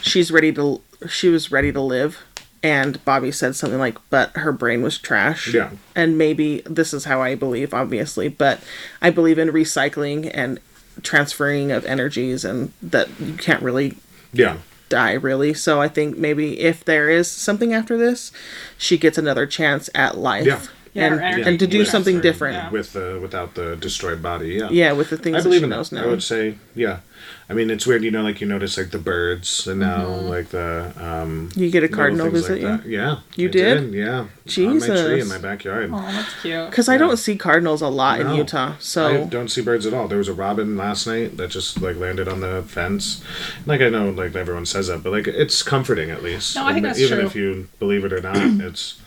she's ready to, she was ready to live. And Bobby said something like, but her brain was trash.
Yeah.
And maybe this is how I believe, obviously, but I believe in recycling and transferring of energies and that you can't really
yeah
die, really. So I think maybe if there is something after this, she gets another chance at life.
Yeah.
Yeah,
and,
her energy
and to do
With-
something
Sorry,
different.
Yeah.
with uh, without the destroyed body yeah
Yeah, with the things
I
that
believe
she
in
knows
those.
now.
I would say yeah I mean it's weird you know like you notice like the birds and now
Mm-hmm.
like the um
you get a
little
cardinal
things
visit
like
you.
that. yeah
You
I
did?
yeah on my tree
Jesus.
in my backyard
Oh, that's [LAUGHS] cute.
Because I don't see cardinals a lot in
No.
Utah,
I
so
don't see birds at all. There was a robin last night that just like landed on the fence. Like I know, like everyone says that, but like it's comforting at least.
No, I think
And
that's
even
true.
if you believe it
[CLEARS THROAT]
or not, it's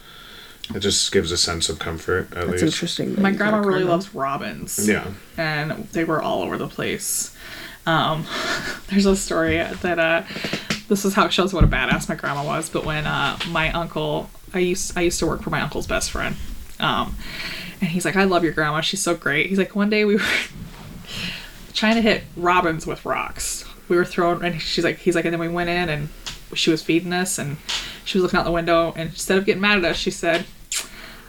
it just gives a sense of comfort at
it's
least.
interesting. that
My
you got a
grandma really
cardinal.
loves robins.
Yeah,
And they were all over the place. Um, [LAUGHS] there's a story that uh, this is how it shows what a badass my grandma was. But when uh, my uncle, I used I used to work for my uncle's best friend, um, and he's like, I love your grandma. She's so great. He's like, one day we [LAUGHS] were trying to hit robins with rocks. We were throwing, and she's like, he's like, and then we went in and she was feeding us, and she was looking out the window, and instead of getting mad at us, she said,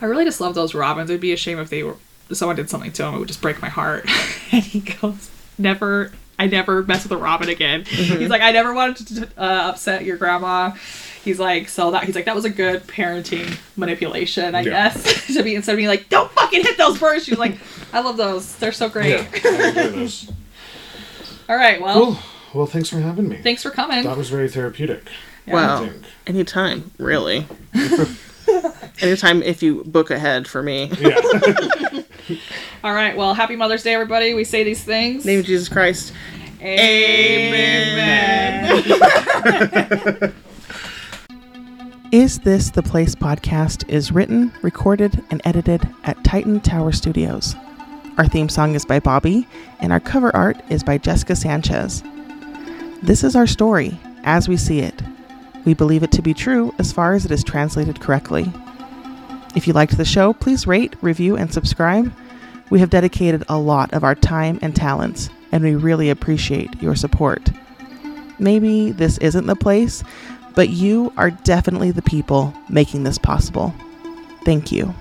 I really just love those robins. It'd be a shame if they were someone did something to them. It would just break my heart. [LAUGHS] and he goes, never. I never mess with a robin again.
Mm-hmm.
He's like, I never wanted to uh, upset your grandma. He's like, so that he's like, that was a good parenting manipulation, I
Yeah.
guess. [LAUGHS] to be instead of being like, don't fucking hit those birds. She's like, I love those. They're so great.
yeah. Oh, I enjoy
[LAUGHS]
those.
All right. Well,
Cool. Oh, Well, thanks for having me.
thanks for coming.
that was very therapeutic.
[LAUGHS]
I
Wow.
think.
Anytime,
[LAUGHS]
really. Anytime if you book ahead for
[LAUGHS]
me.
Yeah.
All right. Well, happy Mother's Day, everybody. We say these things.
Name of Jesus Christ.
Amen.
Is This the Place podcast is written, recorded, and edited at Titan Tower Studios. Our theme song is by Bobby, and our cover art is by Jessica Sanchez. This is our story as we see it. We believe it to be true as far as it is translated correctly. If you liked the show, please rate, review, and subscribe. We have dedicated a lot of our time and talents, and we really appreciate your support. Maybe this isn't the place, but you are definitely the people making this possible. Thank you.